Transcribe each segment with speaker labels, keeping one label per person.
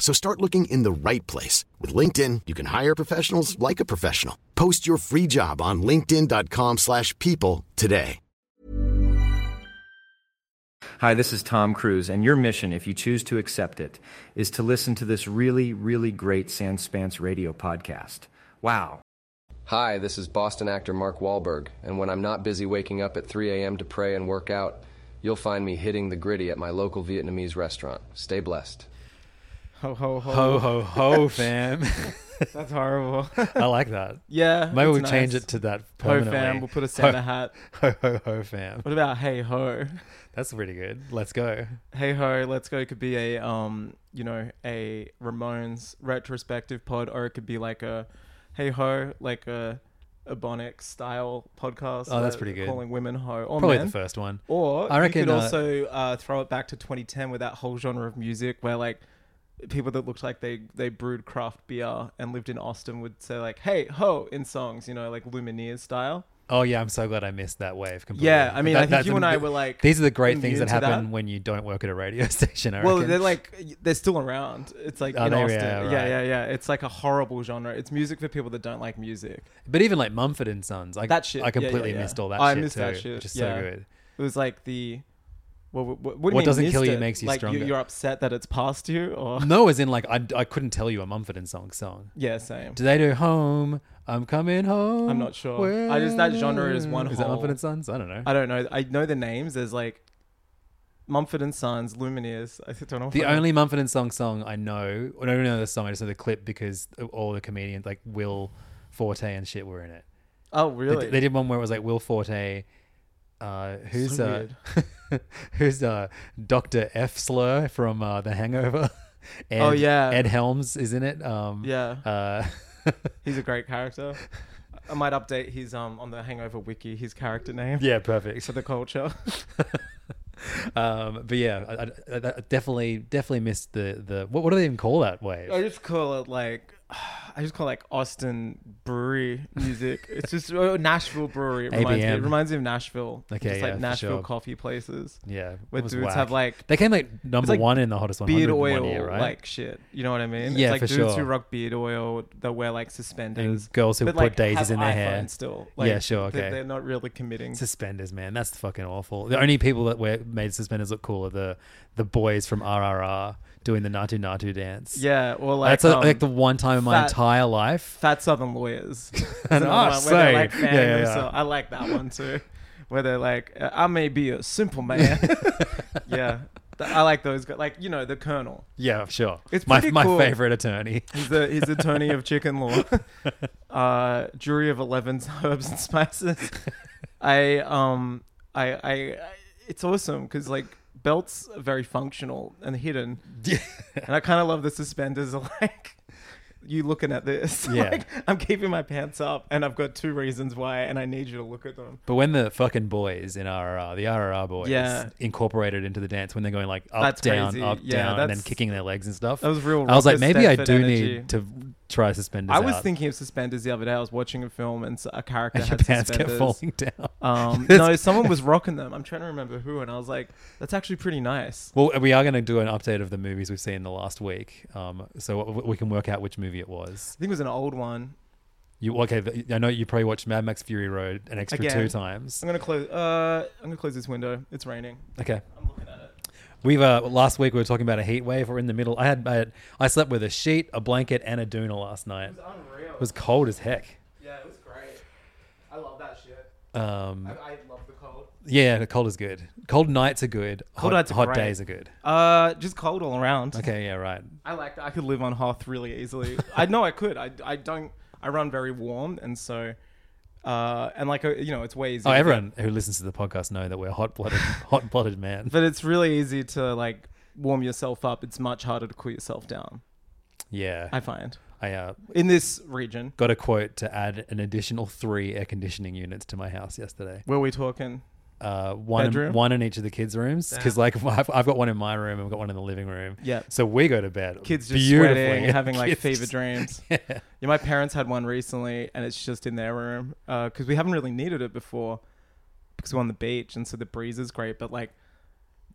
Speaker 1: So start looking in the right place. With LinkedIn, you can hire professionals like a professional. Post your free job on linkedin.com slash people today.
Speaker 2: Hi, this is Tom Cruise, and your mission, if you choose to accept it, is to listen to this really, really great Sandspance radio podcast. Wow.
Speaker 3: Hi, this is Boston actor Mark Wahlberg, and when I'm not busy waking up at 3 a.m. to pray and work out, you'll find me hitting the gritty at my local Vietnamese restaurant. Stay blessed.
Speaker 4: Ho ho ho.
Speaker 5: Ho ho ho, fam.
Speaker 4: That's horrible.
Speaker 5: I like that.
Speaker 4: yeah.
Speaker 5: Maybe
Speaker 4: it's
Speaker 5: we
Speaker 4: nice.
Speaker 5: change it to that
Speaker 4: Ho
Speaker 5: permanently.
Speaker 4: fam. We'll put a Santa hat.
Speaker 5: Ho ho ho, fam.
Speaker 4: What about hey ho?
Speaker 5: That's pretty good. Let's go.
Speaker 4: Hey ho, let's go. Could be a um, you know, a Ramones retrospective pod, or it could be like a hey ho, like a Ebonic style podcast.
Speaker 5: Oh, that's
Speaker 4: uh,
Speaker 5: pretty good.
Speaker 4: Calling women ho, or
Speaker 5: Probably
Speaker 4: men.
Speaker 5: the first one.
Speaker 4: Oh, Or
Speaker 5: I
Speaker 4: I
Speaker 5: reckon,
Speaker 4: could
Speaker 5: uh,
Speaker 4: also uh, throw it back to 2010 with that whole genre of music where like people that looked like they they brewed craft beer and lived in Austin would say like "Hey ho" in songs, you know, like Lumineers style.
Speaker 5: Oh yeah, I'm so glad I missed that wave completely.
Speaker 4: Yeah, I mean, I think
Speaker 5: that's
Speaker 4: you
Speaker 5: the-
Speaker 4: and I were, like,
Speaker 5: these are the great
Speaker 4: immune
Speaker 5: things that
Speaker 4: to
Speaker 5: happen
Speaker 4: that.
Speaker 5: when you don't work at a radio station. I
Speaker 4: Well,
Speaker 5: reckon.
Speaker 4: they're like they're still around. It's like
Speaker 5: Are
Speaker 4: in
Speaker 5: Oh, they?
Speaker 4: Austin.
Speaker 5: Yeah,
Speaker 4: Yeah,
Speaker 5: right.
Speaker 4: yeah, yeah, It's like a horrible genre. It's music for people that don't like music.
Speaker 5: but even like Mumford and Sons, I,
Speaker 4: That shit. yeah,
Speaker 5: I
Speaker 4: yeah,
Speaker 5: completely
Speaker 4: yeah.
Speaker 5: missed all that.
Speaker 4: I
Speaker 5: shit
Speaker 4: missed
Speaker 5: too,
Speaker 4: that shit.
Speaker 5: Which is
Speaker 4: yeah.
Speaker 5: so good.
Speaker 4: It was like the. Well, what, what, what, do you
Speaker 5: What
Speaker 4: mean
Speaker 5: doesn't
Speaker 4: missed
Speaker 5: kill you
Speaker 4: it?
Speaker 5: makes you
Speaker 4: like,
Speaker 5: stronger.
Speaker 4: You're upset that it's past you, or
Speaker 5: No, as in like I, I couldn't tell you a Mumford and Sons song.
Speaker 4: yeah, same.
Speaker 5: Do they do home? I'm coming home.
Speaker 4: I'm not sure. I just- that genre is one
Speaker 5: Is that Mumford
Speaker 4: whole-
Speaker 5: and Sons? I don't know.
Speaker 4: I don't know. I know the names. There's like Mumford and Sons, Lumineers. I don't know.
Speaker 5: The
Speaker 4: what-
Speaker 5: only Mumford and Sons song I know, I don't know the song. I just know the clip because all the comedians like Will Forte and shit were in it.
Speaker 4: Oh,
Speaker 5: They-
Speaker 4: really?
Speaker 5: They, did one where it was like Will Forte, uh, who's
Speaker 4: So
Speaker 5: uh, who's uh, Doctor F Slur from uh, The Hangover. Ed,
Speaker 4: Oh, yeah.
Speaker 5: Ed Helms is in it. Um,
Speaker 4: Yeah.
Speaker 5: uh,
Speaker 4: He's a great character. I might update his um on the Hangover wiki his character name
Speaker 5: yeah, perfect.
Speaker 4: for the culture.
Speaker 5: Um, but yeah, I, I, I I definitely definitely missed the the what, what do they even call that wave?
Speaker 4: I just call it like I just call it like Austin brewery music. It's just oh, Nashville brewery. It reminds me. It
Speaker 5: ABM.
Speaker 4: reminds me of Nashville.
Speaker 5: Okay,
Speaker 4: just
Speaker 5: yeah,
Speaker 4: like
Speaker 5: for
Speaker 4: Nashville
Speaker 5: sure.
Speaker 4: coffee places.
Speaker 5: yeah, it
Speaker 4: where
Speaker 5: was
Speaker 4: dudes
Speaker 5: whack.
Speaker 4: have, like-
Speaker 5: they came like number
Speaker 4: like
Speaker 5: one in the hottest 100
Speaker 4: Beard
Speaker 5: one
Speaker 4: oil,
Speaker 5: year, right?
Speaker 4: like shit. You know what I mean?
Speaker 5: Yeah,
Speaker 4: it's like
Speaker 5: for
Speaker 4: dudes
Speaker 5: sure.
Speaker 4: who rock beard oil that wear like suspenders.
Speaker 5: girls who
Speaker 4: but,
Speaker 5: put
Speaker 4: like, have
Speaker 5: daisies in their
Speaker 4: iPhones
Speaker 5: hair.
Speaker 4: Still,
Speaker 5: Yeah,
Speaker 4: like,
Speaker 5: sure,
Speaker 4: they-
Speaker 5: okay.
Speaker 4: They're not really committing.
Speaker 5: Suspenders, man, that's fucking awful. The only people that wear made suspenders look cool are the the boys from RRR doing the Natu Natu dance.
Speaker 4: Yeah, or like
Speaker 5: that's like,
Speaker 4: um,
Speaker 5: like the one time in my
Speaker 4: fat-
Speaker 5: entire life.
Speaker 4: fat Southern lawyers. Is
Speaker 5: And
Speaker 4: another
Speaker 5: I
Speaker 4: one where they're,
Speaker 5: say-
Speaker 4: like, fanning
Speaker 5: Ah, yeah, yeah, yeah.
Speaker 4: themselves. I like that one too, where they're like, uh, "I may be a simple man." yeah, Th- I like those guys. Like you know, the Colonel.
Speaker 5: Yeah, sure.
Speaker 4: It's
Speaker 5: my
Speaker 4: pretty
Speaker 5: my
Speaker 4: cool.
Speaker 5: favorite attorney.
Speaker 4: He's the he's the Tony of chicken law, uh, jury of eleven herbs and spices. I um I I, I it's awesome because like belts are very functional and hidden, and I kind of love the suspenders are like. You looking at this?
Speaker 5: Yeah.
Speaker 4: Like, I'm keeping my pants up, and I've got two reasons why, and I need you to look at them.
Speaker 5: But when the fucking boys in RRR, the RRR boys,
Speaker 4: Yeah.
Speaker 5: incorporated into the dance when they're going like up,
Speaker 4: That's
Speaker 5: down,
Speaker 4: crazy.
Speaker 5: up,
Speaker 4: Yeah,
Speaker 5: down, and then
Speaker 4: that's-
Speaker 5: kicking their legs and stuff.
Speaker 4: That was real
Speaker 5: I was like,
Speaker 4: Rocco
Speaker 5: maybe I
Speaker 4: Stedford
Speaker 5: do
Speaker 4: energy.
Speaker 5: need to try suspenders.
Speaker 4: I was
Speaker 5: out.
Speaker 4: thinking of suspenders the other day. I was watching a film, and s- a character
Speaker 5: and your
Speaker 4: had
Speaker 5: pants
Speaker 4: suspenders.
Speaker 5: kept falling down.
Speaker 4: Um,
Speaker 5: Yes.
Speaker 4: no, someone was rocking them. I'm trying to remember who, and I was like, "That's actually pretty nice."
Speaker 5: Well, we are going to do an update of the movies we've seen in the last week, um, so w- we can work out which movie it was.
Speaker 4: I think it was an old one.
Speaker 5: You okay? th- I know you probably watched Mad Max Fury Road an extra
Speaker 4: Again.
Speaker 5: two times.
Speaker 4: I'm gonna close. Uh, I'm gonna close this window. It's raining.
Speaker 5: Okay,
Speaker 4: I'm looking at it.
Speaker 5: we've uh, last week we were talking about a heat wave. We're in the middle. I had, I had I slept with a sheet, a blanket, and a doona last night.
Speaker 4: It's unreal.
Speaker 5: It was cold as heck.
Speaker 4: yeah, it was great. I love that shit.
Speaker 5: Um,
Speaker 4: I love the cold.
Speaker 5: Yeah, cold is good. Cold nights are good.
Speaker 4: Cold
Speaker 5: hot,
Speaker 4: nights are
Speaker 5: hot
Speaker 4: great.
Speaker 5: days are good.
Speaker 4: Uh, just cold all around.
Speaker 5: Okay, yeah, right.
Speaker 4: I like that. I could live on hearth really easily. I know I could. I, I don't. I run very warm, and so, uh, and like uh, you know, it's way easier.
Speaker 5: Oh,
Speaker 4: to get-
Speaker 5: everyone who listens to the podcast know that we're hot blooded, hot blooded man.
Speaker 4: But it's really easy to like warm yourself up. It's much harder to cool yourself down.
Speaker 5: Yeah,
Speaker 4: I find
Speaker 5: I uh,
Speaker 4: in this region.
Speaker 5: got a quote to add an additional three air conditioning units to my house yesterday.
Speaker 4: Where we talking?
Speaker 5: Uh, one, in,
Speaker 4: Bedroom?
Speaker 5: one in each of the kids' rooms because like I've, I've got one in my room, I've got one in the living room.
Speaker 4: Yep.
Speaker 5: So we go to bed.
Speaker 4: Kids just
Speaker 5: beautifully.
Speaker 4: sweating, having like
Speaker 5: Kids
Speaker 4: fever
Speaker 5: just-
Speaker 4: dreams. yeah. my parents had one recently, and it's just in their room because we haven't really needed it before because we're on the beach, and so the breeze is great. But like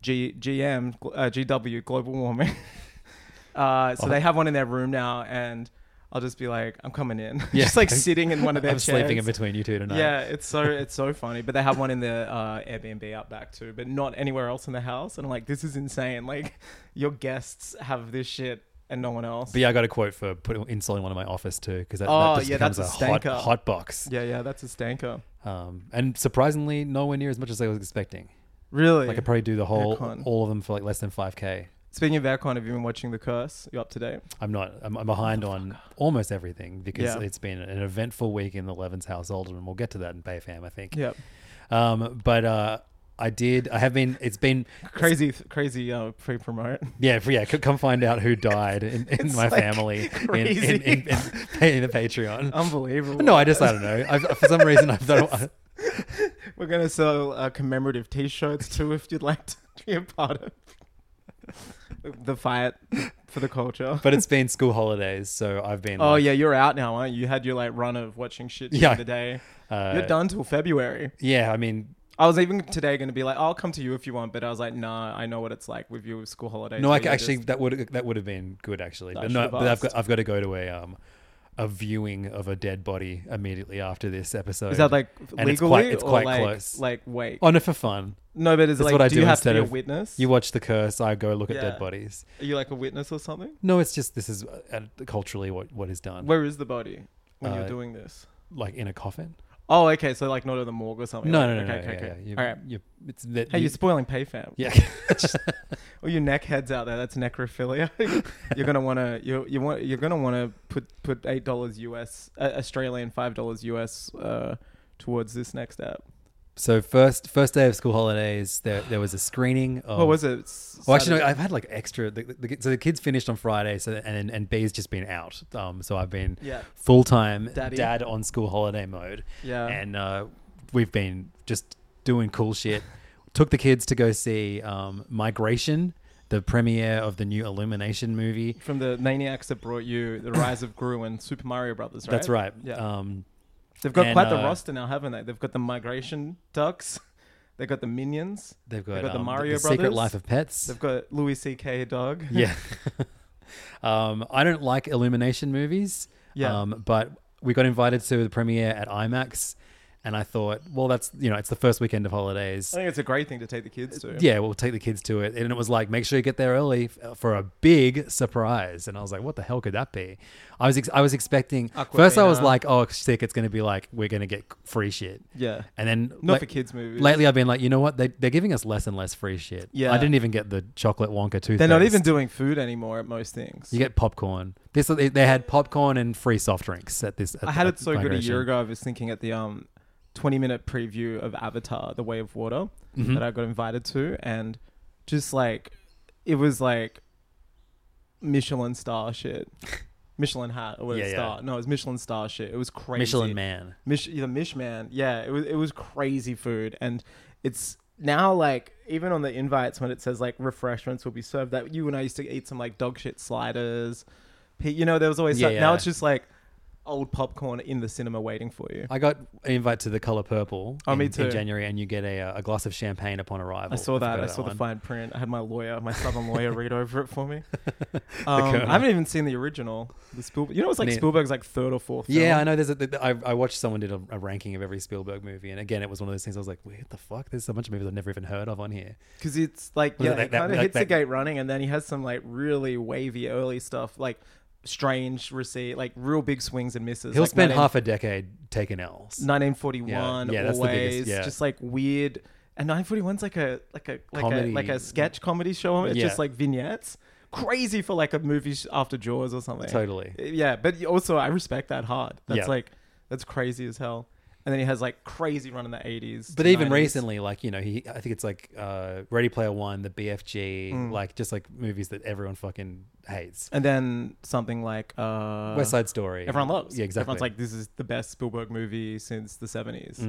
Speaker 4: G GM gl- uh, GW global warming, uh,
Speaker 5: Oh.
Speaker 4: so they have one in their room now, and I'll just be like, I'm coming in,
Speaker 5: Yeah.
Speaker 4: just like sitting in one of their
Speaker 5: I'm
Speaker 4: chairs.
Speaker 5: sleeping in between you two tonight.
Speaker 4: Yeah, it's so it's so funny. But they have one in the uh, Airbnb out back too, but not anywhere else in the house. And I'm like, this is insane. Like, your guests have this shit and no one else.
Speaker 5: But yeah, I got a quote for putting installing one in my office too because that,
Speaker 4: Oh,
Speaker 5: that just
Speaker 4: yeah,
Speaker 5: becomes
Speaker 4: that's
Speaker 5: a,
Speaker 4: a
Speaker 5: hot,
Speaker 4: stinker.
Speaker 5: hot box.
Speaker 4: yeah, yeah, that's a stanker.
Speaker 5: Um, and surprisingly, nowhere near as much as I was expecting.
Speaker 4: Really?
Speaker 5: Like I probably do the whole
Speaker 4: Aircon.
Speaker 5: all of them for like less than five k.
Speaker 4: Speaking of aircon, have you been watching The Curse? You up to date?
Speaker 5: I'm not. I'm, I'm behind on almost everything because
Speaker 4: Yeah.
Speaker 5: it's been an eventful week in the Levens household, and we'll get to that in BayFam, I think.
Speaker 4: Yep.
Speaker 5: Um, but uh, I did. I have been. It's been
Speaker 4: Crazy, crazy uh, pre promote.
Speaker 5: Yeah, f- yeah. c- Come find out who died in, in
Speaker 4: It's
Speaker 5: my
Speaker 4: like
Speaker 5: family in, in,
Speaker 4: crazy. Oh,
Speaker 5: in, in, in the Patreon.
Speaker 4: Unbelievable.
Speaker 5: no, I just I don't know. I've, for some reason, I've done.
Speaker 4: We're going to sell uh, commemorative t shirts too if you'd like to be a part of the fight for the culture.
Speaker 5: But it's been school holidays, so I've been.
Speaker 4: Oh
Speaker 5: like,
Speaker 4: yeah, you're out now, aren't you? You had your like run of watching shit during
Speaker 5: Yeah.
Speaker 4: the day.
Speaker 5: Uh,
Speaker 4: you're done till February.
Speaker 5: yeah. I mean,
Speaker 4: I was even today going to be like, I'll come to you if you want, but I was like, nah, I know what it's like with you with school holidays.
Speaker 5: no, I
Speaker 4: where
Speaker 5: c-
Speaker 4: you're
Speaker 5: actually
Speaker 4: just-
Speaker 5: that would that would have been good actually. But
Speaker 4: should
Speaker 5: no,
Speaker 4: have
Speaker 5: but I've got
Speaker 4: asked.
Speaker 5: I've got to go to a um a viewing of a dead body immediately after this episode.
Speaker 4: is that like
Speaker 5: And
Speaker 4: legally
Speaker 5: it's quite, it's
Speaker 4: or
Speaker 5: quite
Speaker 4: like,
Speaker 5: close.
Speaker 4: like wait?
Speaker 5: oh no, for fun.
Speaker 4: no, but it's
Speaker 5: That's
Speaker 4: like,
Speaker 5: what I
Speaker 4: do,
Speaker 5: do
Speaker 4: you have to
Speaker 5: instead
Speaker 4: be a
Speaker 5: of-
Speaker 4: witness?
Speaker 5: You watch the curse. I go look at
Speaker 4: Yeah.
Speaker 5: dead bodies.
Speaker 4: Are you like a witness or something?
Speaker 5: No, it's just this is uh, uh, culturally what what is done.
Speaker 4: Where is the body when
Speaker 5: Uh,
Speaker 4: you're doing this?
Speaker 5: like in a coffin.
Speaker 4: Oh, okay, so like not at the morgue or something.
Speaker 5: No,
Speaker 4: like-
Speaker 5: no, no,
Speaker 4: Oh, okay,
Speaker 5: no,
Speaker 4: okay,
Speaker 5: yeah,
Speaker 4: okay.
Speaker 5: yeah. You-
Speaker 4: All right.
Speaker 5: you- it's that
Speaker 4: Hey,
Speaker 5: you-
Speaker 4: you're spoiling PayFam.
Speaker 5: yeah,
Speaker 4: All you neckheads out there, that's necrophilia. you're gonna wanna you you want you're gonna wanna put put eight dollars US uh, Australian five dollars US uh, towards this next app.
Speaker 5: So first first day of school holidays, there there was a screening. Of,
Speaker 4: What was it? S-
Speaker 5: Oh. Well, actually, no,
Speaker 4: Saturday?
Speaker 5: I've had like extra. The, the, the- so the kids finished on Friday, so and and B's just been out. Um, so I've been
Speaker 4: Yeah.
Speaker 5: full time
Speaker 4: Daddy.
Speaker 5: dad on school holiday mode.
Speaker 4: Yeah.
Speaker 5: and uh, we've been just doing cool shit. Took the kids to go see um, Migration, the premiere of the new Illumination movie.
Speaker 4: from the maniacs that brought you the rise of Gru and Super Mario Brothers. Right?
Speaker 5: That's right.
Speaker 4: Yeah,
Speaker 5: Um,
Speaker 4: they've got
Speaker 5: and,
Speaker 4: quite the
Speaker 5: uh,
Speaker 4: roster now, haven't they? They've got the migration ducks. They've got the minions.
Speaker 5: they've got,
Speaker 4: They've got the
Speaker 5: um,
Speaker 4: Mario
Speaker 5: Secret
Speaker 4: Brothers.
Speaker 5: Life of Pets.
Speaker 4: They've got Louis C.K. dog.
Speaker 5: Yeah. um, I don't like Illumination movies.
Speaker 4: Yeah.
Speaker 5: Um, but we got invited to the premiere at IMAX, and I thought, well, that's you know, it's the first weekend of holidays.
Speaker 4: I think it's a great thing to take the kids to.
Speaker 5: Yeah, we'll take the kids to it, and it was like, make sure you get there early f- for a big surprise. And I was like, what the hell could that be? I was ex- I was expecting first. I was
Speaker 4: Aquafina.
Speaker 5: like, oh, sick! It's gonna be like we're gonna get free shit.
Speaker 4: Yeah.
Speaker 5: And then
Speaker 4: Not
Speaker 5: like-
Speaker 4: for kids movies.
Speaker 5: Lately, I've been like, you know what? They, they're giving us less and less free shit.
Speaker 4: Yeah.
Speaker 5: I didn't even get the chocolate Wonka toothpaste.
Speaker 4: They're not even doing food anymore at most things.
Speaker 5: You get popcorn. This they, they had popcorn and free soft drinks at this. At,
Speaker 4: I had
Speaker 5: at
Speaker 4: it so good a
Speaker 5: Migration.
Speaker 4: year ago. I was thinking at the um, twenty minute preview of Avatar: The Way of Water
Speaker 5: Mm-hmm.
Speaker 4: that I got invited to, and just like it was like Michelin star shit, Michelin hat or
Speaker 5: Yeah,
Speaker 4: whatever
Speaker 5: yeah.
Speaker 4: star. No, it was Michelin star shit. It was crazy.
Speaker 5: Michelin Man.
Speaker 4: Mish, the Mish man. Yeah, it was it was crazy food, and it's now like even on the invites when it says like refreshments will be served. That you and I used to eat some like dog shit sliders. Pe- You know, there was always
Speaker 5: Yeah,
Speaker 4: some- now
Speaker 5: yeah.
Speaker 4: it's just like old popcorn in the cinema waiting for you.
Speaker 5: I got an invite to the Color Purple.
Speaker 4: Oh,
Speaker 5: in,
Speaker 4: me
Speaker 5: In
Speaker 4: too.
Speaker 5: January, and you get a, uh, a glass of champagne upon arrival.
Speaker 4: I saw that.
Speaker 5: forgot
Speaker 4: I saw the
Speaker 5: one.
Speaker 4: fine print. I had my lawyer, my southern lawyer, read over it for me.
Speaker 5: The
Speaker 4: Um,
Speaker 5: Colonel.
Speaker 4: I haven't even seen the original. The Spielberg. You know, it's like
Speaker 5: Ne-
Speaker 4: Spielberg's like third or fourth. Film.
Speaker 5: Yeah, I know. There's a, th- I, I watched someone did a, a ranking of every Spielberg movie, and again, it was one of those things. I was like, "Wait, the fuck? There's so much movies I've never even heard of on here."
Speaker 4: Because it's like,
Speaker 5: Was it
Speaker 4: yeah,
Speaker 5: like
Speaker 4: it
Speaker 5: that-
Speaker 4: kind of
Speaker 5: like
Speaker 4: hits the
Speaker 5: that-
Speaker 4: gate running, and then he has some like really wavy early stuff, like strange receipt, like real big swings and misses.
Speaker 5: He'll
Speaker 4: like
Speaker 5: spend
Speaker 4: 19
Speaker 5: half a decade taking L's.
Speaker 4: 1941,
Speaker 5: Yeah, yeah, that's the biggest-
Speaker 4: always.
Speaker 5: yeah.
Speaker 4: Just like weird And 941's like a like a like
Speaker 5: Comedy.
Speaker 4: a like a sketch comedy show. It's
Speaker 5: Yeah.
Speaker 4: just like vignettes. Crazy for like a movie sh- after Jaws or something.
Speaker 5: Totally.
Speaker 4: Yeah, but you- also I respect that hard. That's
Speaker 5: Yeah.
Speaker 4: like that's crazy as hell. And then he has like crazy run in the 80s.
Speaker 5: But
Speaker 4: to
Speaker 5: even
Speaker 4: 90s.
Speaker 5: recently, like you know, he I think it's like uh, Ready Player One, the BFG,
Speaker 4: Mm.
Speaker 5: like just like movies that everyone fucking hates.
Speaker 4: and then something like uh
Speaker 5: West Side Story.
Speaker 4: Everyone loves.
Speaker 5: Yeah, exactly. Mm.
Speaker 4: Everyone's like, this is the best Spielberg movie since the 70s.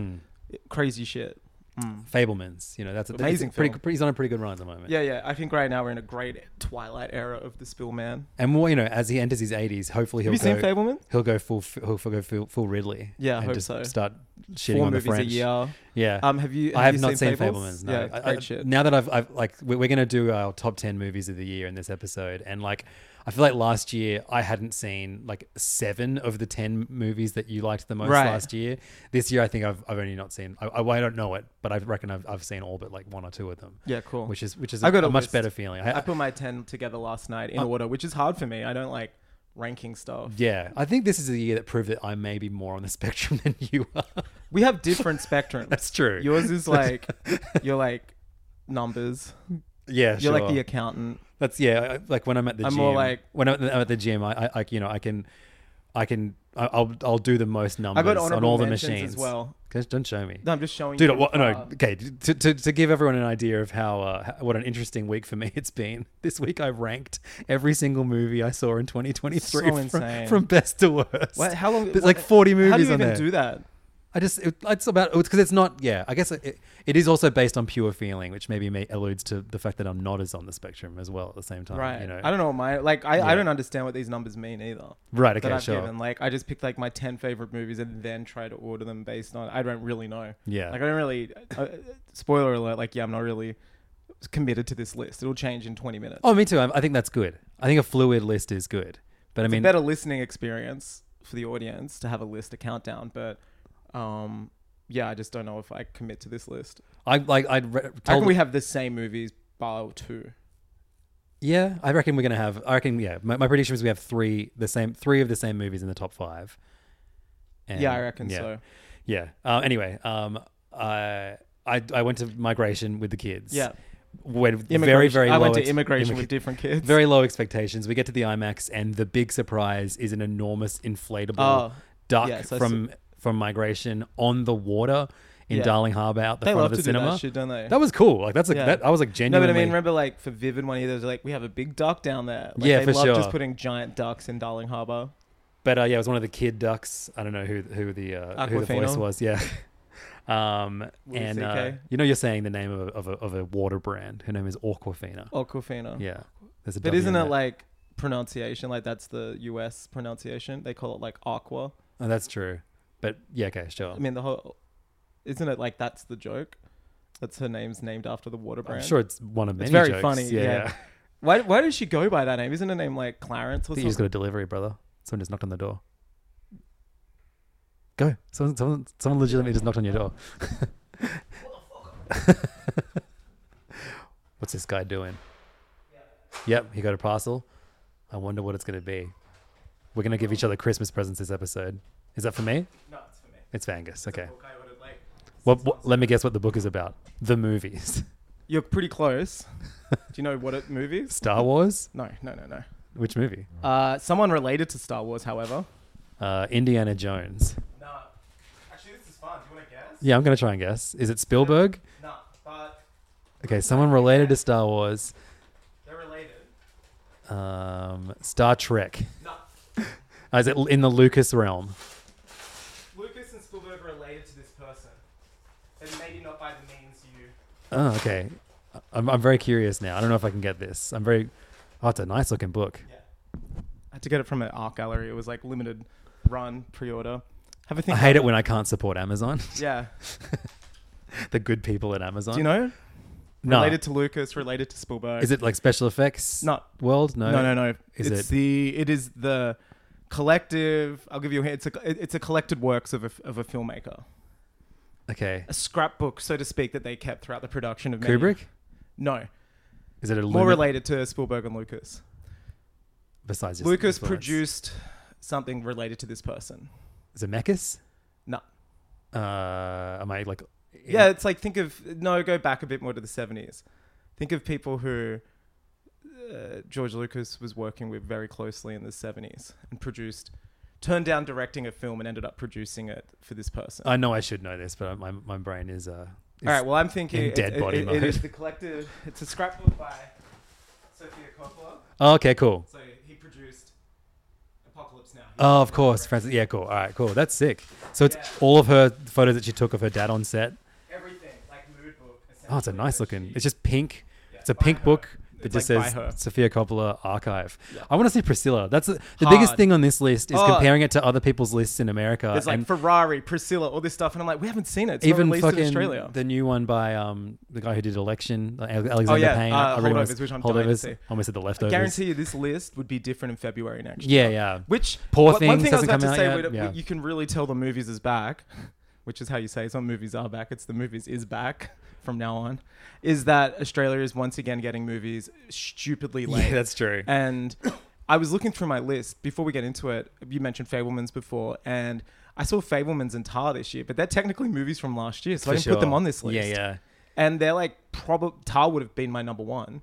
Speaker 4: Crazy shit. Mm.
Speaker 5: Fablemans. You know, that's a,
Speaker 4: Amazing
Speaker 5: amazing. Pretty,
Speaker 4: film.
Speaker 5: pretty, he's on a pretty good run at the moment.
Speaker 4: Yeah, yeah. I think right now we're in a great twilight era of the Spiel man.
Speaker 5: And more, you know, as he enters his eighties, hopefully he'll
Speaker 4: Have you
Speaker 5: go.
Speaker 4: seen Fableman?
Speaker 5: He'll go full. He'll go full, full Ridley.
Speaker 4: Yeah, I
Speaker 5: and
Speaker 4: hope
Speaker 5: just
Speaker 4: so.
Speaker 5: start shitting
Speaker 4: Four
Speaker 5: on the
Speaker 4: movies a
Speaker 5: French.
Speaker 4: year.
Speaker 5: Yeah.
Speaker 4: Um, have you-
Speaker 5: I
Speaker 4: have
Speaker 5: have
Speaker 4: you
Speaker 5: not
Speaker 4: seen
Speaker 5: seen
Speaker 4: Fables?
Speaker 5: Fablemans. No.
Speaker 4: Yeah,
Speaker 5: I-
Speaker 4: great
Speaker 5: I-
Speaker 4: shit.
Speaker 5: Now that I've, I've like, we're, we're gonna do our top ten movies of the year in this episode, and like, I feel like last year I hadn't seen like seven of the ten movies that you liked the most
Speaker 4: Right.
Speaker 5: last year. This year, I think I've, I've only not seen. I, I, I don't know it, but I reckon I've, I've seen all but like one or two of them.
Speaker 4: Yeah, cool.
Speaker 5: Which uh, is which is
Speaker 4: I've
Speaker 5: a,
Speaker 4: got
Speaker 5: a
Speaker 4: a
Speaker 5: much
Speaker 4: list.
Speaker 5: better feeling.
Speaker 4: I put my 10 together last night
Speaker 5: Uh,
Speaker 4: in order, which is hard for me. I don't like ranking stuff.
Speaker 5: Yeah, I think this is the year that proved that I may be more on the spectrum than you are.
Speaker 4: We have different spectrums.
Speaker 5: That's true.
Speaker 4: Yours is like, you're like numbers.
Speaker 5: yeah,
Speaker 4: You're like
Speaker 5: sure.
Speaker 4: the accountant.
Speaker 5: That's yeah. I- Like when I'm at the
Speaker 4: I'm
Speaker 5: gym,
Speaker 4: more like-
Speaker 5: when I'm at the, I'm at the gym, I, I like you know I can, I can I- I'll I'll do the most numbers on
Speaker 4: honorable
Speaker 5: all the
Speaker 4: mentions as
Speaker 5: machines
Speaker 4: well.
Speaker 5: 'Cause don't show me.
Speaker 4: No, I'm just showing
Speaker 5: Dude,
Speaker 4: you.
Speaker 5: what, no,
Speaker 4: uh,
Speaker 5: okay. To, to, to give everyone an idea of how uh, h- what an interesting week for me it's been. This week I ranked every single movie I saw in 2023
Speaker 4: So
Speaker 5: from,
Speaker 4: insane.
Speaker 5: from best to worst.
Speaker 4: What, how long?
Speaker 5: There's
Speaker 4: what-
Speaker 5: like 40 movies
Speaker 4: How do you
Speaker 5: on
Speaker 4: even
Speaker 5: there.
Speaker 4: do that?
Speaker 5: I just it, it's about oh, it's because it's not yeah I guess it, it is also based on pure feeling which maybe may, alludes to the fact that I'm not as on the spectrum as well at the same time
Speaker 4: Right.
Speaker 5: Um, you know
Speaker 4: I don't know what my like. I, I
Speaker 5: Yeah.
Speaker 4: don't understand what these numbers mean either.
Speaker 5: Right,
Speaker 4: that
Speaker 5: okay,
Speaker 4: I've
Speaker 5: sure.
Speaker 4: given. Like I just picked like my ten favorite movies and then try to order them based on. I don't really know.
Speaker 5: Yeah.
Speaker 4: Like I don't really. Uh, spoiler alert. Like yeah, I'm not really committed to this list. It'll change in 20 minutes.
Speaker 5: oh me too I, I think that's good I think a fluid list is good but I mean
Speaker 4: Better listening experience for the audience to have a list, a countdown. But, um, yeah, I just don't know if I commit to this list.
Speaker 5: I like I'd re-
Speaker 4: How
Speaker 5: told
Speaker 4: can we have the same movies bar two?
Speaker 5: yeah I reckon we're gonna have I reckon yeah my, my prediction is we have three the same three of the same movies in the top five And-
Speaker 4: Yeah, I reckon so.
Speaker 5: yeah uh, anyway um I I I went to migration with the kids
Speaker 4: Yeah.
Speaker 5: went very
Speaker 4: Immigration.
Speaker 5: very
Speaker 4: I
Speaker 5: low
Speaker 4: went to
Speaker 5: ex-
Speaker 4: immigration
Speaker 5: immig-
Speaker 4: with different kids.
Speaker 5: Very low expectations. We get to the IMAX, and the big surprise is an enormous inflatable
Speaker 4: Oh,
Speaker 5: duck
Speaker 4: yes, I
Speaker 5: from from Migration on the water in
Speaker 4: Yeah.
Speaker 5: Darling Harbour out the
Speaker 4: They
Speaker 5: front
Speaker 4: love
Speaker 5: of the
Speaker 4: to do
Speaker 5: cinema.
Speaker 4: that shit, don't they?
Speaker 5: That was cool. Like that's like
Speaker 4: Yeah.
Speaker 5: that. I was like genuinely.
Speaker 4: No, but I mean, remember like for Vivid one of those, like we have a big duck down there. Like,
Speaker 5: Yeah,
Speaker 4: they
Speaker 5: for
Speaker 4: love Just
Speaker 5: sure.
Speaker 4: putting giant ducks in Darling Harbour.
Speaker 5: But uh, yeah, it was one of the kid ducks. I don't know who who the uh, who the
Speaker 4: Aquafina?
Speaker 5: voice was. Yeah. Um,
Speaker 4: Louis
Speaker 5: and
Speaker 4: CK?
Speaker 5: uh, you know you're saying the name of a, of a, of a water brand. Her name is Aquafina.
Speaker 4: Oh, Aquafina.
Speaker 5: Yeah, there's a
Speaker 4: But
Speaker 5: W in
Speaker 4: isn't it
Speaker 5: there.
Speaker 4: like pronunciation? Like that's the US pronunciation. They call it like aqua.
Speaker 5: Oh, that's true. But yeah, okay, sure.
Speaker 4: I mean, the whole. Isn't it like that's the joke? That's her name's named after the water
Speaker 5: I'm
Speaker 4: brand.
Speaker 5: sure it's one of many.
Speaker 4: It's very
Speaker 5: jokes.
Speaker 4: funny. Yeah.
Speaker 5: Yeah, yeah.
Speaker 4: Why, why does she go by that name? Isn't her name like Clarence or
Speaker 5: I think you just
Speaker 4: something?
Speaker 5: got a delivery, brother. Someone just knocked on the door. Go. Someone, someone, someone legitimately just knocked on your door. What's this guy doing? Yep, he got a parcel. I wonder what it's going to be. We're going to give each other Christmas presents this episode. Is that for me?
Speaker 4: No, it's for me.
Speaker 5: It's for Angus. Okay.
Speaker 4: I ordered like.
Speaker 5: What, what, let me guess what the book is about. The movies.
Speaker 4: You're pretty close. Do you know what it movies?
Speaker 5: Star Wars?
Speaker 4: No, no, no, no.
Speaker 5: Which movie?
Speaker 4: Uh, someone related to Star Wars, however.
Speaker 5: Uh, Indiana Jones.
Speaker 4: No. Actually, this is fun. Do you want to guess?
Speaker 5: Yeah, I'm going to try and guess. Is it Spielberg?
Speaker 4: No, but
Speaker 5: Okay, someone related to Star Wars.
Speaker 4: they're related.
Speaker 5: Um, Star Trek.
Speaker 4: No.
Speaker 5: Uh, Is it in the Lucas realm?
Speaker 4: Lucas and Spielberg are related to this person. And maybe not by the means you.
Speaker 5: Oh, okay. I'm, I'm very curious now. I don't know if I can get this. I'm very. Oh, it's a nice looking book.
Speaker 4: I had to get it from an art gallery. It was like limited run, pre order. Have a
Speaker 5: I
Speaker 4: think.
Speaker 5: hate it when I can't support Amazon.
Speaker 4: Yeah.
Speaker 5: the good people at Amazon.
Speaker 4: Do you know?
Speaker 5: No.
Speaker 4: Related to Lucas, related to Spielberg.
Speaker 5: Is it like special effects?
Speaker 4: No.
Speaker 5: World? No.
Speaker 4: No, no, no.
Speaker 5: Is
Speaker 4: it's
Speaker 5: it-
Speaker 4: the. It is the collective. I'll give you a hint. It's a. It's a collected works of a, of a filmmaker.
Speaker 5: Okay.
Speaker 4: A scrapbook, so to speak, that they kept throughout the production of many-
Speaker 5: Kubrick?
Speaker 4: No,
Speaker 5: Is it a
Speaker 4: more
Speaker 5: Lumi-
Speaker 4: related to Spielberg and Lucas.
Speaker 5: Besides just
Speaker 4: Lucas
Speaker 5: Spielberg's.
Speaker 4: produced something related to this person.
Speaker 5: Zemeckis?
Speaker 4: No,
Speaker 5: Uh, am I like
Speaker 4: yeah, it's like think of no, go back a bit more to the seventies. Think of people who uh, George Lucas was working with very closely in the seventies and produced, turned down directing a film and ended up producing it for this person.
Speaker 5: I know I should know this, but my, my brain is uh. is-
Speaker 4: All right, well, I'm thinking
Speaker 5: in dead
Speaker 4: it- it-
Speaker 5: body
Speaker 4: it-
Speaker 5: mode.
Speaker 4: it is the collective. It's a scrapbook by Sofia Coppola.
Speaker 5: Oh, okay, cool.
Speaker 4: So he produced Apocalypse Now.
Speaker 5: Oh, of course, Francis. Yeah, cool. All right, cool. That's sick. So it's all of her photos that she took of her dad on set.
Speaker 4: Everything like mood book.
Speaker 5: Oh, it's a nice looking. It's just pink. It's a
Speaker 4: by
Speaker 5: pink
Speaker 4: her.
Speaker 5: book that
Speaker 4: It's
Speaker 5: just
Speaker 4: like by her.
Speaker 5: says Sophia Coppola Archive. I want to see Priscilla. That's the the biggest
Speaker 4: Hard.
Speaker 5: thing on this list is
Speaker 4: Oh.
Speaker 5: comparing it to other people's lists in America.
Speaker 4: There's like
Speaker 5: Uh, and
Speaker 4: Ferrari, Priscilla, all this stuff, and I'm like, we haven't seen it. It's not
Speaker 5: even
Speaker 4: released in
Speaker 5: fucking
Speaker 4: Australia.
Speaker 5: the new one by um the guy who did Election, like Ale- Alexander
Speaker 4: yeah,
Speaker 5: Payne.
Speaker 4: uh,
Speaker 5: I really wanna
Speaker 4: Holdovers,
Speaker 5: s-
Speaker 4: which I'm dying to
Speaker 5: holdovers.
Speaker 4: see.
Speaker 5: I almost said the
Speaker 4: I
Speaker 5: leftovers.
Speaker 4: guarantee you, this list would be different in February next year.
Speaker 5: Yeah, yeah.
Speaker 4: Which
Speaker 5: Poor
Speaker 4: one- one
Speaker 5: Things
Speaker 4: thing I was
Speaker 5: doesn't
Speaker 4: about
Speaker 5: come
Speaker 4: to
Speaker 5: out
Speaker 4: say,
Speaker 5: yet.
Speaker 4: we don't- we-
Speaker 5: Yeah.
Speaker 4: you can really tell the movies is back, which is how you say it's not movies are back. It's the movies is back from now on. Is that Australia is once again getting movies stupidly late?
Speaker 5: Yeah, that's true.
Speaker 4: And I was looking through my list before we get into it. You mentioned Fablemans before, and I saw Fablemans and Tar this year, but they're technically movies from last year, so
Speaker 5: For
Speaker 4: I didn't put
Speaker 5: sure.
Speaker 4: them on this list.
Speaker 5: Yeah, yeah.
Speaker 4: And they're like, probably Tar would have been my number one.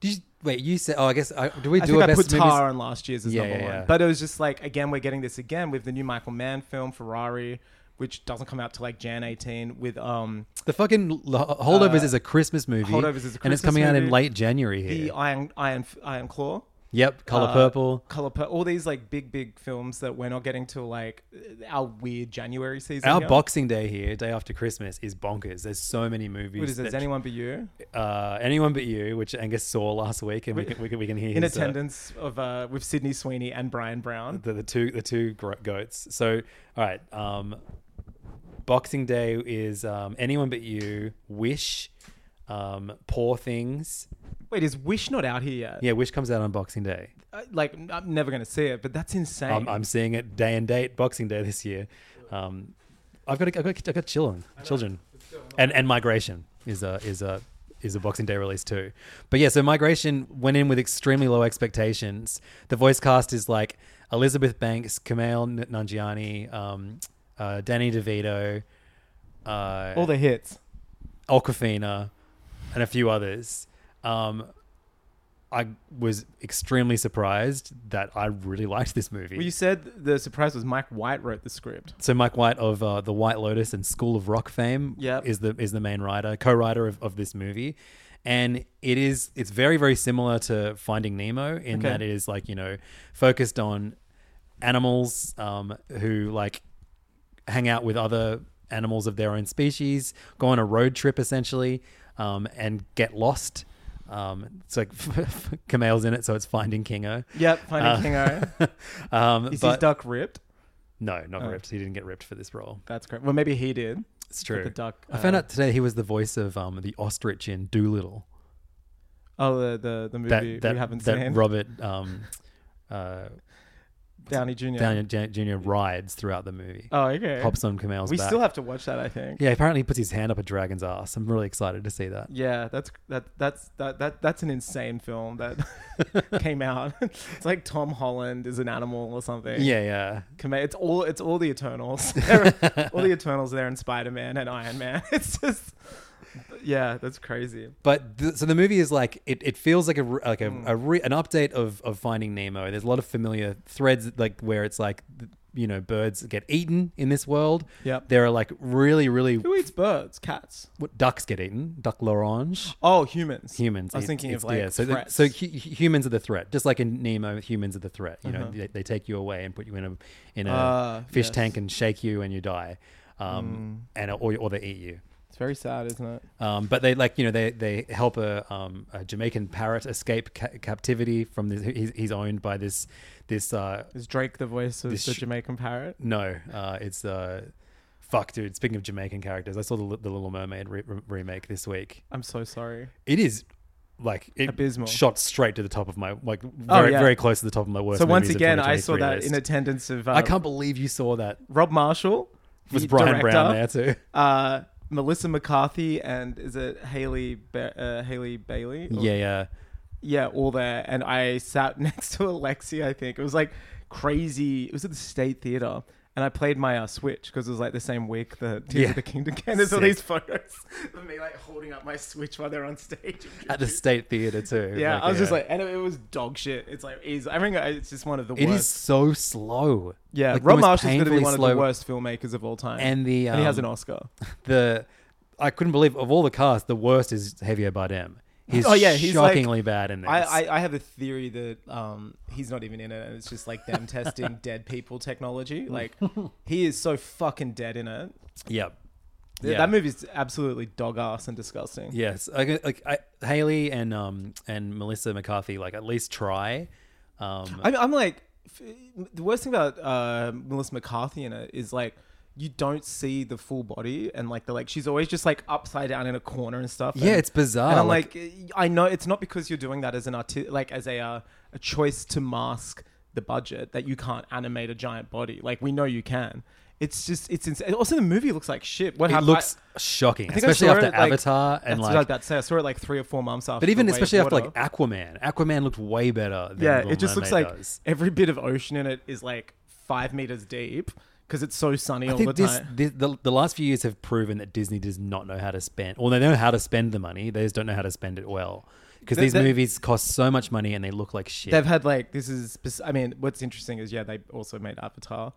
Speaker 5: Did you, wait, you said? Oh, I guess I, do we
Speaker 4: I
Speaker 5: do
Speaker 4: think
Speaker 5: a
Speaker 4: I
Speaker 5: best
Speaker 4: put
Speaker 5: movies?
Speaker 4: Tar on last year's as
Speaker 5: Yeah,
Speaker 4: number
Speaker 5: yeah, yeah.
Speaker 4: one. But it was just like, again, we're getting this again with the new Michael Mann film, Ferrari, which doesn't come out till like Jan 18 with um
Speaker 5: The fucking L- Holdovers is a Christmas movie.
Speaker 4: Uh, Holdovers is a
Speaker 5: and it's
Speaker 4: Christmas
Speaker 5: coming out in
Speaker 4: movie.
Speaker 5: late January here.
Speaker 4: the Iron Iron Iron Claw.
Speaker 5: yep, Color
Speaker 4: uh,
Speaker 5: Purple.
Speaker 4: Color Purple, all these like big, big films that we're not getting till like our weird January season.
Speaker 5: Our
Speaker 4: here.
Speaker 5: Boxing Day here, day after Christmas, is bonkers. There's so many movies.
Speaker 4: What is it?
Speaker 5: that-
Speaker 4: Anyone but you
Speaker 5: uh, anyone but you, which Angus saw last week, and we can, we can, we can hear
Speaker 4: in
Speaker 5: his, uh,
Speaker 4: attendance of uh, with Sydney Sweeney and Brian Brown.
Speaker 5: the, the two the two gro- goats. So, all right. Um, Boxing Day is um, anyone but you. Wish, um, Poor Things.
Speaker 4: Wait, is Wish not out here yet?
Speaker 5: Yeah, Wish comes out on Boxing Day.
Speaker 4: Uh, Like I'm never gonna see it, but that's insane.
Speaker 5: I'm, I'm seeing it day and date Boxing Day this year. Um, I've got I've got, I've got children, children, and and migration is a is a is a Boxing Day release too. But yeah, so migration went in with extremely low expectations. The voice cast is like Elizabeth Banks, Kamal N- Nanjiani, um, uh, Danny DeVito, uh,
Speaker 4: all the hits.
Speaker 5: Aquafina, and a few others. Um, I was extremely surprised that I really liked this movie.
Speaker 4: Well, you said the surprise was Mike White wrote the script.
Speaker 5: So Mike White of uh, the White Lotus and School of Rock fame
Speaker 4: Yep.
Speaker 5: is the is the main writer, co-writer of, of this movie, and it is it's very very similar to Finding Nemo in
Speaker 4: Okay.
Speaker 5: that it is like you know focused on animals um, who like hang out with other animals of their own species, go on a road trip essentially, um, and get lost. Um, it's like Kamel's in it, so it's Finding Kingo. Uh,
Speaker 4: Yep, Finding Kingo.
Speaker 5: Um,
Speaker 4: Is his
Speaker 5: but
Speaker 4: duck ripped?
Speaker 5: no, not ripped. He didn't get ripped for this role.
Speaker 4: That's correct. Well, maybe he did.
Speaker 5: It's true.
Speaker 4: the duck, uh,
Speaker 5: I found out today he was the voice of um, the ostrich in Doolittle.
Speaker 4: Oh, the the, the movie
Speaker 5: That that,
Speaker 4: we haven't
Speaker 5: that
Speaker 4: seen.
Speaker 5: Robert um, uh,
Speaker 4: Downey Jr.
Speaker 5: Downey Jan- Jr. rides throughout the movie.
Speaker 4: Oh, okay.
Speaker 5: Hops on Kamel's
Speaker 4: we
Speaker 5: back.
Speaker 4: still have to watch that, I think.
Speaker 5: yeah, apparently he puts his hand up a dragon's ass. I'm really excited to see that.
Speaker 4: Yeah, that's that that's that, that that's an insane film that came out. it's like Tom Holland is an animal or something.
Speaker 5: Yeah, yeah.
Speaker 4: Come- It's all it's all the Eternals. all the Eternals there and Spider Man and Iron Man. It's just yeah, that's crazy.
Speaker 5: But th- so the movie is like it, it feels like a r- like a,
Speaker 4: Hmm.
Speaker 5: a re- an update of of Finding Nemo. There's a lot of familiar threads like where it's like th- you know birds get eaten in this world.
Speaker 4: Yep.
Speaker 5: There are like really really
Speaker 4: Who eats birds? Cats.
Speaker 5: what, ducks get eaten. Duck l'orange.
Speaker 4: Oh, humans.
Speaker 5: humans.
Speaker 4: I was
Speaker 5: It-
Speaker 4: thinking
Speaker 5: it's-
Speaker 4: of like
Speaker 5: yeah, so, the,
Speaker 4: threats.
Speaker 5: so hu- hu- humans are the threat. Just like in Nemo, humans are the threat. You know, they, they take you away and put you in a in a
Speaker 4: Ah,
Speaker 5: fish
Speaker 4: Uh-huh. yes. Mm.
Speaker 5: tank and shake you and you die, um, and or, or they eat you.
Speaker 4: it's very sad, isn't it?
Speaker 5: Um, but they like you know they they help a, um, a Jamaican parrot escape ca- captivity from this. He's, he's owned by this this uh,
Speaker 4: Is Drake the voice of
Speaker 5: This
Speaker 4: the
Speaker 5: sh-
Speaker 4: Jamaican parrot?
Speaker 5: no uh, it's uh, fuck dude. Speaking of Jamaican characters, I saw the, Li- the Little Mermaid re- re- remake this week.
Speaker 4: I'm so sorry.
Speaker 5: it is like it
Speaker 4: Abysmal. Oh,
Speaker 5: shot straight to the top of my like very
Speaker 4: yeah.
Speaker 5: very close to the top of my worst.
Speaker 4: So once
Speaker 5: movies of
Speaker 4: again, I saw
Speaker 5: 2023
Speaker 4: that
Speaker 5: list.
Speaker 4: in attendance of uh,
Speaker 5: I can't believe you saw that.
Speaker 4: Rob Marshall
Speaker 5: Was
Speaker 4: the
Speaker 5: Brian Brown there
Speaker 4: director,
Speaker 5: too?
Speaker 4: Uh, Melissa McCarthy and is it Haley ba- uh, Haley Bailey? Or-
Speaker 5: Yeah, yeah.
Speaker 4: yeah, all there. And I sat next to Alexi. I think it was like crazy. It was at the State Theater, And I played my uh, Switch because it was like the same week the Tears
Speaker 5: Yeah.
Speaker 4: of the Kingdom came. There's all these
Speaker 5: Sick.
Speaker 4: photos of me like holding up my Switch while they're on stage.
Speaker 5: at the state theater too.
Speaker 4: yeah, I was just
Speaker 5: yeah.
Speaker 4: like, and it, it was dog shit. It's like, is I think uh, it's just one of the
Speaker 5: It
Speaker 4: worst.
Speaker 5: is so slow.
Speaker 4: yeah,
Speaker 5: Like, the
Speaker 4: Rob
Speaker 5: most
Speaker 4: Marshall's going to be
Speaker 5: painfully
Speaker 4: one of
Speaker 5: slow-
Speaker 4: the worst filmmakers of all time,
Speaker 5: And the um,
Speaker 4: and he has an Oscar.
Speaker 5: the I couldn't believe of all the cast, the worst is Javier Bardem. He's
Speaker 4: Oh, yeah, he's like-
Speaker 5: shockingly bad in this.
Speaker 4: I, I, I have a theory that um, he's not even in it, and it's just like them testing dead people technology. Like he is so fucking dead in it.
Speaker 5: yep.
Speaker 4: Th-
Speaker 5: Yeah.
Speaker 4: That movie's absolutely dog ass and disgusting.
Speaker 5: Yes, like, like I, Haley and um and Melissa McCarthy like at least try. Um,
Speaker 4: I'm, I'm like f- the worst thing about uh, Melissa McCarthy in it is like you don't see the full body, and like they're like she's always just like upside down in a corner and stuff.
Speaker 5: Yeah,
Speaker 4: and-
Speaker 5: it's bizarre,
Speaker 4: And I'm
Speaker 5: like-
Speaker 4: like, I know it's not because you're doing that as an artist, like as a uh, a choice to mask the budget that you can't animate a giant body. Like we know you can. It's just it's insane. Also, the movie looks like shit. What
Speaker 5: it
Speaker 4: happened?
Speaker 5: looks shocking,
Speaker 4: I think I
Speaker 5: especially
Speaker 4: saw
Speaker 5: after
Speaker 4: it, like-
Speaker 5: Avatar and
Speaker 4: that's
Speaker 5: like.
Speaker 4: what I was about to say. I saw it like three or four months after.
Speaker 5: but even
Speaker 4: The Way of
Speaker 5: especially after
Speaker 4: Water.
Speaker 5: like Aquaman, Aquaman looked way better. Than
Speaker 4: Yeah,
Speaker 5: Little
Speaker 4: it just looks
Speaker 5: Mermaid
Speaker 4: like
Speaker 5: does.
Speaker 4: every bit of ocean in it is like five meters deep because it's so sunny
Speaker 5: I
Speaker 4: all the
Speaker 5: think this,
Speaker 4: time.
Speaker 5: this the, the last few years have proven that Disney does not know how to spend. Or they know how to spend the money, they just don't know how to spend it well. Because
Speaker 4: They-
Speaker 5: these
Speaker 4: they-
Speaker 5: movies cost so much money and they look like shit.
Speaker 4: They've had like this is. spec- I mean, what's interesting is yeah, they also made Avatar.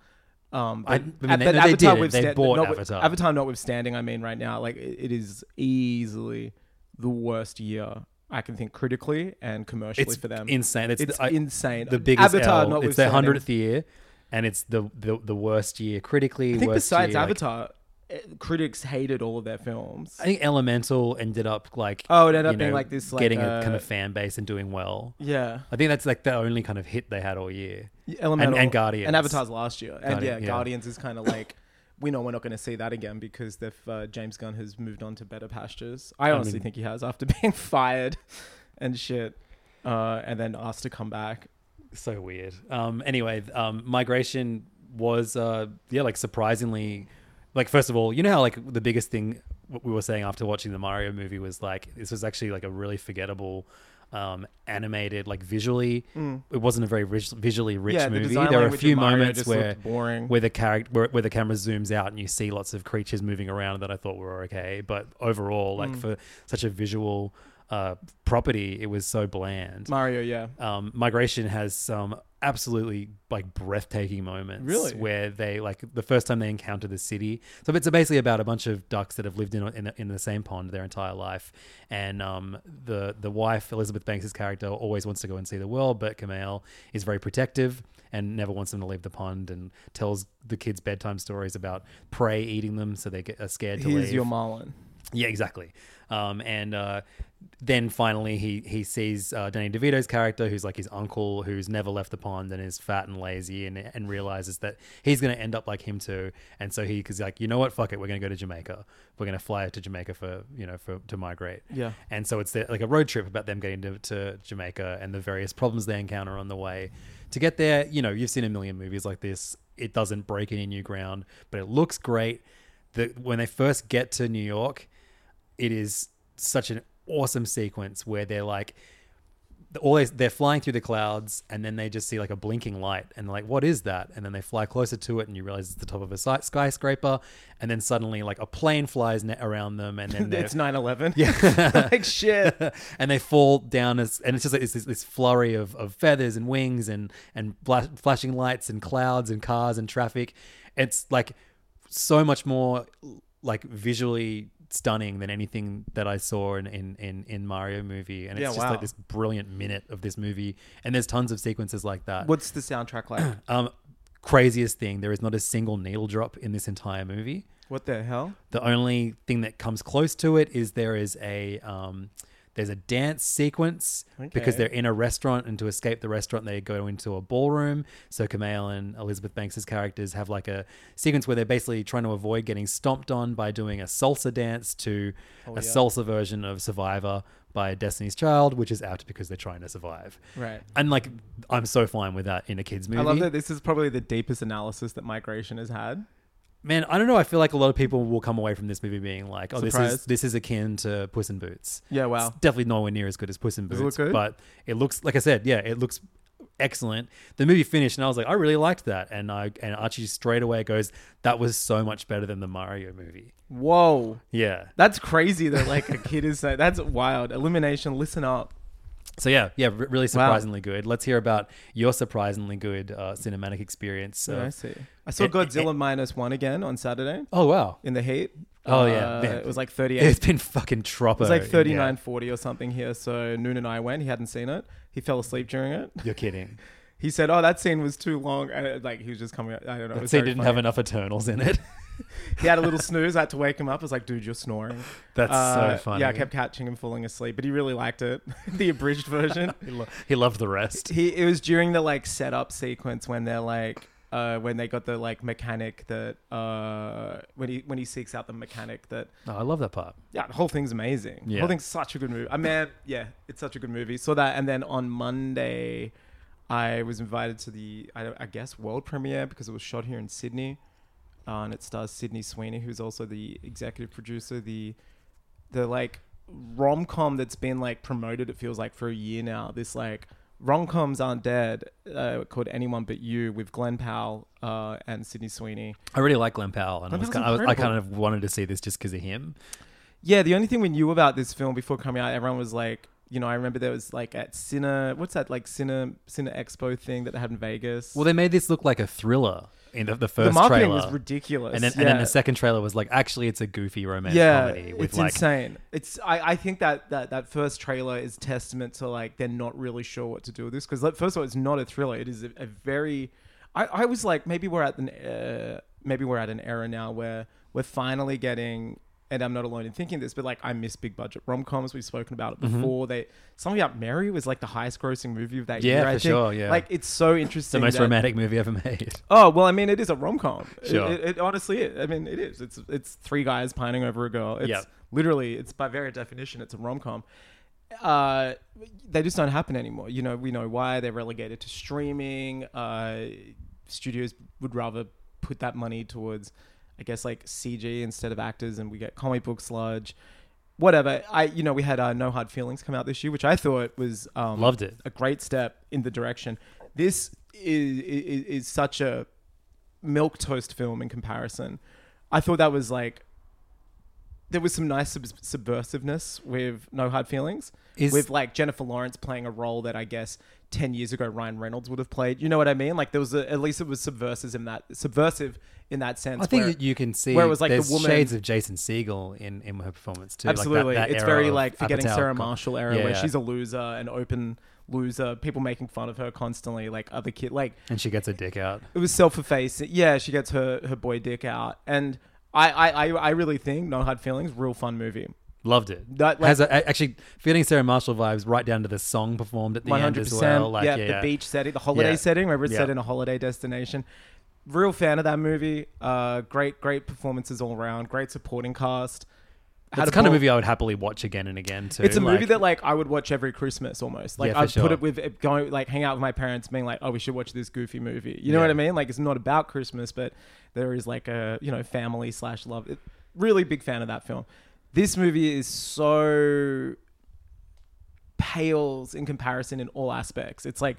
Speaker 4: Um,
Speaker 5: I- I mean, they- they did. They bought
Speaker 4: notwith-
Speaker 5: Avatar.
Speaker 4: Avatar notwithstanding, I mean, right now, like it, it is easily the worst year I can think critically and commercially
Speaker 5: it's
Speaker 4: for them.
Speaker 5: insane. It's,
Speaker 4: It's
Speaker 5: the, I-
Speaker 4: insane.
Speaker 5: The biggest
Speaker 4: Avatar
Speaker 5: L. It's their
Speaker 4: notwithstanding.
Speaker 5: hundredth year, and it's the, the the worst year critically.
Speaker 4: I think
Speaker 5: worst
Speaker 4: besides
Speaker 5: year, like-
Speaker 4: Avatar, eh, critics hated all of their films.
Speaker 5: I think Elemental ended up like
Speaker 4: Oh, it ended up
Speaker 5: you
Speaker 4: being like this, like,
Speaker 5: getting a
Speaker 4: uh,
Speaker 5: kind of fan base and doing well.
Speaker 4: yeah.
Speaker 5: I think that's like the only kind of hit they had all year.
Speaker 4: Elemental
Speaker 5: and Guardians.
Speaker 4: and Avatar's last year, and
Speaker 5: Guardian-
Speaker 4: yeah,
Speaker 5: yeah.
Speaker 4: Guardians is kind of like we know we're not going to see that again because they've uh, James Gunn has moved on to better pastures. I honestly think he has after being fired and shit, uh, and then asked to come back.
Speaker 5: So weird. Um, anyway, um, migration was uh, yeah, like surprisingly, like first of all, you know how like the biggest thing what we were saying after watching the Mario movie was like this was actually like a really forgettable. Um, animated like visually, it wasn't a very rich, visually rich
Speaker 4: Mm. Yeah, the
Speaker 5: movie.
Speaker 4: design
Speaker 5: there are a
Speaker 4: language
Speaker 5: few
Speaker 4: in Mario
Speaker 5: moments
Speaker 4: just
Speaker 5: where
Speaker 4: looked boring.
Speaker 5: where the character where, where the camera zooms out and you see lots of creatures moving around that I thought were okay, but overall, like
Speaker 4: Mm.
Speaker 5: for such a visual uh, property, it was so bland
Speaker 4: Mario, yeah,
Speaker 5: um, migration has some absolutely like breathtaking moments
Speaker 4: Really?
Speaker 5: where they like the first time they encounter the city so it's basically about a bunch of ducks that have lived in in, in the same pond their entire life and um, the the wife elizabeth banks's character always wants to go and see the world but Camille is very protective and never wants them to leave the pond and tells the kids bedtime stories about prey eating them so they get are scared to
Speaker 4: here's
Speaker 5: leave
Speaker 4: your Marlin.
Speaker 5: yeah, exactly. Um, and uh, then finally, he he sees uh, Danny DeVito's character, who's like his uncle, who's never left the pond and is fat and lazy, and and realizes that he's going to end up like him too. And so he is like, you know what, fuck it, we're going to go to Jamaica. We're going to fly to Jamaica for you know for to migrate.
Speaker 4: Yeah.
Speaker 5: And so it's the, like a road trip about them getting to, to Jamaica and the various problems they encounter on the way. To get there, you know, you've seen a million movies like this. It doesn't break any new ground, but it looks great. The, when they first get to New York, it is such an awesome sequence where they're like all they, they're flying through the clouds and then they just see like a blinking light and they're like what is that and then they fly closer to it and you realize it's the top of a si- skyscraper and then suddenly like a plane flies ne- around them and then they're-
Speaker 4: It's 9-11. Yeah, like shit.
Speaker 5: and they fall down as and it's just like this, this, this flurry of, of feathers and wings and and flash, flashing lights and clouds and cars and traffic it's like so much more like visually stunning than anything that I saw in in in, in Mario movie and it's
Speaker 4: Yeah,
Speaker 5: just
Speaker 4: wow.
Speaker 5: like this brilliant minute of this movie and there's tons of sequences like that
Speaker 4: What's the soundtrack like?
Speaker 5: um craziest thing there is not a single needle drop in this entire movie
Speaker 4: what the hell?
Speaker 5: the only thing that comes close to it is there is a um, there's a dance sequence because
Speaker 4: Okay.
Speaker 5: they're in a restaurant, and to escape the restaurant, they go into a ballroom. So Camille and Elizabeth Banks's characters have like a sequence where they're basically trying to avoid getting stomped on by doing a salsa dance to
Speaker 4: Oh,
Speaker 5: a salsa version of Survivor by Destiny's Child, which is apt because they're trying to survive.
Speaker 4: Right.
Speaker 5: And like, I'm so fine with that in a kids movie.
Speaker 4: I love that this is probably the deepest analysis that migration has had.
Speaker 5: Man, I don't know. I feel like a lot of people will come away from this movie being like, "Oh, this is
Speaker 4: Surprised.
Speaker 5: this is akin to Puss in Boots."
Speaker 4: Yeah, wow.
Speaker 5: It's definitely nowhere near as good as Puss in Boots.
Speaker 4: it look good?
Speaker 5: But it looks, like I said, yeah, it looks excellent. The movie finished, and I was like, I really liked that. And I and Archie straight away goes, that was so much better than the Mario movie.
Speaker 4: Whoa.
Speaker 5: Yeah.
Speaker 4: That's crazy that like a kid is saying that's wild. Elimination, listen up.
Speaker 5: So yeah, yeah, r- really surprisingly good. Let's hear about your surprisingly good uh, cinematic experience.
Speaker 4: I
Speaker 5: Uh,
Speaker 4: see. I saw
Speaker 5: It-
Speaker 4: Godzilla minus one again on Saturday
Speaker 5: oh wow,
Speaker 4: in the heat.
Speaker 5: Oh, yeah.
Speaker 4: Uh,
Speaker 5: Man.
Speaker 4: it was like
Speaker 5: it's
Speaker 4: 38.
Speaker 5: been fucking troppo.
Speaker 4: It was like 39.40 or something here. So Noon and I went. He hadn't seen it. He fell asleep during it.
Speaker 5: You're kidding.
Speaker 4: He said, "Oh, that scene was too long," and it, like he was just coming. out. I don't know. it
Speaker 5: That
Speaker 4: was
Speaker 5: scene
Speaker 4: very
Speaker 5: didn't
Speaker 4: funny.
Speaker 5: have enough Eternals in it.
Speaker 4: He had a little snooze. I had to wake him up. I was like, "Dude, you're snoring."
Speaker 5: That's
Speaker 4: Uh,
Speaker 5: so funny.
Speaker 4: Yeah, I kept catching him falling asleep, but he really liked it. the abridged version.
Speaker 5: He, lo- he loved the rest.
Speaker 4: he it was during the like setup sequence when they're like uh when they got the like mechanic that uh when he when he seeks out the mechanic that
Speaker 5: Oh, I love that part.
Speaker 4: yeah the whole thing's amazing the
Speaker 5: Yeah.
Speaker 4: whole thing's such a good movie i mean yeah it's such a good movie saw that and then on monday i was invited to the i, I guess world premiere because it was shot here in sydney uh, and it stars sydney sweeney who's also the executive producer the the like rom com that's been like promoted. It feels like for a year now. This like rom coms aren't dead. Uh, called Anyone But You with Glenn Powell uh, and Sydney Sweeney.
Speaker 5: I really like Glenn Powell, and I
Speaker 4: Glenn
Speaker 5: was,
Speaker 4: Powell's
Speaker 5: kind, I, was, I
Speaker 4: incredible.
Speaker 5: kind of wanted to see this just because of him.
Speaker 4: Yeah, the only thing we knew about this film before coming out, everyone was like, you know, I remember there was like at Cine, what's that like Cine Cine Expo thing that they had in Vegas.
Speaker 5: Well, they made this look like a thriller in the, the first
Speaker 4: the marketing
Speaker 5: trailer,
Speaker 4: was ridiculous.
Speaker 5: and then and then
Speaker 4: yeah.
Speaker 5: the second trailer was like, actually, it's a goofy romance comedy with
Speaker 4: it's
Speaker 5: like
Speaker 4: insane. It's I, I think that, that that first trailer is testament to like they're not really sure what to do with this because first of all, it's not a thriller. It is a, a very. I, I was like maybe we're at an uh, maybe we're at an era now where we're finally getting. And I'm not alone in thinking this, but like I miss big budget rom coms. We've spoken about it
Speaker 5: Mm-hmm.
Speaker 4: before. They something about Mary was like the highest grossing movie of that
Speaker 5: Yeah,
Speaker 4: year. I
Speaker 5: for
Speaker 4: think.
Speaker 5: sure, yeah.
Speaker 4: like it's so
Speaker 5: the
Speaker 4: interesting.
Speaker 5: most
Speaker 4: that-
Speaker 5: romantic movie ever made.
Speaker 4: Oh well, I mean, it is a rom com.
Speaker 5: Sure.
Speaker 4: It, it, it honestly, is. I mean, it is. It's it's three guys pining over a girl. It's
Speaker 5: Yeah.
Speaker 4: literally, it's by very definition, it's a rom com. Uh, they just don't happen anymore. You know, we know why they're relegated to streaming. Uh, studios would rather put that money towards, I guess, like CG instead of actors, and we get comic book sludge. Whatever. I, you know, we had uh, No Hard Feelings come out this year, which I thought was um,
Speaker 5: Loved it.
Speaker 4: a great step in the direction. This is is, is such a milk toast film in comparison. I thought that was like there was some nice sub- subversiveness with No Hard Feelings,
Speaker 5: Is-
Speaker 4: with like Jennifer Lawrence playing a role that I guess ten years ago Ryan Reynolds would have played. You know what I mean? Like there was a, at least it was subversive in that subversive in that sense.
Speaker 5: I think
Speaker 4: where-
Speaker 5: that you can see
Speaker 4: where it was like
Speaker 5: there's
Speaker 4: the woman
Speaker 5: shades of Jason Segel in, in her performance too. Like, that-
Speaker 4: Absolutely,
Speaker 5: that
Speaker 4: it's
Speaker 5: era
Speaker 4: very
Speaker 5: of
Speaker 4: like forgetting
Speaker 5: Apatow
Speaker 4: Sarah
Speaker 5: com-
Speaker 4: Marshall era
Speaker 5: Yeah,
Speaker 4: where
Speaker 5: yeah.
Speaker 4: she's a loser, an open loser, people making fun of her constantly, like other kid, like
Speaker 5: and she gets her dick out.
Speaker 4: it was self-effacing. Yeah, she gets her her boy dick out, and I I I, I really think No Hard Feelings, real fun movie.
Speaker 5: Loved it.
Speaker 4: That, like-
Speaker 5: Has a, a- actually feeling Sarah Marshall vibes right down to the song performed at the
Speaker 4: One
Speaker 5: end
Speaker 4: hundred
Speaker 5: as well.
Speaker 4: percent.
Speaker 5: Like,
Speaker 4: Yeah,
Speaker 5: yeah,
Speaker 4: the beach setting, the holiday
Speaker 5: Yeah.
Speaker 4: setting. Remember, it's set
Speaker 5: Yeah.
Speaker 4: in a holiday destination. Real fan of that movie. Uh, great great performances all around. Great supporting cast.
Speaker 5: That's the kind of movie I would happily watch again and again too.
Speaker 4: It's a movie
Speaker 5: Like,
Speaker 4: that like I would watch every Christmas almost. Like
Speaker 5: Yeah, for
Speaker 4: I'd
Speaker 5: sure.
Speaker 4: put it with it going like hang out with my parents, being like, "Oh, we should watch this goofy movie." You know
Speaker 5: Yeah.
Speaker 4: what I mean? Like it's not about Christmas, but there is like a you know family slash love. It, really big fan of that film. This movie is so pales in comparison in all aspects. It's like.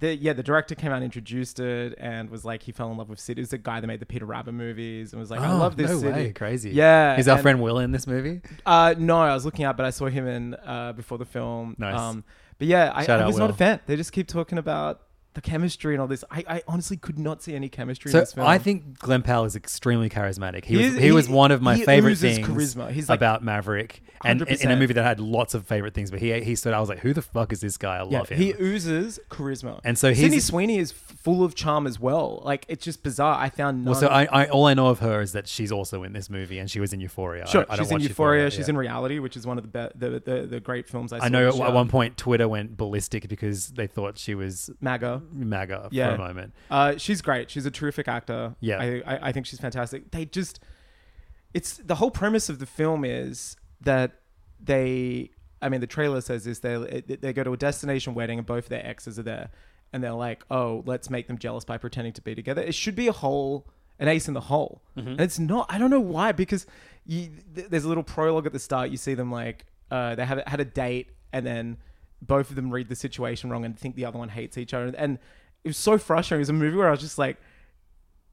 Speaker 4: The, yeah, the director came out, and introduced it, and was like, he fell in love with City. It was the guy that made the Peter Rabbit movies, and was like, I
Speaker 5: Oh,
Speaker 4: love this
Speaker 5: no
Speaker 4: city.
Speaker 5: way, crazy.
Speaker 4: Yeah,
Speaker 5: Is our
Speaker 4: and-
Speaker 5: friend Will in this movie?
Speaker 4: uh, no, I was looking up, but I saw him in uh, before the film. Um,
Speaker 5: Nice.
Speaker 4: but yeah, I,
Speaker 5: Shout
Speaker 4: I
Speaker 5: out,
Speaker 4: was not a
Speaker 5: Will.
Speaker 4: fan. They just keep talking about the chemistry and all this. I, I honestly could not see any chemistry in
Speaker 5: So
Speaker 4: this film.
Speaker 5: I think Glenn Powell is extremely charismatic. He,
Speaker 4: He
Speaker 5: was,
Speaker 4: is-
Speaker 5: he, was
Speaker 4: he-
Speaker 5: one of my
Speaker 4: he
Speaker 5: favorite
Speaker 4: oozes
Speaker 5: things
Speaker 4: charisma. He's like-
Speaker 5: about Maverick, and in- in a
Speaker 4: 100%.
Speaker 5: movie that had lots of favorite things. But he he stood. I was like, who the fuck is this guy? I
Speaker 4: yeah,
Speaker 5: love him.
Speaker 4: he oozes charisma,
Speaker 5: And so he's-
Speaker 4: Sydney Sweeney is f- full of charm as well. Like it's just bizarre. I found none.
Speaker 5: well, so I, I all I know of her is that she's also in this movie, and she was in Euphoria. I-
Speaker 4: sure,
Speaker 5: I, don't
Speaker 4: she's in
Speaker 5: watch
Speaker 4: Euphoria. She's
Speaker 5: yeah.
Speaker 4: in Reality, which is one of the be- the, the the great films I saw.
Speaker 5: I know
Speaker 4: this
Speaker 5: at
Speaker 4: year.
Speaker 5: one point Twitter went ballistic because they thought she was
Speaker 4: MAGA.
Speaker 5: MAGA
Speaker 4: Yeah.
Speaker 5: for a moment.
Speaker 4: Uh, she's great. She's a terrific actor.
Speaker 5: Yeah.
Speaker 4: I, I, I think she's fantastic. They just, it's the whole premise of the film is that they, I mean, the trailer says this. They they go to a destination wedding and both their exes are there, and they're like, oh, let's make them jealous by pretending to be together. It should be a whole an ace in the hole, and it's not. I don't know why because you, th- there's a little prologue at the start. You see them like uh, they have had a date and then both of them read the situation wrong and think the other one hates each other. And it was so frustrating. It was a movie where I was just like,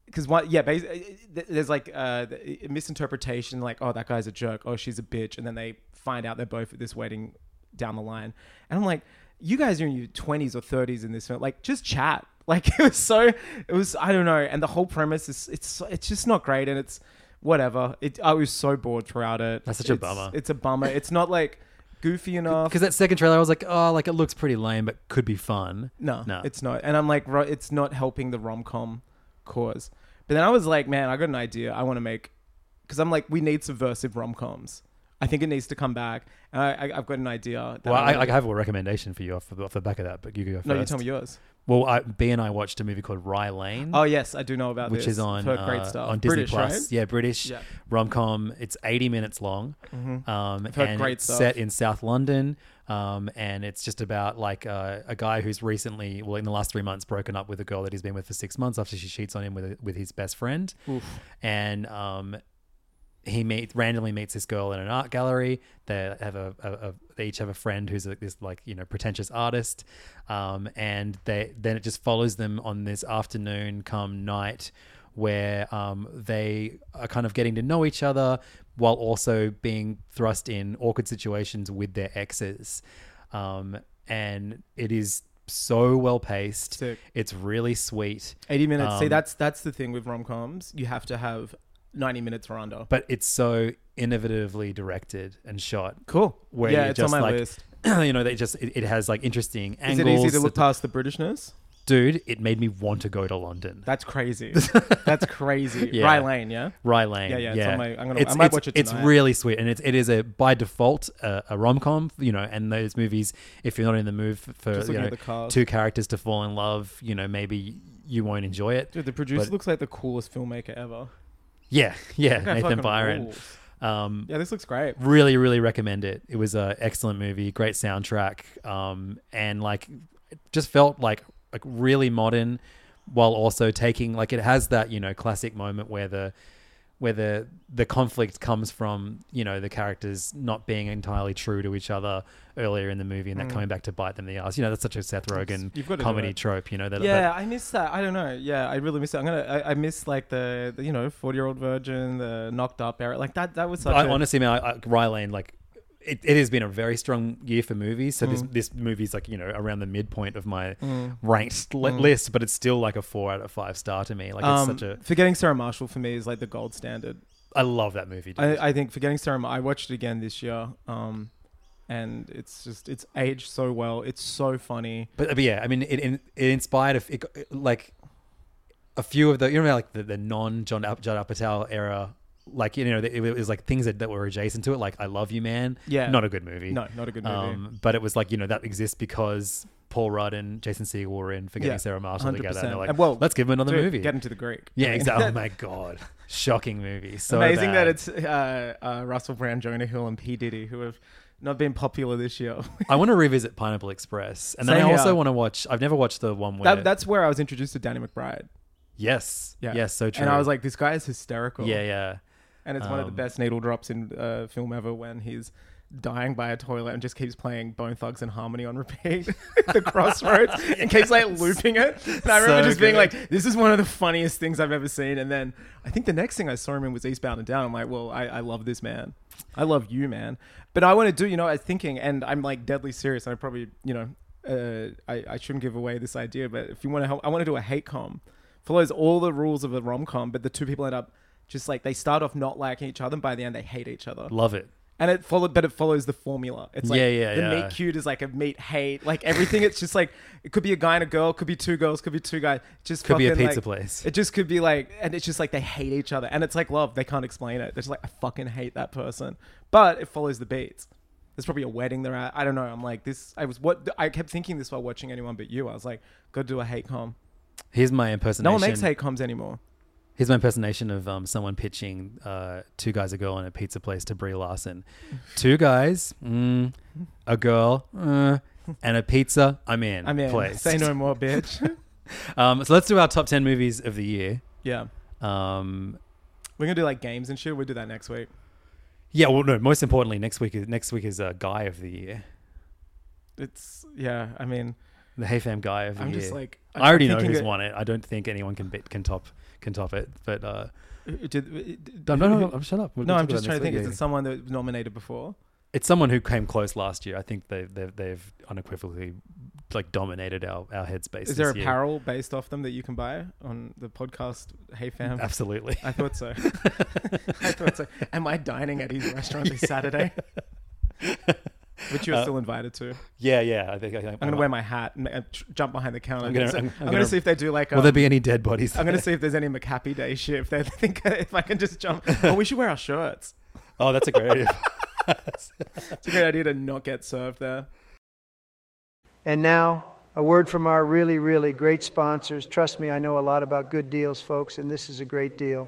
Speaker 4: because one, yeah, basically, there's like uh, the- misinterpretation, like, oh, that guy's a jerk, oh, she's a bitch, and then they find out they're both at this wedding down the line, and I'm like, you guys are in your 20s or 30s in this film, like, just chat. Like it was so, it was I don't know, and the whole premise is it's so- it's just not great, and it's whatever. It I was so bored throughout it.
Speaker 5: That's such a
Speaker 4: It's-
Speaker 5: bummer.
Speaker 4: It's a bummer. It's not like goofy enough.
Speaker 5: Because that second trailer, I was like, oh, like it looks pretty lame, but could be fun.
Speaker 4: No,
Speaker 5: no,
Speaker 4: it's not. And I'm like, ro- it's not helping the rom com cause. But then I was like, man, I got an idea. I want to make, because I'm like, we need subversive rom coms. I think it needs to come back. And I, I, I've got an idea. that
Speaker 5: Well,
Speaker 4: I
Speaker 5: I,
Speaker 4: wanna-
Speaker 5: I have a recommendation for you off the, off the back of that, but you can go first.
Speaker 4: no, you tell me yours.
Speaker 5: Well, I, B and I watched a movie called Rye Lane.
Speaker 4: Oh yes, I do know about
Speaker 5: which
Speaker 4: this.
Speaker 5: is on
Speaker 4: I've heard great
Speaker 5: uh,
Speaker 4: stuff
Speaker 5: on Disney
Speaker 4: British,
Speaker 5: Plus.
Speaker 4: Right?
Speaker 5: Yeah, British
Speaker 4: Yeah. Mm-hmm.
Speaker 5: rom com. It's eighty minutes long, um,
Speaker 4: heard
Speaker 5: and
Speaker 4: great
Speaker 5: it's
Speaker 4: stuff.
Speaker 5: set in South London. Um, and it's just about like uh, a guy who's recently, well, in the last three months, broken up with a girl that he's been with for six months after she cheats on him with with his best friend, and um, he meet randomly meets this girl in an art gallery. They have a, a, a they each have a friend who's like this like you know pretentious artist, um, and they then it just follows them on this afternoon come night where um, they are kind of getting to know each other while also being thrust in awkward situations with their exes, um, and it is so well paced.
Speaker 4: Sick.
Speaker 5: It's really sweet.
Speaker 4: 80 minutes. See,
Speaker 5: Um,
Speaker 4: that's that's the thing with rom coms. You have to have 90 minutes or under.
Speaker 5: but it's so innovatively directed and shot.
Speaker 4: Cool.
Speaker 5: Where
Speaker 4: Yeah,
Speaker 5: you're
Speaker 4: it's on
Speaker 5: just
Speaker 4: my
Speaker 5: like,
Speaker 4: list.
Speaker 5: you know, they just it, it has like interesting
Speaker 4: Is
Speaker 5: angles.
Speaker 4: it easy to look past the Britishness?
Speaker 5: Dude, it made me want to go to London.
Speaker 4: That's crazy. that's crazy.
Speaker 5: Yeah.
Speaker 4: Rye Lane, yeah.
Speaker 5: Rye Lane.
Speaker 4: Yeah, yeah, it's on my- I'm gonna- I
Speaker 5: It's-
Speaker 4: might
Speaker 5: it's-
Speaker 4: watch it
Speaker 5: It's
Speaker 4: tonight.
Speaker 5: really sweet, and it's it is a by default a, a rom com, you know. And those movies, if you're not in the mood f- for
Speaker 4: Just
Speaker 5: you
Speaker 4: looking
Speaker 5: know,
Speaker 4: at the cast.
Speaker 5: two characters to fall in love, you know, maybe you won't enjoy it.
Speaker 4: Dude, the producer
Speaker 5: But-
Speaker 4: looks like the coolest filmmaker ever.
Speaker 5: Yeah, yeah,
Speaker 4: guy
Speaker 5: Nathan
Speaker 4: fucking
Speaker 5: Byron.
Speaker 4: rules.
Speaker 5: Um,
Speaker 4: Yeah, this looks great.
Speaker 5: really really recommend it it was a excellent movie great soundtrack um and like it just felt like like really modern while also taking like it has that you know classic moment where the where the the conflict comes from you know the characters not being entirely true to each other earlier in the movie and that coming back to bite them in the ass you know that's such a Seth Rogen
Speaker 4: Mm. You've gotta do
Speaker 5: comedy
Speaker 4: it.
Speaker 5: trope you know that
Speaker 4: Yeah,
Speaker 5: that-
Speaker 4: I miss that. I don't know. Yeah, I really miss it. I'm gonna. I, I miss like the, the you know forty year old virgin, the knocked up era. Like that. That was such.
Speaker 5: I
Speaker 4: a-
Speaker 5: honestly, man, I, I, Rye Lane, like, it, it has been a very strong year for movies. So
Speaker 4: Mm.
Speaker 5: this this movie's like you know around the midpoint of my ranked li- list, but it's still like a four out of five star to me. Like it's
Speaker 4: Mm. um,
Speaker 5: such a,
Speaker 4: forgetting Sarah Marshall for me is like the gold standard.
Speaker 5: I love that movie. Dude.
Speaker 4: I, I think forgetting Sarah. Ma- I watched it again this year. Um, and it's just it's aged so well. It's so funny.
Speaker 5: but, but yeah, I mean, it it, it inspired a f it, it- like a few of the you know like the, the non John Ap- Judd Apatow era. Like you know, it, it was like things that, that were adjacent to it, like "I Love You, Man."
Speaker 4: Yeah.
Speaker 5: not a good movie.
Speaker 4: No, not a good movie.
Speaker 5: Um, but it was like you know that exists because Paul Rudd and Jason Segel were in Forgetting
Speaker 4: Yeah,
Speaker 5: Sarah Marshall together, and
Speaker 4: 100%.
Speaker 5: they're like,
Speaker 4: And,
Speaker 5: "Well,
Speaker 4: well,
Speaker 5: let's give him another
Speaker 4: Dude,
Speaker 5: movie."
Speaker 4: Get into the Greek.
Speaker 5: yeah, exactly. oh my god, shocking movie. So
Speaker 4: Amazing that
Speaker 5: bad.
Speaker 4: it's uh, uh, Russell Brand, Jonah Hill, and P Diddy who have not been popular this year.
Speaker 5: I want to revisit Pineapple Express, and then
Speaker 4: Same
Speaker 5: I also
Speaker 4: here.
Speaker 5: want to watch. I've never watched the one where
Speaker 4: that, that's where I was introduced to Danny McBride.
Speaker 5: yes,
Speaker 4: Yeah.
Speaker 5: yes, so true.
Speaker 4: And I was like, this guy is hysterical.
Speaker 5: yeah, yeah.
Speaker 4: And it's one of the
Speaker 5: um,
Speaker 4: best needle drops in uh, film ever when he's dying by a toilet and just keeps playing Bone Thugs and Harmony on repeat at the crossroads and keeps like looping it. And I remember
Speaker 5: So
Speaker 4: just being
Speaker 5: good.
Speaker 4: like, this is one of the funniest things I've ever seen. And then I think the next thing I saw him in was Eastbound and Down. I'm like, well, I, I love this man. I love you, man. But I want to do, you know, I was thinking, and I'm like deadly serious. And I probably, you know, uh, I, I shouldn't give away this idea, but if you want to help, I want to do a hate com. Follows all the rules of a rom com, but the two people end up just like they start off not liking each other, and by the end they hate each other.
Speaker 5: Love it.
Speaker 4: And it followed, but it follows the formula. It's like
Speaker 5: Yeah, yeah,
Speaker 4: the
Speaker 5: yeah.
Speaker 4: meet cute is like a meet hate, like everything. It's just like it could be a guy and a girl, could be two girls, could be two guys. Just
Speaker 5: Could be a
Speaker 4: fucking,
Speaker 5: pizza
Speaker 4: like-
Speaker 5: place.
Speaker 4: It just could be like, and it's just like they hate each other, and it's like love. They can't explain it. They're just like, I fucking hate that person, but it follows the beats. There's probably a wedding they're at. I don't know. I'm like this. I was what I kept thinking this while watching anyone but you. I was like, go do a hate com.
Speaker 5: Here's my
Speaker 4: No
Speaker 5: impersonation.
Speaker 4: one makes hate coms anymore.
Speaker 5: Here's my impersonation of um, someone pitching uh, two guys a girl in a pizza place to Brie Larson. Two guys, mm, a girl, uh, and a pizza. I'm in.
Speaker 4: I mean,
Speaker 5: Place.
Speaker 4: say no more, bitch.
Speaker 5: Um, so let's do our top ten movies of the year.
Speaker 4: yeah.
Speaker 5: Um,
Speaker 4: We're gonna do like games and shit. We'll do that next week.
Speaker 5: yeah. Well, no. Most importantly, next week is next week is uh, guy of the year.
Speaker 4: it's yeah. I mean,
Speaker 5: The HeyFam guy of the
Speaker 4: I'm
Speaker 5: year.
Speaker 4: just like
Speaker 5: I already know
Speaker 4: thinking
Speaker 5: who's
Speaker 4: it-
Speaker 5: won it. I don't think anyone can bit, can top can top it. But uh,
Speaker 4: Did,
Speaker 5: no, no, no, I'm shut up. We'll
Speaker 4: no,
Speaker 5: talk
Speaker 4: I'm
Speaker 5: about
Speaker 4: just
Speaker 5: it
Speaker 4: trying to
Speaker 5: next
Speaker 4: think.
Speaker 5: week.
Speaker 4: Is
Speaker 5: Yeah.
Speaker 4: it someone that was nominated before?
Speaker 5: it's someone who came close last year. I think they've they've, they've unequivocally like dominated our our headspace.
Speaker 4: Is there
Speaker 5: this year.
Speaker 4: apparel based off them that you can buy on the podcast? Hey fam,
Speaker 5: Absolutely.
Speaker 4: I thought so. I thought so. Am I dining at his restaurant this Saturday? Which you're still invited to.
Speaker 5: Yeah, yeah. I think I, Uh, I'm
Speaker 4: I'm gonna wear my hat and uh, tr- jump behind the counter.
Speaker 5: I'm
Speaker 4: I'm
Speaker 5: gonna-
Speaker 4: gonna,
Speaker 5: I'm- I'm
Speaker 4: I'm gonna
Speaker 5: gonna-
Speaker 4: see if they do like. Um,
Speaker 5: Will there be any dead bodies?
Speaker 4: I'm
Speaker 5: there?
Speaker 4: gonna see if there's any McCappy Day shit. If they think if I can just jump. Oh, we should wear our shirts.
Speaker 5: Oh, that's a great idea.
Speaker 4: It's a great idea to not get served there.
Speaker 6: And now, a word from our really, really great sponsors. Trust me, I know a lot about good deals, folks, and this is a great deal.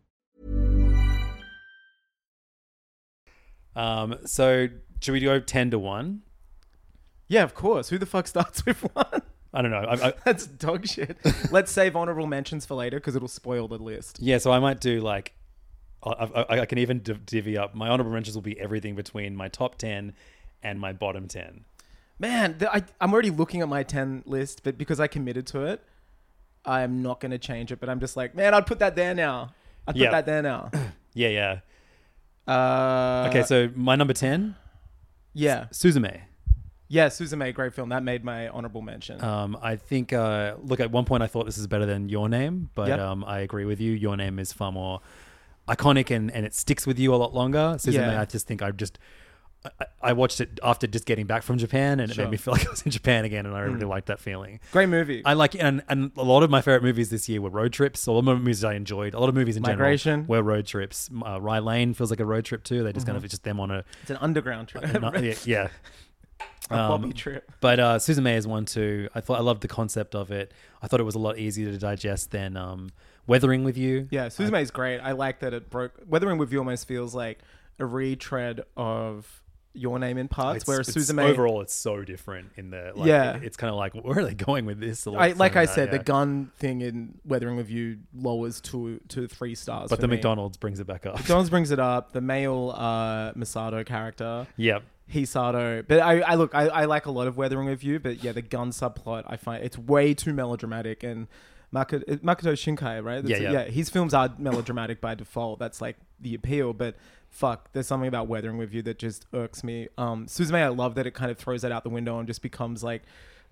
Speaker 5: um, so should we go ten to one?
Speaker 4: Yeah, of course. Who the fuck starts with one?
Speaker 5: I don't know. I, I,
Speaker 4: That's dog shit. Let's save honorable mentions for later because it'll spoil the list.
Speaker 5: yeah, so I might do like I, I, I can even div- divvy up. My honorable mentions will be everything between my top ten and my bottom ten.
Speaker 4: Man, the, I, I'm already looking at my 10 list, but because I committed to it, I'm not going to change it. But I'm just like, man, I'd put that there now. I'd
Speaker 5: Yeah.
Speaker 4: put that there now.
Speaker 5: Yeah, yeah.
Speaker 4: Uh,
Speaker 5: Okay, so my number ten,
Speaker 4: Yeah.
Speaker 5: Suzume.
Speaker 4: Yeah, Suzume, great film. That made my honorable mention.
Speaker 5: Um, I think. Uh, look, at one point I thought this is better than Your Name, but
Speaker 4: Yep.
Speaker 5: um, I agree with you. Your Name is far more iconic and, and it sticks with you a lot longer. Susan
Speaker 4: Yeah.
Speaker 5: May, I just think I just. I- I, I watched it after just getting back from Japan, and it
Speaker 4: Sure. Hmm.
Speaker 5: made me feel like I was in Japan again, and I really liked that feeling.
Speaker 4: great movie.
Speaker 5: I like and and a lot of my favorite movies this year were road trips. A lot of my movies I enjoyed. A lot of movies in
Speaker 4: Migration.
Speaker 5: general were road trips. Uh, Rye Lane feels like a road trip too. They just kind
Speaker 4: Mm-hmm.
Speaker 5: of it's just them on a,
Speaker 4: it's an underground trip.
Speaker 5: yeah, yeah.
Speaker 4: a Bobby trip.
Speaker 5: But uh, Susan May is one too. I thought I loved the concept of it. I thought it was a lot easier to digest than um, Weathering with You.
Speaker 4: Yeah, Suzume is great. I like that it broke. Weathering with You almost feels like a retread of Your Name in parts,
Speaker 5: It's-
Speaker 4: whereas
Speaker 5: it's-
Speaker 4: Suzume.
Speaker 5: overall it's so different in the like,
Speaker 4: Yeah.
Speaker 5: it- it's kind of like where are they going with this? A lot-
Speaker 4: I, like
Speaker 5: something
Speaker 4: I
Speaker 5: that,
Speaker 4: said,
Speaker 5: yeah.
Speaker 4: the gun thing in Weathering with You lowers to to three stars.
Speaker 5: but
Speaker 4: for
Speaker 5: the
Speaker 4: me.
Speaker 5: McDonald's brings it back up.
Speaker 4: McDonald's brings it up. The male uh, Masato character,
Speaker 5: yep.
Speaker 4: Hisato. But I, I look, I, I like a lot of Weathering with You, but yeah, the gun subplot, I find it's way too melodramatic. And Makoto, Makoto Shinkai, right? That's-
Speaker 5: Yeah, yeah.
Speaker 4: His films are melodramatic by default. That's like the appeal. But fuck, there's something about Weathering with You that just irks me. Um, Suzume, I love that it kind of throws that out the window and just becomes like.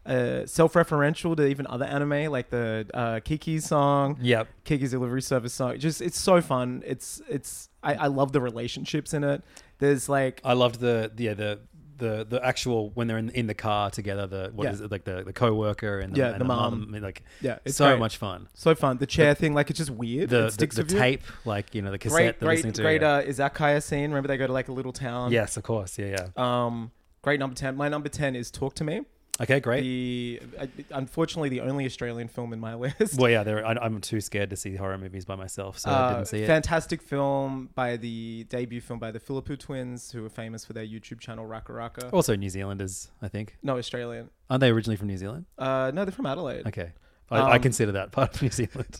Speaker 4: Uh, self-referential to even other anime like the uh, Kiki song,
Speaker 5: Yep.
Speaker 4: Kiki's delivery service song. Just it's so fun. It's it's I, I love the relationships in it. There's like
Speaker 5: I loved the the- yeah the the the actual when they're in in the car together. The what is
Speaker 4: Yeah.
Speaker 5: it like the the coworker and the,
Speaker 4: Yeah,
Speaker 5: and
Speaker 4: the mom.
Speaker 5: I mean, like
Speaker 4: Yeah, it's
Speaker 5: so
Speaker 4: great.
Speaker 5: much fun.
Speaker 4: so fun. The chair thing, like it's just weird.
Speaker 5: The
Speaker 4: it sticks
Speaker 5: the, the
Speaker 4: with you.
Speaker 5: tape, like you know the
Speaker 4: Great,
Speaker 5: cassette. they're listening
Speaker 4: great,
Speaker 5: to,
Speaker 4: great.
Speaker 5: yeah.
Speaker 4: Uh, Izakaya scene. Remember they go to like a little town.
Speaker 5: yes, of course. Yeah, yeah.
Speaker 4: Um, great number ten. My number ten is Talk to Me.
Speaker 5: Okay, great.
Speaker 4: The uh, unfortunately the only Australian film in my list.
Speaker 5: well, yeah, there. I, I'm too scared to see horror movies by myself, so I
Speaker 4: Uh,
Speaker 5: didn't see it.
Speaker 4: Fantastic film by the debut film by the Philippou twins, who are famous for their YouTube channel Raka Raka.
Speaker 5: also, New Zealanders, I think.
Speaker 4: No, Australian.
Speaker 5: Aren't they originally from New Zealand?
Speaker 4: Uh, no, they're from Adelaide.
Speaker 5: Okay. I, I
Speaker 4: Um,
Speaker 5: consider that part of New Zealand.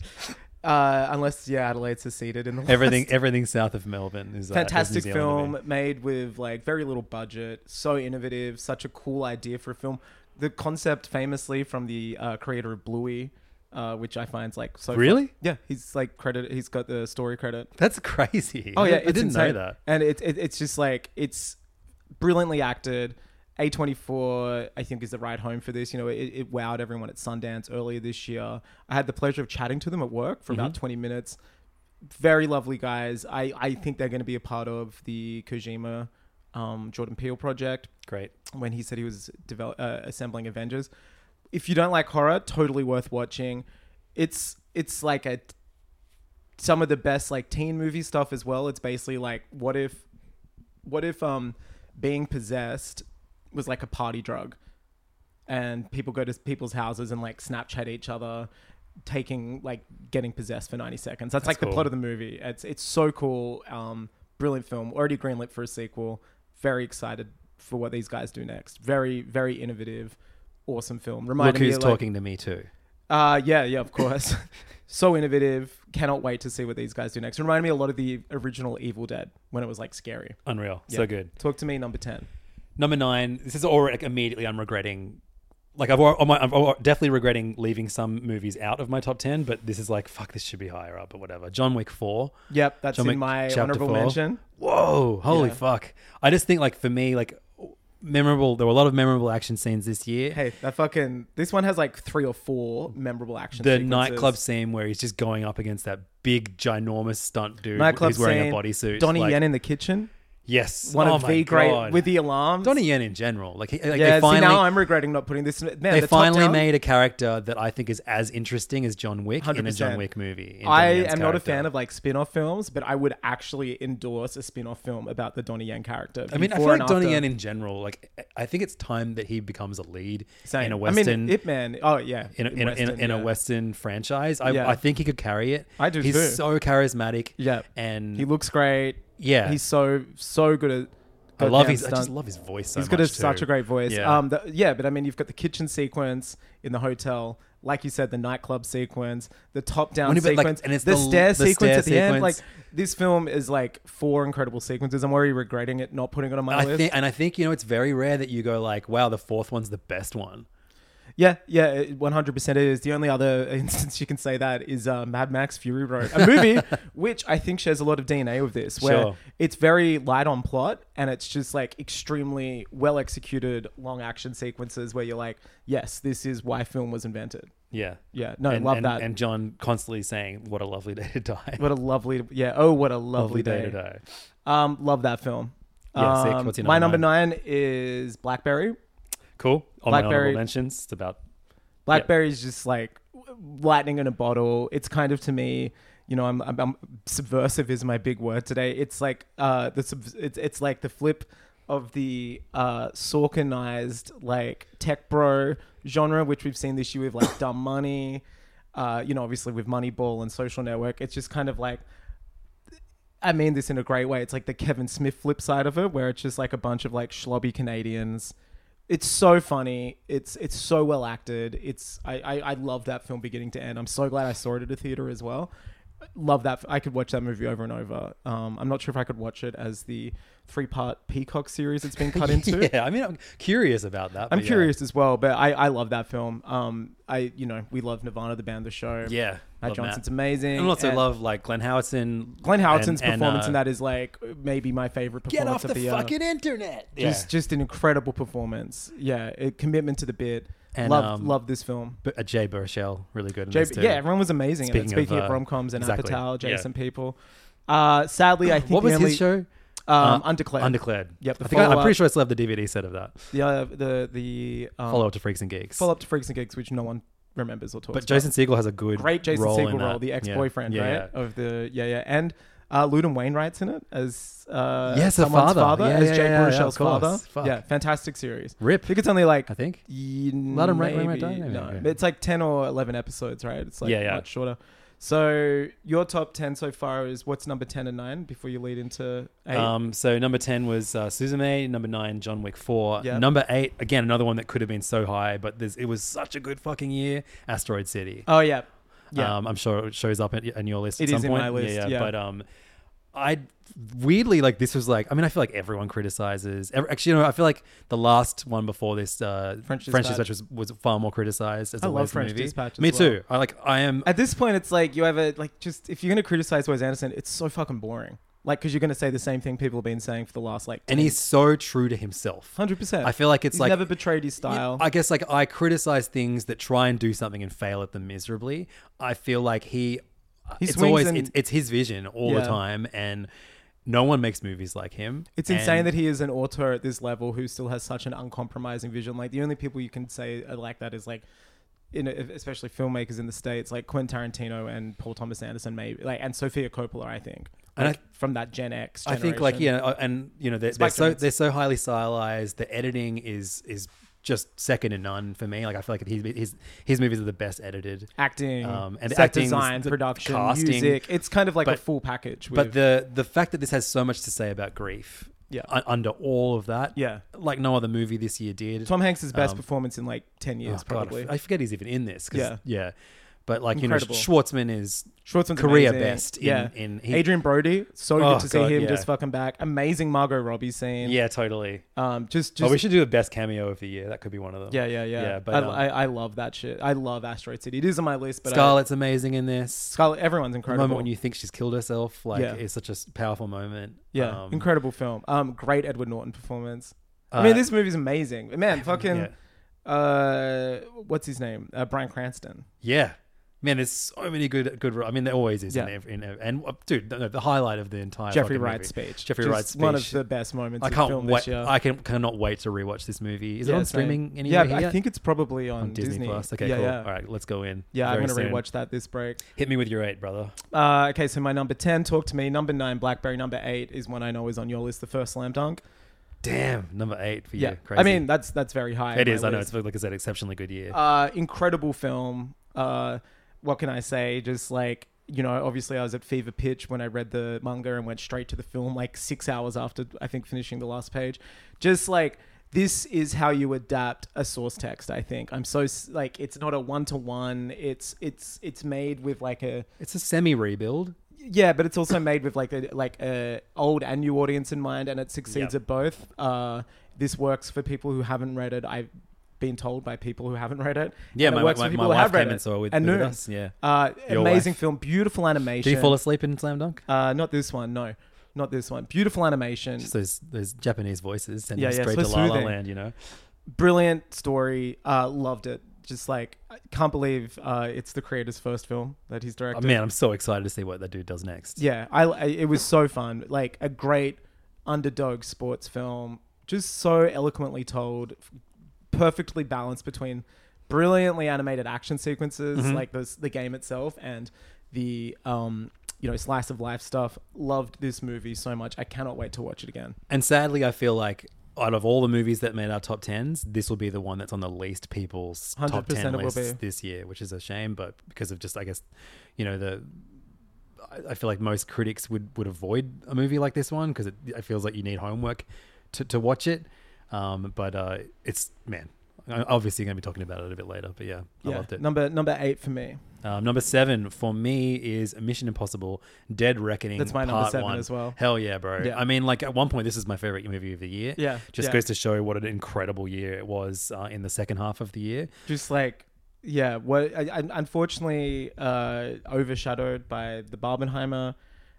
Speaker 4: Uh, unless yeah, Adelaide's seceded in the last-
Speaker 5: everything, everything south of Melbourne is uh, is New
Speaker 4: Fantastic
Speaker 5: Zealand to
Speaker 4: film
Speaker 5: me.
Speaker 4: made with like very little budget, so innovative, such a cool idea for a film. The concept, famously from the uh, creator of Bluey, uh, which I find like so. fun-
Speaker 5: Really?
Speaker 4: Yeah, he's like credit. He's got the story credit.
Speaker 5: That's crazy.
Speaker 4: Oh
Speaker 5: I
Speaker 4: yeah,
Speaker 5: didn't- I
Speaker 4: it's
Speaker 5: didn't
Speaker 4: insane.
Speaker 5: know that.
Speaker 4: And it's it, it's just like it's brilliantly acted. A24, I think, is the right home for this. You know, it, it wowed everyone at Sundance earlier this year. I had the pleasure of chatting to them at work for
Speaker 5: Mm-hmm.
Speaker 4: about 20 minutes. Very lovely guys. I, I think they're going to be a part of the Kojima um, Jordan Peele project
Speaker 5: Great.
Speaker 4: when he said he was develop, uh, assembling Avengers. If you don't like horror, totally worth watching. It's it's like a some of the best like teen movie stuff as well. It's basically like what if what if um being possessed was like a party drug, and people go to people's houses and like Snapchat each other, taking like getting possessed for ninety seconds. That's, like
Speaker 5: cool.
Speaker 4: the plot of the movie. It's it's so cool. Um, brilliant film. Already greenlit for a sequel. Very excited for what these guys do next. Very very innovative. Awesome film.
Speaker 5: Look
Speaker 4: Reminded me
Speaker 5: who's
Speaker 4: of, like-
Speaker 5: talking to me too.
Speaker 4: uh, yeah, yeah, of course. so innovative. Cannot wait to see what these guys do next. Reminded me a lot of the original Evil Dead when it was like scary.
Speaker 5: Unreal.
Speaker 4: Yeah.
Speaker 5: So good.
Speaker 4: Talk to me, number 10.
Speaker 5: Number nine. This is all like, immediately. I'm regretting. Like I've, al- I'm, I'm al- definitely regretting leaving some movies out of my top ten, but this is like fuck. This should be higher up, but whatever. John Wick four.
Speaker 4: Yep, that's
Speaker 5: John
Speaker 4: in
Speaker 5: Wick
Speaker 4: my
Speaker 5: chapter
Speaker 4: honorable
Speaker 5: four.
Speaker 4: mention.
Speaker 5: Whoa! Holy
Speaker 4: Yeah.
Speaker 5: fuck! I just think like for me, like memorable. There were a lot of memorable action scenes this year.
Speaker 4: Hey, that fucking. This one has like three or four memorable action
Speaker 5: the
Speaker 4: sequences.
Speaker 5: nightclub scene where he's just going up against that big, ginormous stunt dude
Speaker 4: Nightclub
Speaker 5: who's wearing
Speaker 4: scene,
Speaker 5: a bodysuit.
Speaker 4: Donnie
Speaker 5: like,
Speaker 4: Yen in the kitchen.
Speaker 5: yes,
Speaker 4: One
Speaker 5: oh
Speaker 4: of
Speaker 5: my
Speaker 4: the great
Speaker 5: God.
Speaker 4: with the alarms.
Speaker 5: Donnie Yen in general. Like, he, like
Speaker 4: yeah,
Speaker 5: they finally,
Speaker 4: see, now I'm regretting not putting this. Man,
Speaker 5: they
Speaker 4: the top
Speaker 5: finally
Speaker 4: down,
Speaker 5: made a character that I think is as interesting as John Wick in a
Speaker 4: 100%.
Speaker 5: John Wick movie. in
Speaker 4: I
Speaker 5: Donnie
Speaker 4: am
Speaker 5: Yen's
Speaker 4: not a
Speaker 5: character.
Speaker 4: fan of like spin-off films, but I would actually endorse a spin-off film about the Donnie Yen character.
Speaker 5: I mean, I feel
Speaker 4: before and
Speaker 5: like Donnie
Speaker 4: after.
Speaker 5: Yen in general. Like, I think it's time that he becomes a lead
Speaker 4: Same.
Speaker 5: in a western.
Speaker 4: I mean, Ip Man. Oh yeah,
Speaker 5: in a, in, a, in, a,
Speaker 4: Western,
Speaker 5: in a
Speaker 4: yeah.
Speaker 5: Western franchise, I,
Speaker 4: Yeah.
Speaker 5: I think he could carry it.
Speaker 4: I do
Speaker 5: He's
Speaker 4: too.
Speaker 5: so charismatic.
Speaker 4: Yeah,
Speaker 5: and
Speaker 4: he looks great.
Speaker 5: yeah,
Speaker 4: he's so so good at.
Speaker 5: I love
Speaker 4: goddamn
Speaker 5: his. I just
Speaker 4: stunt.
Speaker 5: love his voice. So
Speaker 4: He's got
Speaker 5: much
Speaker 4: a, such
Speaker 5: too.
Speaker 4: a great voice.
Speaker 5: Yeah.
Speaker 4: Um, the, yeah, but I mean, you've got the kitchen sequence in the hotel, like you said, the nightclub sequence, the top-down
Speaker 5: Well, no, but, like,
Speaker 4: sequence,
Speaker 5: and it's
Speaker 4: the,
Speaker 5: the-
Speaker 4: stair
Speaker 5: the
Speaker 4: sequence
Speaker 5: stair
Speaker 4: at the end. Like
Speaker 5: sequence.
Speaker 4: this film is like four incredible sequences. I'm already regretting it not putting it on my
Speaker 5: I
Speaker 4: list.
Speaker 5: think, and I think you know, it's very rare that you go like, "Wow, the fourth one's the best one."
Speaker 4: Yeah, yeah, one hundred percent. It is the only other instance you can say that is uh, Mad Max Fury Road, a movie which I think shares a lot of DNA with this, where
Speaker 5: Sure.
Speaker 4: it's very light on plot and it's just like extremely well executed long action sequences where you're like, yes, this is why film was invented.
Speaker 5: Yeah,
Speaker 4: Yeah, no,
Speaker 5: and,
Speaker 4: love
Speaker 5: and,
Speaker 4: that.
Speaker 5: And John constantly saying, "What a lovely day to die."
Speaker 4: What a lovely, yeah. Oh, what a lovely, day.
Speaker 5: to die.
Speaker 4: Um, love that film.
Speaker 5: Yeah, sick.
Speaker 4: Um,
Speaker 5: What's your
Speaker 4: my number
Speaker 5: number
Speaker 4: nine is Blackberry.
Speaker 5: Cool. On my
Speaker 4: Blackberry-
Speaker 5: honorable mentions, it's about
Speaker 4: Blackberry's just like lightning in a bottle. It's kind of to me, you know, I'm, I'm, I'm subversive is my big word today. It's like uh, the sub, it's it's like the flip of the uh, Sorkinized like tech bro genre, which we've seen this year with like Dumb Money, uh, you know, obviously with Moneyball and Social Network. It's just kind of like I mean this in a great way. It's like the Kevin Smith flip side of it, where it's just like a bunch of like schlobby Canadians. It's so funny. It's it's so well acted. It's I, I I love that film beginning to end. I'm so glad I saw it at a theater as well. Love that. I could watch that movie over and over. Um, I'm not sure if I could watch it as the three part Peacock series it's been cut into.
Speaker 5: yeah, I mean, I'm curious about that.
Speaker 4: I'm
Speaker 5: but yeah.
Speaker 4: curious as well, but I, I love that film. Um, I you know we love Nirvana, the band, the show.
Speaker 5: Yeah,
Speaker 4: Matt
Speaker 5: love
Speaker 4: Johnson's
Speaker 5: Matt.
Speaker 4: amazing.
Speaker 5: And also
Speaker 4: and-
Speaker 5: love like Glenn Howerton.
Speaker 4: Glenn Howerton's
Speaker 5: and- and,
Speaker 4: performance
Speaker 5: uh,
Speaker 4: in that is like maybe my favorite performance
Speaker 5: Get off
Speaker 4: of
Speaker 5: the,
Speaker 4: the, year.
Speaker 5: fucking internet. Yeah.
Speaker 4: Just, just an incredible performance. Yeah, a commitment to the bit.
Speaker 5: And,
Speaker 4: love,
Speaker 5: um,
Speaker 4: love this film.
Speaker 5: But, uh, Jay Burchell, really good. In
Speaker 4: J-
Speaker 5: this too.
Speaker 4: yeah, everyone was amazing. Speaking,
Speaker 5: Speaking of,
Speaker 4: speaking of,
Speaker 5: uh,
Speaker 4: rom coms and
Speaker 5: exactly.
Speaker 4: Apatow,
Speaker 5: Yeah.
Speaker 4: Jason People. Uh, sadly, I think
Speaker 5: What
Speaker 4: the
Speaker 5: was
Speaker 4: only,
Speaker 5: his show?
Speaker 4: Um,
Speaker 5: Uh,
Speaker 4: Undeclared.
Speaker 5: Undeclared.
Speaker 4: Yep, the
Speaker 5: I think I, am
Speaker 4: follow-up.
Speaker 5: pretty sure I still have the DVD set of that.
Speaker 4: The uh, the the um,
Speaker 5: Follow up to Freaks and Geeks.
Speaker 4: follow up to Freaks and Gigs, which no one remembers or talks.
Speaker 5: But
Speaker 4: about.
Speaker 5: Jason Siegel has a good
Speaker 4: great Jason
Speaker 5: role
Speaker 4: Segel
Speaker 5: in that.
Speaker 4: role, the
Speaker 5: Yeah.
Speaker 4: ex-boyfriend,
Speaker 5: Yeah,
Speaker 4: right? Oh,
Speaker 5: yeah.
Speaker 4: Of the yeah, yeah, and uh, Ludon Wainwright's in it as uh,
Speaker 5: Yes, the
Speaker 4: someone's
Speaker 5: father. Yeah,
Speaker 4: as
Speaker 5: yeah,
Speaker 4: Jay
Speaker 5: yeah, yeah, of
Speaker 4: Baruchel's
Speaker 5: course.
Speaker 4: father.
Speaker 5: Fuck.
Speaker 4: Yeah, fantastic series.
Speaker 5: Rip.
Speaker 4: I think it's only like
Speaker 5: I think.
Speaker 4: Let
Speaker 5: Ludon Wainwright died, maybe.
Speaker 4: No,
Speaker 5: Okay.
Speaker 4: it's like ten or eleven episodes, right? It's like
Speaker 5: Yeah, yeah.
Speaker 4: much shorter. So your top ten so far is what's number ten and nine before you lead into eight.
Speaker 5: Um, so number ten was uh, Suzume. Number nine, John Wick Four.
Speaker 4: Yep.
Speaker 5: Number eight, again another one that could have been so high, but there's, it was such a good fucking year. Asteroid City.
Speaker 4: oh yeah, yeah.
Speaker 5: Um, I'm sure it shows up in, in your list
Speaker 4: It
Speaker 5: at
Speaker 4: is
Speaker 5: some
Speaker 4: in
Speaker 5: point.
Speaker 4: my list, yeah.
Speaker 5: But um, I weirdly like this was like I mean I feel like everyone criticizes. ev actually, you know, I feel like the last one before this, uh,
Speaker 4: French Dispatch.
Speaker 5: Dispatch was, was far more criticized. As
Speaker 4: I
Speaker 5: a
Speaker 4: love
Speaker 5: Wes
Speaker 4: French
Speaker 5: movie.
Speaker 4: Dispatch as
Speaker 5: Me
Speaker 4: well.
Speaker 5: too. I like. I am.
Speaker 4: At this point, it's like you have a like just if you're gonna criticize Wes Anderson, it's so fucking boring. Like because you're gonna say the same thing people have been saying for the last like. 10
Speaker 5: and he's so true to himself.
Speaker 4: Hundred percent.
Speaker 5: I feel like it's
Speaker 4: He's
Speaker 5: like
Speaker 4: never betrayed his
Speaker 5: Yeah,
Speaker 4: style.
Speaker 5: I guess like I criticize things that try and do something and fail at them miserably. I feel like he,
Speaker 4: He
Speaker 5: it's
Speaker 4: swings
Speaker 5: always
Speaker 4: and-
Speaker 5: it's, it's his vision all
Speaker 4: Yeah.
Speaker 5: the time, and no one makes movies like him.
Speaker 4: it's insane that he is an author at this level who still has such an uncompromising vision. Like the only people you can say are like that is like in especially filmmakers in the states like Quentin Tarantino and Paul Thomas Anderson, maybe like and Sofia Coppola, I think,
Speaker 5: And
Speaker 4: like,
Speaker 5: I-
Speaker 4: from that Gen X.
Speaker 5: I think like
Speaker 4: generation.
Speaker 5: yeah, uh, and you know they're, they're
Speaker 4: Spike
Speaker 5: so
Speaker 4: Jonze.
Speaker 5: they're so highly stylized. The editing is is just second to none for me. Like I feel like his his, his movies are the best edited.
Speaker 4: acting,
Speaker 5: Um, and
Speaker 4: and
Speaker 5: the
Speaker 4: set
Speaker 5: acting's-
Speaker 4: design,
Speaker 5: the
Speaker 4: production,
Speaker 5: casting.
Speaker 4: music. It's kind of like a
Speaker 5: But-
Speaker 4: full package. With,
Speaker 5: But the the fact that this has so much to say about grief,
Speaker 4: Yeah.
Speaker 5: un- under all of that,
Speaker 4: Yeah.
Speaker 5: like no other movie this year did.
Speaker 4: Tom Hanks' best
Speaker 5: um,
Speaker 4: performance in like ten
Speaker 5: Oh,
Speaker 4: years,
Speaker 5: God, I f-
Speaker 4: probably.
Speaker 5: I forget he's even in this. 'cause-
Speaker 4: Yeah.
Speaker 5: yeah. But like
Speaker 4: Incredible.
Speaker 5: you know, Schwartzman is
Speaker 4: Schwartzman's
Speaker 5: career
Speaker 4: amazing.
Speaker 5: best. In,
Speaker 4: yeah,
Speaker 5: in
Speaker 4: Adrian Brody, so
Speaker 5: Oh,
Speaker 4: good to see
Speaker 5: God,
Speaker 4: him
Speaker 5: yeah.
Speaker 4: just fucking back. Amazing Margot Robbie scene.
Speaker 5: Yeah, totally.
Speaker 4: um, just
Speaker 5: oh,
Speaker 4: just
Speaker 5: we should do a best cameo of the year. That could be one of them.
Speaker 4: yeah, yeah, yeah.
Speaker 5: Yeah, but
Speaker 4: I,
Speaker 5: um,
Speaker 4: I, I love that shit. I love Asteroid City. It is on my list, but I-
Speaker 5: Scarlett's amazing in this.
Speaker 4: Scarlet, everyone's
Speaker 5: The
Speaker 4: incredible.
Speaker 5: moment when you think she's killed herself, like
Speaker 4: Yeah.
Speaker 5: it's such a s- powerful moment.
Speaker 4: yeah,
Speaker 5: Um,
Speaker 4: incredible film. Um, great Edward Norton performance.
Speaker 5: uh,
Speaker 4: I mean, this movie's amazing. Man, fucking
Speaker 5: Yeah.
Speaker 4: uh, what's his name? Uh, Brian Cranston.
Speaker 5: yeah, man, there's so many good good. ro- I mean, there always is. In
Speaker 4: Yeah.
Speaker 5: every, in every, and uh, dude, the, the highlight of the entire
Speaker 4: Jeffrey
Speaker 5: fucking
Speaker 4: Wright's
Speaker 5: movie.
Speaker 4: speech.
Speaker 5: Jeffrey
Speaker 4: Just
Speaker 5: Wright's speech.
Speaker 4: One of the best moments.
Speaker 5: I
Speaker 4: in
Speaker 5: can't
Speaker 4: film
Speaker 5: wait.
Speaker 4: This year.
Speaker 5: I can cannot wait to rewatch this movie. Is it
Speaker 4: Yeah,
Speaker 5: on
Speaker 4: same.
Speaker 5: streaming
Speaker 4: Yeah,
Speaker 5: anywhere?
Speaker 4: but I
Speaker 5: yet?
Speaker 4: think it's probably on,
Speaker 5: on Disney, Plus. Okay,
Speaker 4: yeah,
Speaker 5: cool.
Speaker 4: Yeah.
Speaker 5: All right, let's go in.
Speaker 4: Yeah, I'm
Speaker 5: very
Speaker 4: gonna
Speaker 5: soon.
Speaker 4: rewatch that this break.
Speaker 5: Hit me with your eight, brother.
Speaker 4: Uh, okay, so my number ten, Talk to Me. Number nine, Blackberry. Number eight is one I know is on your list, the first Slam Dunk.
Speaker 5: Damn, number eight for
Speaker 4: Yeah,
Speaker 5: you. Crazy.
Speaker 4: I mean that's that's very high.
Speaker 5: it
Speaker 4: on
Speaker 5: is.
Speaker 4: my
Speaker 5: I know
Speaker 4: list.
Speaker 5: it's like I said, exceptionally good year.
Speaker 4: uh, incredible film. Uh, what can I say? Just like you know, obviously I was at fever pitch when I read the manga and went straight to the film like six hours after I think finishing the last page. Just like this is how you adapt a source text. I think I'm so s- like it's not a one to one. It's it's it's made with like a
Speaker 5: it's a semi rebuild.
Speaker 4: yeah, but it's also made with like a like a old and new audience in mind, and it succeeds
Speaker 5: Yep.
Speaker 4: at both. Uh, this works for people who haven't read it. I've been told by people who haven't read it.
Speaker 5: Yeah,
Speaker 4: and
Speaker 5: my,
Speaker 4: it works for
Speaker 5: my, my
Speaker 4: people who
Speaker 5: wife
Speaker 4: have read
Speaker 5: came
Speaker 4: it.
Speaker 5: and saw it with,
Speaker 4: and
Speaker 5: with
Speaker 4: Noon.
Speaker 5: us. Yeah.
Speaker 4: Uh,
Speaker 5: Your
Speaker 4: amazing
Speaker 5: wife.
Speaker 4: film, beautiful animation.
Speaker 5: Did you fall asleep in Slam Dunk?
Speaker 4: Uh, not this one, no, not this one. Beautiful animation,
Speaker 5: Just those those Japanese voices sending
Speaker 4: Yeah,
Speaker 5: you
Speaker 4: yeah,
Speaker 5: straight
Speaker 4: so
Speaker 5: to La La
Speaker 4: soothing.
Speaker 5: Land. You know.
Speaker 4: brilliant story. Uh, loved it. Just like I can't believe uh, it's the creator's first film that he's
Speaker 5: Oh,
Speaker 4: directed.
Speaker 5: man, I'm so excited to see what that dude does next.
Speaker 4: Yeah, I, I- it was so fun. Like a great underdog sports film, just so eloquently told, f- perfectly balanced between brilliantly animated action sequences,
Speaker 5: Mm-hmm.
Speaker 4: like those, the game itself, and the um, you know slice of life stuff. Loved this movie so much. I cannot wait to watch it again.
Speaker 5: And sadly, I feel like out of all the movies that made our top tens, this will be the one that's on the least people's top
Speaker 4: 100%
Speaker 5: ten
Speaker 4: it will
Speaker 5: lists
Speaker 4: be.
Speaker 5: this year, which is a shame. But because of just, I guess, you know, the I- I feel like most critics would would avoid a movie like this one because it, it feels like you need homework to to watch it. Um, but uh, it's man, I- obviously going to be talking about it a bit later. But yeah, I
Speaker 4: yeah,
Speaker 5: loved it.
Speaker 4: number number eight for me.
Speaker 5: Um, number seven for me is Mission Impossible: Dead Reckoning.
Speaker 4: That's my number
Speaker 5: part
Speaker 4: seven
Speaker 5: one.
Speaker 4: as well.
Speaker 5: Hell yeah, bro!
Speaker 4: Yeah.
Speaker 5: I mean, like at one point, this is my favorite movie of the year.
Speaker 4: Yeah,
Speaker 5: just
Speaker 4: yeah.
Speaker 5: goes to show what an incredible year it was uh, in the second half of the year.
Speaker 4: Just like. Yeah, what I, I, unfortunately uh, overshadowed by the Barbenheimer.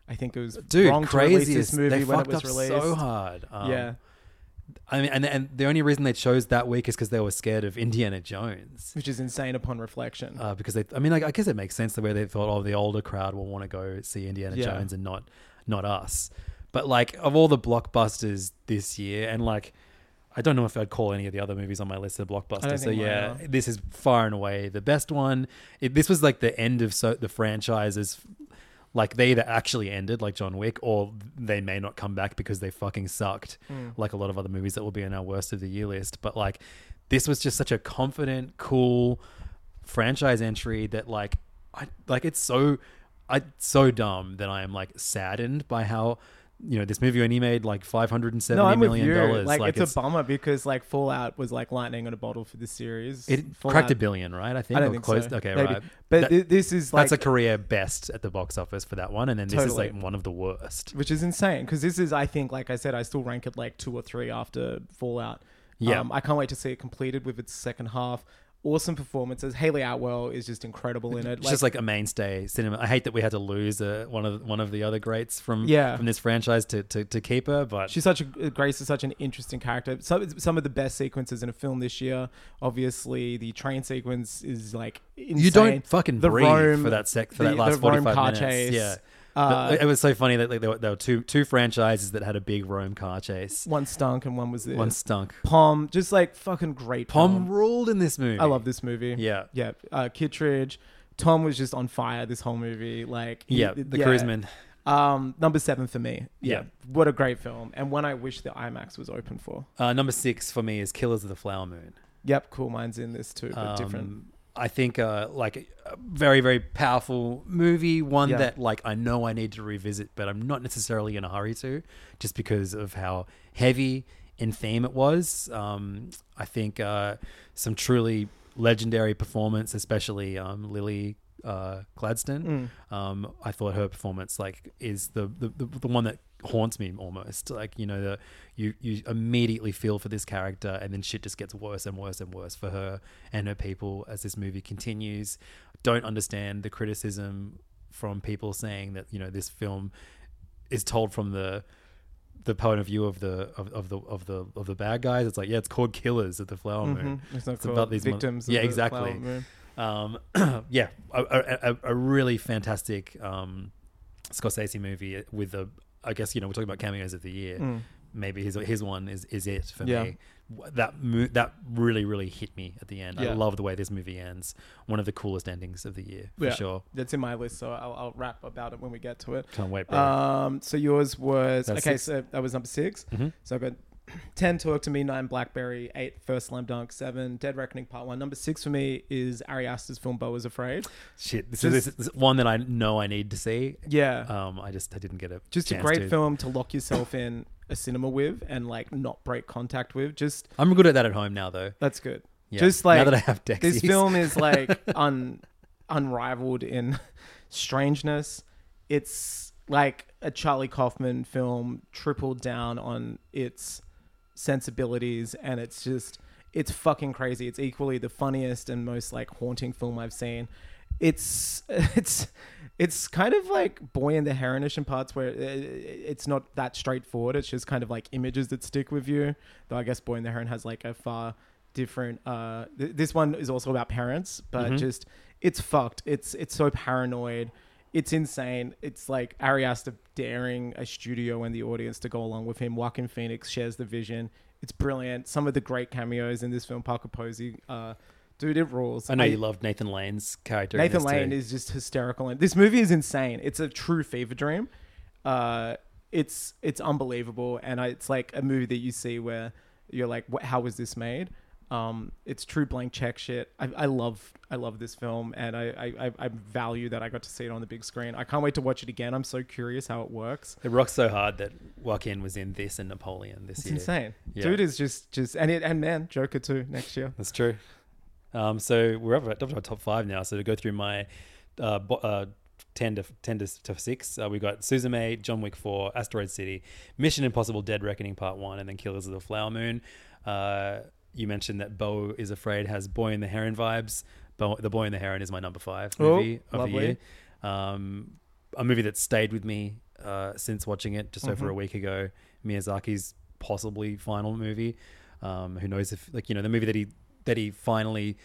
Speaker 4: I think it was
Speaker 5: Dude,
Speaker 4: wrong to
Speaker 5: crazy!
Speaker 4: release this movie
Speaker 5: they
Speaker 4: when it
Speaker 5: fucked
Speaker 4: was
Speaker 5: up
Speaker 4: released.
Speaker 5: so hard. Um,
Speaker 4: yeah,
Speaker 5: I mean, and and the only reason they chose that week is because they were scared of Indiana Jones.
Speaker 4: which is insane upon reflection.
Speaker 5: Uh, because they, I mean, like, I guess it makes sense the way they thought, oh, the older crowd will want to go see Indiana
Speaker 4: Yeah.
Speaker 5: Jones and not, not us. But like, of all the blockbusters this year, and like, I don't know if I'd call any of the other movies on my list a blockbuster.
Speaker 4: think
Speaker 5: So
Speaker 4: mine
Speaker 5: yeah,
Speaker 4: are.
Speaker 5: this is far and away the best one. It, this was like the end of so the franchises. Like they either actually ended, like John Wick, or they may not come back because they fucking sucked,
Speaker 4: Hmm.
Speaker 5: like a lot of other movies that will be in our worst of the year list. But like, this was just such a confident, cool franchise entry that like I like it's so I it's so dumb that I am like saddened by how you know this movie only made like five hundred and
Speaker 4: no,
Speaker 5: seventy
Speaker 4: I'm
Speaker 5: million
Speaker 4: with you.
Speaker 5: dollars.
Speaker 4: Like, it's, a bummer because like Fallout was like lightning in a bottle for this series.
Speaker 5: it
Speaker 4: Fallout,
Speaker 5: cracked a billion, right? I think
Speaker 4: I don't
Speaker 5: or
Speaker 4: think
Speaker 5: close-
Speaker 4: so.
Speaker 5: Okay,
Speaker 4: Maybe.
Speaker 5: right.
Speaker 4: But
Speaker 5: That-
Speaker 4: thi- this is like
Speaker 5: that's a career best at the box office for that one, and then this is
Speaker 4: Totally.
Speaker 5: like one of the worst.
Speaker 4: which is insane because this is I think like I said I still rank it like two or three after Fallout.
Speaker 5: Yeah.
Speaker 4: um, I can't wait to see it completed with its second half. Awesome performances. Haley Atwell is just incredible in it.
Speaker 5: It's just like a mainstay cinema. I hate that we had to lose uh, one of one of the other greats from
Speaker 4: Yeah.
Speaker 5: from this franchise to, to, to keep her, but
Speaker 4: She's such a Grace is such an interesting character. Some some of the best sequences in a film this year. Obviously, the train sequence is like insane.
Speaker 5: You don't fucking breathe for that sec- for that last
Speaker 4: Rome
Speaker 5: 45
Speaker 4: car
Speaker 5: minutes.
Speaker 4: Chase,
Speaker 5: Yeah.
Speaker 4: Uh,
Speaker 5: it was so funny that like, there, were, there were two two franchises that had a big Rome car chase.
Speaker 4: one stunk and one was this.
Speaker 5: One stunk.
Speaker 4: Pom, just like fucking great.
Speaker 5: Pom ruled in this movie.
Speaker 4: I love this movie.
Speaker 5: Yeah.
Speaker 4: yeah. Uh, Kittredge, Tom was just on fire this whole movie. Like, he-
Speaker 5: Yeah, the Cruiseman.
Speaker 4: Um, number seven for me.
Speaker 5: Yeah.
Speaker 4: what a great film, and one I wish the IMAX was open for.
Speaker 5: Uh, number six for me is Killers of the Flower Moon.
Speaker 4: Yep, cool. Mine's in this too,
Speaker 5: Um,
Speaker 4: but different.
Speaker 5: I think uh, like a very very powerful movie, one
Speaker 4: Yeah.
Speaker 5: that like I know I need to revisit, but I'm not necessarily in a hurry to, just because of how heavy in theme it was. Um, I think uh, some truly legendary performance, especially um, Lily. Uh, Gladstone. Um, I thought her performance like is the, the, the, the one that haunts me almost. Like you know, the, you you immediately feel for this character, and then shit just gets worse and worse and worse for her and her people as this movie continues. Don't understand the criticism from people saying that you know this film is told from the the point of view of the of, of the of the of the bad guys. It's like yeah, it's called Killers at the Flower Moon.
Speaker 4: Mm-hmm. It's not called
Speaker 5: mon-
Speaker 4: Victims of
Speaker 5: Yeah,
Speaker 4: the
Speaker 5: exactly.
Speaker 4: Flower Moon.
Speaker 5: Um, yeah, a, a, a- a really fantastic um, Scorsese movie with a. I guess you know we're talking about cameos of the year. Maybe his his one is is it for
Speaker 4: Mm. Yeah.
Speaker 5: me. W- That mo- that really really hit me at the end. I
Speaker 4: Yeah.
Speaker 5: love the way this movie ends. One of the coolest endings of the year for
Speaker 4: Yeah,
Speaker 5: sure.
Speaker 4: That's in my list, so I'll, I'll rap about it when we get to it.
Speaker 5: Can't wait, bro.
Speaker 4: Um, so yours was
Speaker 5: That's
Speaker 4: okay.
Speaker 5: six. Mm-hmm.
Speaker 4: So that was number 6 So I got ten. Talk to me. Nine. Blackberry. Eight. First Slam Dunk. Seven. Dead Reckoning Part One. Number six for me is Ari Aster's film Bo is Afraid.
Speaker 5: Shit, this is this is one that I know I need to see.
Speaker 4: Yeah.
Speaker 5: Um, I just I didn't get it.
Speaker 4: just a great film to lock yourself in a cinema with and like not break contact with. Just
Speaker 5: I'm good at that at home now though.
Speaker 4: that's good.
Speaker 5: Yeah,
Speaker 4: Just
Speaker 5: now
Speaker 4: like
Speaker 5: that I have
Speaker 4: this
Speaker 5: Dexies.
Speaker 4: film is like un unrivaled in strangeness. It's like a Charlie Kaufman film tripled down on its sensibilities and it's just it's fucking crazy. It's equally the funniest and most like haunting film I've seen. It's it's it's kind of like Boy and the Heronish in parts where uh, it's not that straightforward. It's just kind of like images that stick with you. Though I guess Boy and the Heron has like a far different. Uh, th- this one is also about parents, but
Speaker 5: Mm-hmm.
Speaker 4: just it's fucked. It's it's so paranoid. It's insane. It's like Ari Aster daring a studio and the audience to go along with him. Joaquin Phoenix shares the vision. It's brilliant. Some of the great cameos in this film, Parker Posey, uh, dude, it rules.
Speaker 5: I know you loved Nathan Lane's character. in
Speaker 4: Nathan
Speaker 5: this,
Speaker 4: Lane
Speaker 5: too.
Speaker 4: is just hysterical, and this movie is insane. It's a true fever dream. Uh, it's it's unbelievable, and I, it's like a movie that you see where you're like, what, "How was this made?" Um, it's true blank check shit. I, I love I love this film, and I, I I- I value that I got to see it on the big screen. I can't wait to watch it again. I'm so curious how it works.
Speaker 5: It rocks so hard that Joaquin was in this and Napoleon this
Speaker 4: It's
Speaker 5: year.
Speaker 4: insane.
Speaker 5: Yeah.
Speaker 4: Dude is just just and it and man, Joker too next year.
Speaker 5: That's true. Um, so we're up at up to our top five now. So to go through my uh, bo- uh, 10 to, 10 to, to 6, uh, we've got Suzume, John Wick 4, Asteroid City, Mission Impossible Dead Reckoning Part 1, and then Killers of the Flower Moon. Uh, you mentioned that Bo is Afraid has Boy and the Heron vibes. Bo- the Boy and the Heron is my number five
Speaker 4: Oh,
Speaker 5: movie of
Speaker 4: lovely.
Speaker 5: the year. Um, a movie that stayed with me uh, since watching it just over a week ago. Miyazaki's possibly final movie. Um, who knows if like you know the movie that he that he finally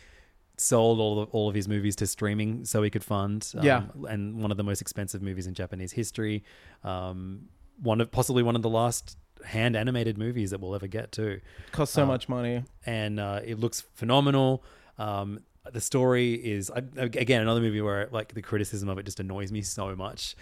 Speaker 5: sold all of, all of his movies to streaming so he could fund. um,
Speaker 4: Yeah.
Speaker 5: and one of the most expensive movies in Japanese history. Um, one of possibly one of the last hand animated movies that we'll ever get to
Speaker 4: Cost
Speaker 5: Oh.
Speaker 4: so much money.
Speaker 5: and uh, it looks phenomenal. Um, the story is I, again another movie where like the criticism of it just annoys me so much.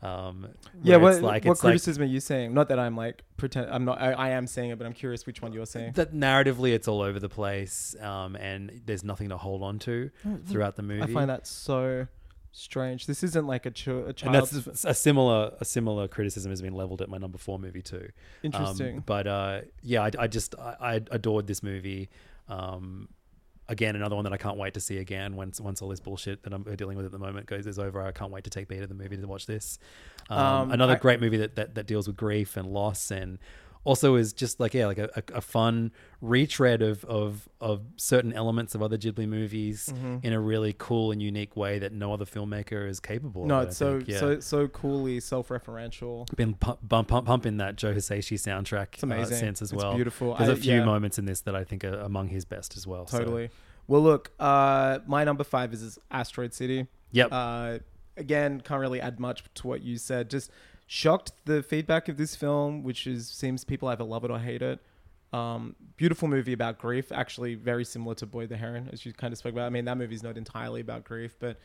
Speaker 5: Um,
Speaker 4: Yeah,
Speaker 5: where
Speaker 4: what,
Speaker 5: it's like
Speaker 4: what
Speaker 5: it's like
Speaker 4: criticism are you saying? Not that I'm like pretend. I'm not. I, I am saying it, but I'm curious which one you're saying.
Speaker 5: that narratively it's all over the place, um, and there's nothing to hold on to throughout the movie.
Speaker 4: Mm, I find that so strange. This isn't like a, ch- a child.
Speaker 5: and that's a similar a similar criticism has been leveled at my number four movie too. Um,
Speaker 4: Interesting.
Speaker 5: but uh, yeah, I, I just I, I adored this movie. Um, again, another one that I can't wait to see again once once all this bullshit that I'm dealing with at the moment goes is over. I can't wait to take the end of the movie to watch this. Um,
Speaker 4: Um,
Speaker 5: another
Speaker 4: I-
Speaker 5: great movie that, that that deals with grief and loss and also is just like yeah like a, a, a fun retread of, of of certain elements of other Ghibli movies
Speaker 4: Mm-hmm.
Speaker 5: in a really cool and unique way that no other filmmaker is capable
Speaker 4: no,
Speaker 5: of.
Speaker 4: it's
Speaker 5: I
Speaker 4: so
Speaker 5: think. Yeah
Speaker 4: so so coolly self-referential.
Speaker 5: been pump, bump, pump, pumping that Joe Hisaishi soundtrack
Speaker 4: It's amazing.
Speaker 5: Uh, sense as
Speaker 4: It's
Speaker 5: well.
Speaker 4: beautiful.
Speaker 5: There's a
Speaker 4: I-
Speaker 5: few
Speaker 4: yeah.
Speaker 5: moments in this that I think are among his best as well. so-
Speaker 4: Totally. Well, look, uh, my number five is, is Asteroid City.
Speaker 5: Yep.
Speaker 4: Uh, again, can't really add much to what you said. Just shocked the feedback of this film, which is seems people either love it or hate it. Um, beautiful movie about grief, actually very similar to Boy the Heron, as you kind of spoke about. I mean, that movie's not entirely about grief, but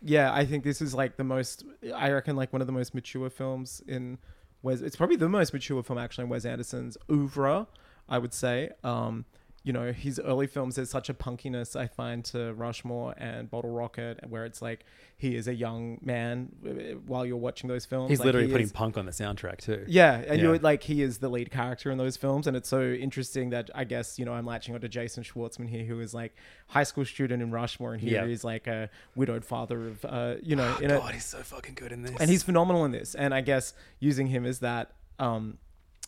Speaker 4: yeah, I think this is like the most, I reckon, like one of the most mature films in Wes. It's probably the most mature film actually in Wes Anderson's oeuvre, I would say. Um, you know, his early films, there's such a punkiness I find to Rushmore and Bottle Rocket, where it's like he is a young man uh, while you're watching those films.
Speaker 5: He's
Speaker 4: Like,
Speaker 5: literally
Speaker 4: he
Speaker 5: putting
Speaker 4: is-
Speaker 5: punk on the soundtrack too.
Speaker 4: yeah, and
Speaker 5: Yeah.
Speaker 4: you're like he is the lead character in those films, and it's so interesting that I guess you know I'm latching onto Jason Schwartzman here, who is like high school student in Rushmore, and here
Speaker 5: Yeah. Ah,
Speaker 4: he is like a widowed father of uh, you know, in a,
Speaker 5: God, he's so fucking good in this.
Speaker 4: and he's phenomenal in this. And I guess using him as that, um,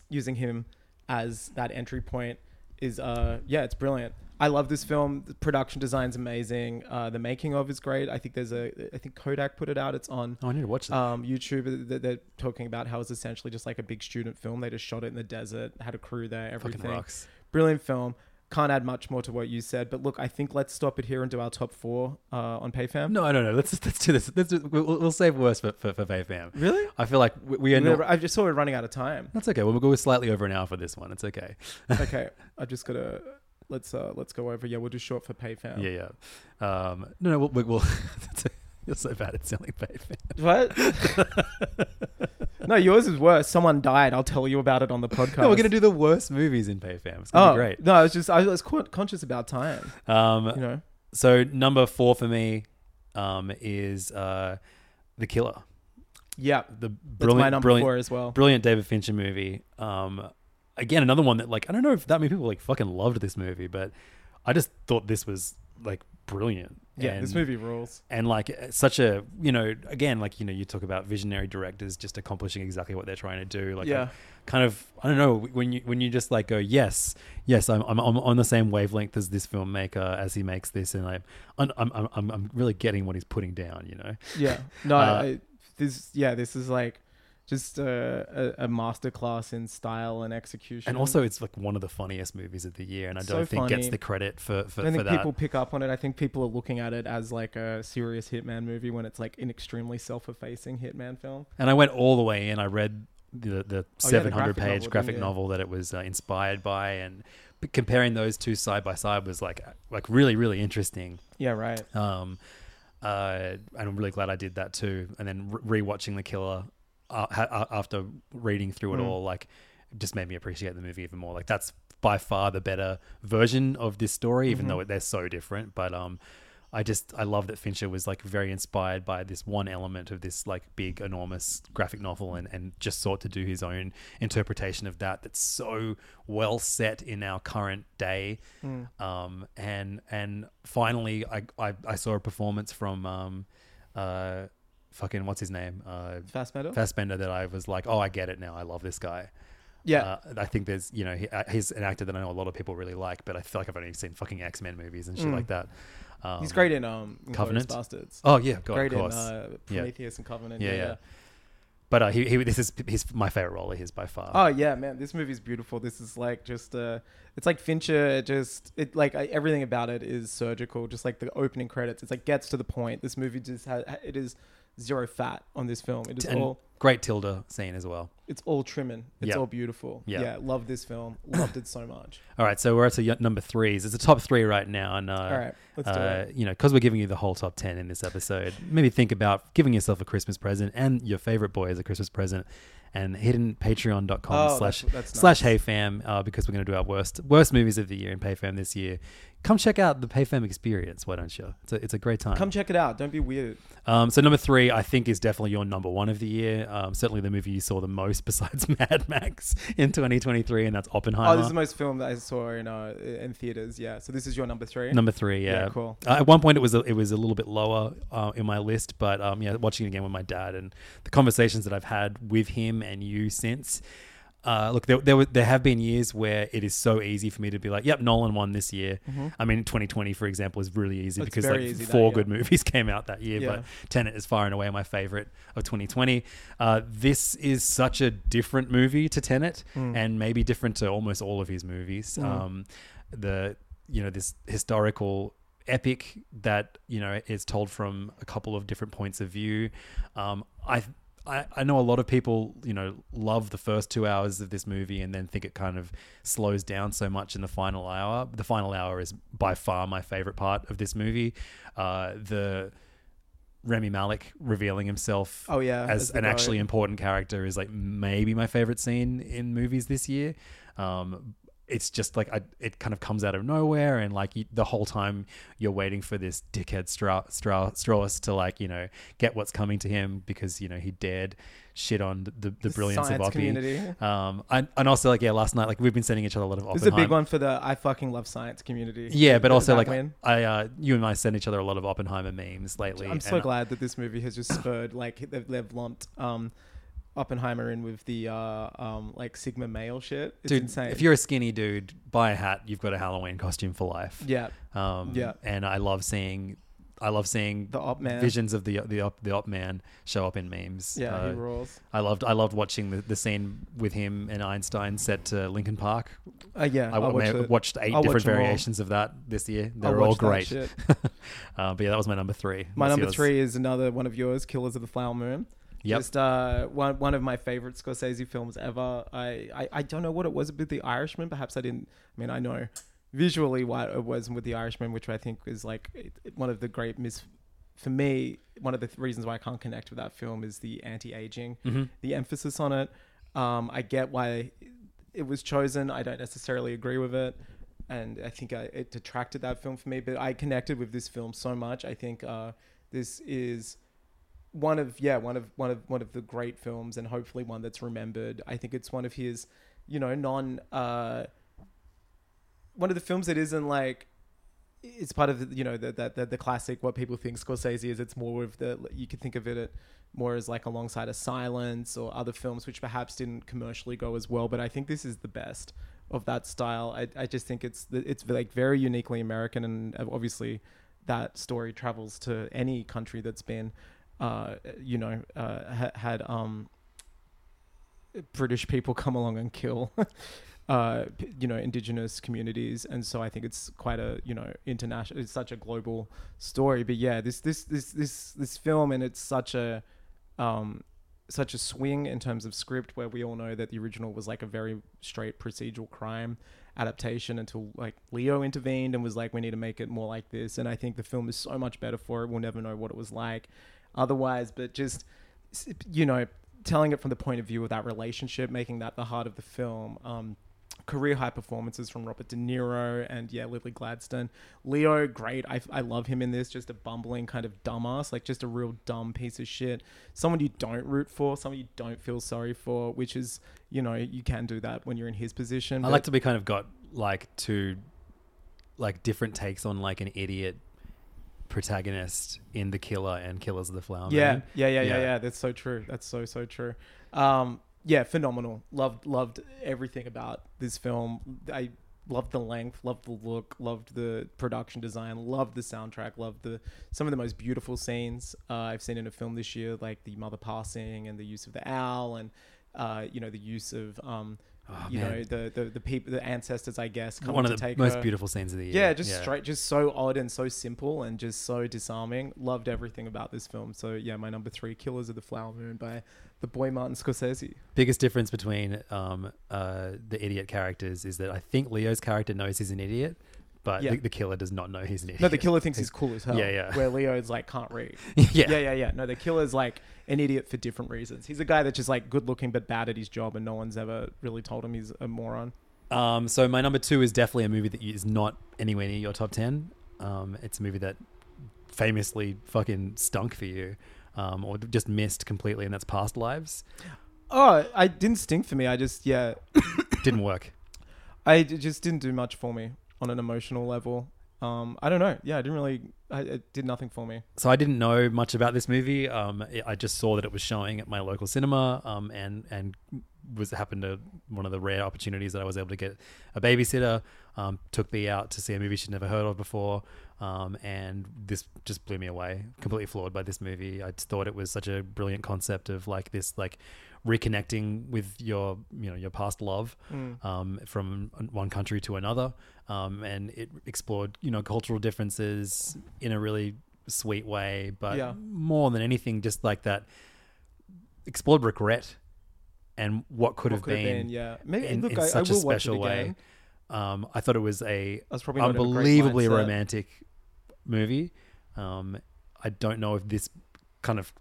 Speaker 4: using him as that entry point is, uh, yeah, it's brilliant. I love this film. The production design's amazing. Uh, the making of is great. I think there's a, I think Kodak put it out. It's on
Speaker 5: Oh, I need to watch that.
Speaker 4: um, YouTube. They're, they're talking about how it's essentially just like a big student film. They just shot it in the desert, had a crew there, everything.
Speaker 5: rocks.
Speaker 4: Brilliant film. Can't add much more to what you said, but look, I think let's stop it here and do our top four uh, on PayFam.
Speaker 5: no, no, no. Let's let's do this. Let's do, we'll, we'll save worse for for, for Fam.
Speaker 4: Really?
Speaker 5: I feel like we, we are
Speaker 4: Remember,
Speaker 5: not.
Speaker 4: I just saw we're running out of time.
Speaker 5: That's okay. We'll go slightly over an hour for this one. It's okay.
Speaker 4: okay, I just gotta let's uh let's go over. Yeah, we'll do short for PayFam.
Speaker 5: Yeah, yeah. Um, no, no. We'll. we'll, we'll that's a, you're so bad at selling Fam.
Speaker 4: What? no, yours is worse. Someone died. I'll tell you about it on the podcast.
Speaker 5: No, we're gonna do the worst movies in PayFam. It's gonna
Speaker 4: Oh,
Speaker 5: be great.
Speaker 4: No, I was just I was co- conscious about time.
Speaker 5: Um,
Speaker 4: You know.
Speaker 5: so number four for me um, is uh, the killer.
Speaker 4: Yeah.
Speaker 5: The
Speaker 4: That's
Speaker 5: brilliant,
Speaker 4: my number
Speaker 5: brilliant,
Speaker 4: four as well.
Speaker 5: brilliant David Fincher movie. Um, again, another one that like I don't know if that many people like fucking loved this movie, but I just thought this was like brilliant.
Speaker 4: Yeah, this
Speaker 5: And-
Speaker 4: movie rules.
Speaker 5: and like uh, such a you know again like you know you talk about visionary directors just accomplishing exactly what they're trying to do like
Speaker 4: Yeah.
Speaker 5: I'm kind of i don't know when you when you just like go yes yes i'm i'm, I'm on the same wavelength as this filmmaker as he makes this and i'm i'm i'm i'm, I'm really getting what he's putting down you know
Speaker 4: Yeah. No,
Speaker 5: Uh,
Speaker 4: I, this yeah, this is like just a, a, a masterclass in style and execution.
Speaker 5: and also it's like one of the funniest movies of the year and i
Speaker 4: So
Speaker 5: don't think gets
Speaker 4: funny.
Speaker 5: the credit for for,
Speaker 4: I don't
Speaker 5: for
Speaker 4: think
Speaker 5: that
Speaker 4: people pick up on it. I think people are looking at it as like a serious hitman movie when it's like an extremely self-effacing hitman film.
Speaker 5: and i went all the way in i read the, the 700
Speaker 4: Oh, graphic
Speaker 5: page
Speaker 4: novel, didn't
Speaker 5: graphic
Speaker 4: you?
Speaker 5: novel that it was uh, inspired by and p- comparing those two side by side was like like really really interesting
Speaker 4: Yeah, right.
Speaker 5: Um, uh, and I'm really glad I did that too. And then re- rewatching The Killer uh, ha- uh, after reading through it
Speaker 4: Hmm.
Speaker 5: all, like, just made me appreciate the movie even more. Like, that's by far the better version of this story, even
Speaker 4: Mm-hmm.
Speaker 5: though they're so different. But um, I just I love that Fincher was like very inspired by this one element of this like big enormous graphic novel and and just sought to do his own interpretation of that that's so well set in our current day
Speaker 4: Hmm.
Speaker 5: um and and finally I, I I saw a performance from um uh fucking what's his name uh
Speaker 4: Fastbender?
Speaker 5: Fassbender that I was like oh I get it now I love this guy
Speaker 4: yeah.
Speaker 5: uh, I think there's, you know, he, uh, he's an actor that I know a lot of people really like, but I feel like I've only seen fucking X Men movies and shit like that. Um,
Speaker 4: Hmm. He's great in um Inglourious
Speaker 5: Covenant?
Speaker 4: Bastards.
Speaker 5: Oh yeah, God,
Speaker 4: great
Speaker 5: of
Speaker 4: in
Speaker 5: course.
Speaker 4: uh,
Speaker 5: Yeah.
Speaker 4: Prometheus and Covenant.
Speaker 5: Yeah, yeah. But uh, he, he, this is his my favorite role of his by far.
Speaker 4: Oh yeah, man, this movie's beautiful. This is like just uh it's like Fincher just it like I, everything about it is surgical. Just like the opening credits, it's like gets to the point. This movie just has it is zero fat on this film. It is
Speaker 5: and
Speaker 4: all
Speaker 5: great Tilda scene as well.
Speaker 4: it's all trimming. It's
Speaker 5: Yeah.
Speaker 4: all beautiful.
Speaker 5: Yeah.
Speaker 4: yeah, love this film. Loved it so much.
Speaker 5: All right, so we're at to y- number threes. It's a top three right now, and uh,
Speaker 4: right, let's do
Speaker 5: uh, you know, because we're giving you the whole top ten in this episode, maybe think about giving yourself a Christmas present and your favorite boy as a Christmas present, and hidden
Speaker 4: Oh,
Speaker 5: patreon.com
Speaker 4: that's-
Speaker 5: slash
Speaker 4: that's
Speaker 5: slash
Speaker 4: nice.
Speaker 5: heyfam uh, because we're going to do our worst worst movies of the year in payfam this year. Come check out the payfam experience. Why don't you? It's a, it's a great time.
Speaker 4: Come check it out. Don't be weird.
Speaker 5: Um, so number three, I think, is definitely your number one of the year. Um, certainly the movie you saw the most besides Mad Max in 2023, and that's
Speaker 4: Oh,
Speaker 5: Oppenheimer.
Speaker 4: this is the most film that I saw in uh, in theaters. Yeah, so this is your number three.
Speaker 5: Number three, yeah.
Speaker 4: Yeah, cool.
Speaker 5: Uh, at one point, it was a, it was a little bit lower uh, in my list, but um, yeah, watching it again with my dad and the conversations that I've had with him and you since. Uh, look, there, there were there have been years where it is so easy for me to be like, "Yep, Nolan won this year."
Speaker 4: Mm-hmm.
Speaker 5: I mean, 2020, for example, is really easy
Speaker 4: It's
Speaker 5: because like
Speaker 4: very easy that
Speaker 5: four
Speaker 4: year.
Speaker 5: good movies came out that year,
Speaker 4: Yeah.
Speaker 5: but Tenet is far and away my favorite of 2020. Uh, this is such a different movie to Tenet,
Speaker 4: Mm.
Speaker 5: and maybe different to almost all of his movies. Um, the you know this historical epic that you know is told from a couple of different points of view. Um, I, I I know a lot of people you know love the first two hours of this movie and then think it kind of slows down so much in the final hour. The final hour is by far my favorite part of this movie. Uh, the Remy Malik revealing himself
Speaker 4: Oh, yeah,
Speaker 5: as,
Speaker 4: as the
Speaker 5: an
Speaker 4: guy.
Speaker 5: actually important character is like maybe my favorite scene in movies this year. Um, it's just like I, it kind of comes out of nowhere, and like you, the whole time you're waiting for this dickhead Stra- Stra- Strauss to like you know get what's coming to him because you know he dared shit on the, the, brilliance
Speaker 4: science
Speaker 5: of Oppie.
Speaker 4: community.
Speaker 5: Um, and, and also like yeah, last night like we've been sending each other a lot of Oppenheimer.
Speaker 4: This is a big one for the I fucking love science community.
Speaker 5: Yeah, but
Speaker 4: That-
Speaker 5: also
Speaker 4: that
Speaker 5: like
Speaker 4: win.
Speaker 5: I, uh, you and I send each other a lot of Oppenheimer memes lately.
Speaker 4: I'm so
Speaker 5: and
Speaker 4: glad that this movie has just spurred like they've, they've lumped um, Oppenheimer in with the uh, um, like Sigma male shit. It's
Speaker 5: dude,
Speaker 4: insane.
Speaker 5: if you're a skinny dude, buy a hat. You've got a Halloween costume for life.
Speaker 4: yeah,
Speaker 5: Um,
Speaker 4: Yeah.
Speaker 5: And I love seeing, I love seeing
Speaker 4: The op man.
Speaker 5: visions of the the op, the op man show up in memes.
Speaker 4: yeah,
Speaker 5: Uh,
Speaker 4: he rules.
Speaker 5: I loved I loved watching the, the scene with him and Einstein set to Lincoln Park.
Speaker 4: Uh, yeah,
Speaker 5: I,
Speaker 4: I'll
Speaker 5: may
Speaker 4: watch
Speaker 5: have
Speaker 4: it.
Speaker 5: watched 8
Speaker 4: I'll
Speaker 5: different
Speaker 4: watch 'em all.
Speaker 5: variations of that this year.
Speaker 4: I'll
Speaker 5: They're all
Speaker 4: watch that
Speaker 5: great.
Speaker 4: shit.
Speaker 5: uh, but yeah, that was my number three.
Speaker 4: My
Speaker 5: What's
Speaker 4: number
Speaker 5: yours?
Speaker 4: three is another one of yours, Killers of the Flower Moon.
Speaker 5: Yep.
Speaker 4: Just uh, one one of my favorite Scorsese films ever. I, I, I don't know what it was about The Irishman. Perhaps I didn't. I mean, I know visually why it was with The Irishman, which I think is like it- it- one of the great mis. For me, one of the th- reasons why I can't connect with that film is the anti-aging,
Speaker 5: Mm-hmm.
Speaker 4: the emphasis on it. Um, I get why it was chosen. I don't necessarily agree with it, and I think I, it detracted that film for me. But I connected with this film so much. I think uh, this is one of yeah one of one of one of the great films and hopefully one that's remembered i think it's one of his you know non uh one of the films that isn't like it's part of the, you know the, the, the the classic what people think Scorsese is. It's more of the you could think of it at, more as like alongside a Silence or other films which perhaps didn't commercially go as well. But I think this is the best of that style. I, I just think it's it's like very uniquely American and obviously that story travels to any country that's been uh, you know uh, ha- had um, British people come along and kill, uh, p- you know, indigenous communities, and so I think it's quite a you know international. It's such a global story, but yeah, this this this this this film, and it's such a um, such a swing in terms of script, where we all know that the original was like a very straight procedural crime adaptation until like Leo intervened and was like, we need to make it more like this, and I think the film is so much better for it. We'll never know what it was like otherwise, but just s- you know telling it from the point of view of that relationship, making that the heart of the film. Um, career high performances from Robert De Niro and yeah, Lily Gladstone. Leo, great. I, I love him in this. Just a bumbling kind of dumbass, like just a real dumb piece of shit. Someone you don't root for, someone you don't feel sorry for, which is, you know, you can do that when you're in his position.
Speaker 5: I
Speaker 4: but-
Speaker 5: like to be kind of got like two like different takes on like an idiot protagonist in The Killer and Killers of the Flower
Speaker 4: Yeah,
Speaker 5: Moon.
Speaker 4: yeah, yeah, yeah, yeah. That's so true. That's so so true. Um, yeah, phenomenal. Loved loved everything about this film. I loved the length, loved the look, loved the production design, loved the soundtrack, loved the some of the most beautiful scenes uh, I've seen in a film this year, like the mother passing and the use of the owl and uh, you know the use of um, you
Speaker 5: Oh, man.
Speaker 4: know the the the people the ancestors I guess coming
Speaker 5: One
Speaker 4: to
Speaker 5: of the
Speaker 4: take
Speaker 5: most
Speaker 4: her.
Speaker 5: beautiful scenes of the year.
Speaker 4: Yeah, just straight, just so odd and so simple and just so disarming. Loved everything about this film. So yeah, my number three, Killers of the Flower Moon by the boy Martin Scorsese.
Speaker 5: Biggest difference between um, uh, the idiot characters is that I think Leo's character knows he's an idiot, but
Speaker 4: Yeah.
Speaker 5: the, the killer does not know he's an idiot.
Speaker 4: No, the killer thinks he's cool as hell.
Speaker 5: Yeah, yeah.
Speaker 4: Where Leo's like can't read.
Speaker 5: yeah.
Speaker 4: yeah, yeah, yeah. No, the killer's like an idiot for different reasons. He's a guy that's just like good looking but bad at his job, and no one's ever really told him he's a moron.
Speaker 5: Um, so my number two is definitely a movie that is not anywhere near your top ten. Um, it's a movie that famously fucking stunk for you, um, or just missed completely, and that's Past Lives.
Speaker 4: Oh, I didn't stink for me. I just yeah,
Speaker 5: Didn't work.
Speaker 4: I d- just didn't do much for me on an emotional level. Um, I don't know. Yeah, I didn't really. I, it did nothing for me.
Speaker 5: So I didn't know much about this movie. Um, I- I just saw that it was showing at my local cinema, um, and and was happened to one of the rare opportunities that I was able to get a babysitter. Um, took me out to see a movie she'd never heard of before, um, and this just blew me away. Completely floored by this movie. I just thought it was such a brilliant concept of like this like reconnecting with your you know your past love um, from one country to another, um, and it explored you know cultural differences in a really sweet way, but
Speaker 4: Yeah.
Speaker 5: more than anything, just like that explored regret and what could, have,
Speaker 4: could have
Speaker 5: been
Speaker 4: been, yeah. Maybe-
Speaker 5: in,
Speaker 4: look,
Speaker 5: in
Speaker 4: I- I
Speaker 5: such a
Speaker 4: will watch it
Speaker 5: special way.
Speaker 4: again.
Speaker 5: Um, I thought it was a
Speaker 4: That's probably not in a great
Speaker 5: unbelievably
Speaker 4: mindset.
Speaker 5: romantic movie. Um, I don't know if this kind of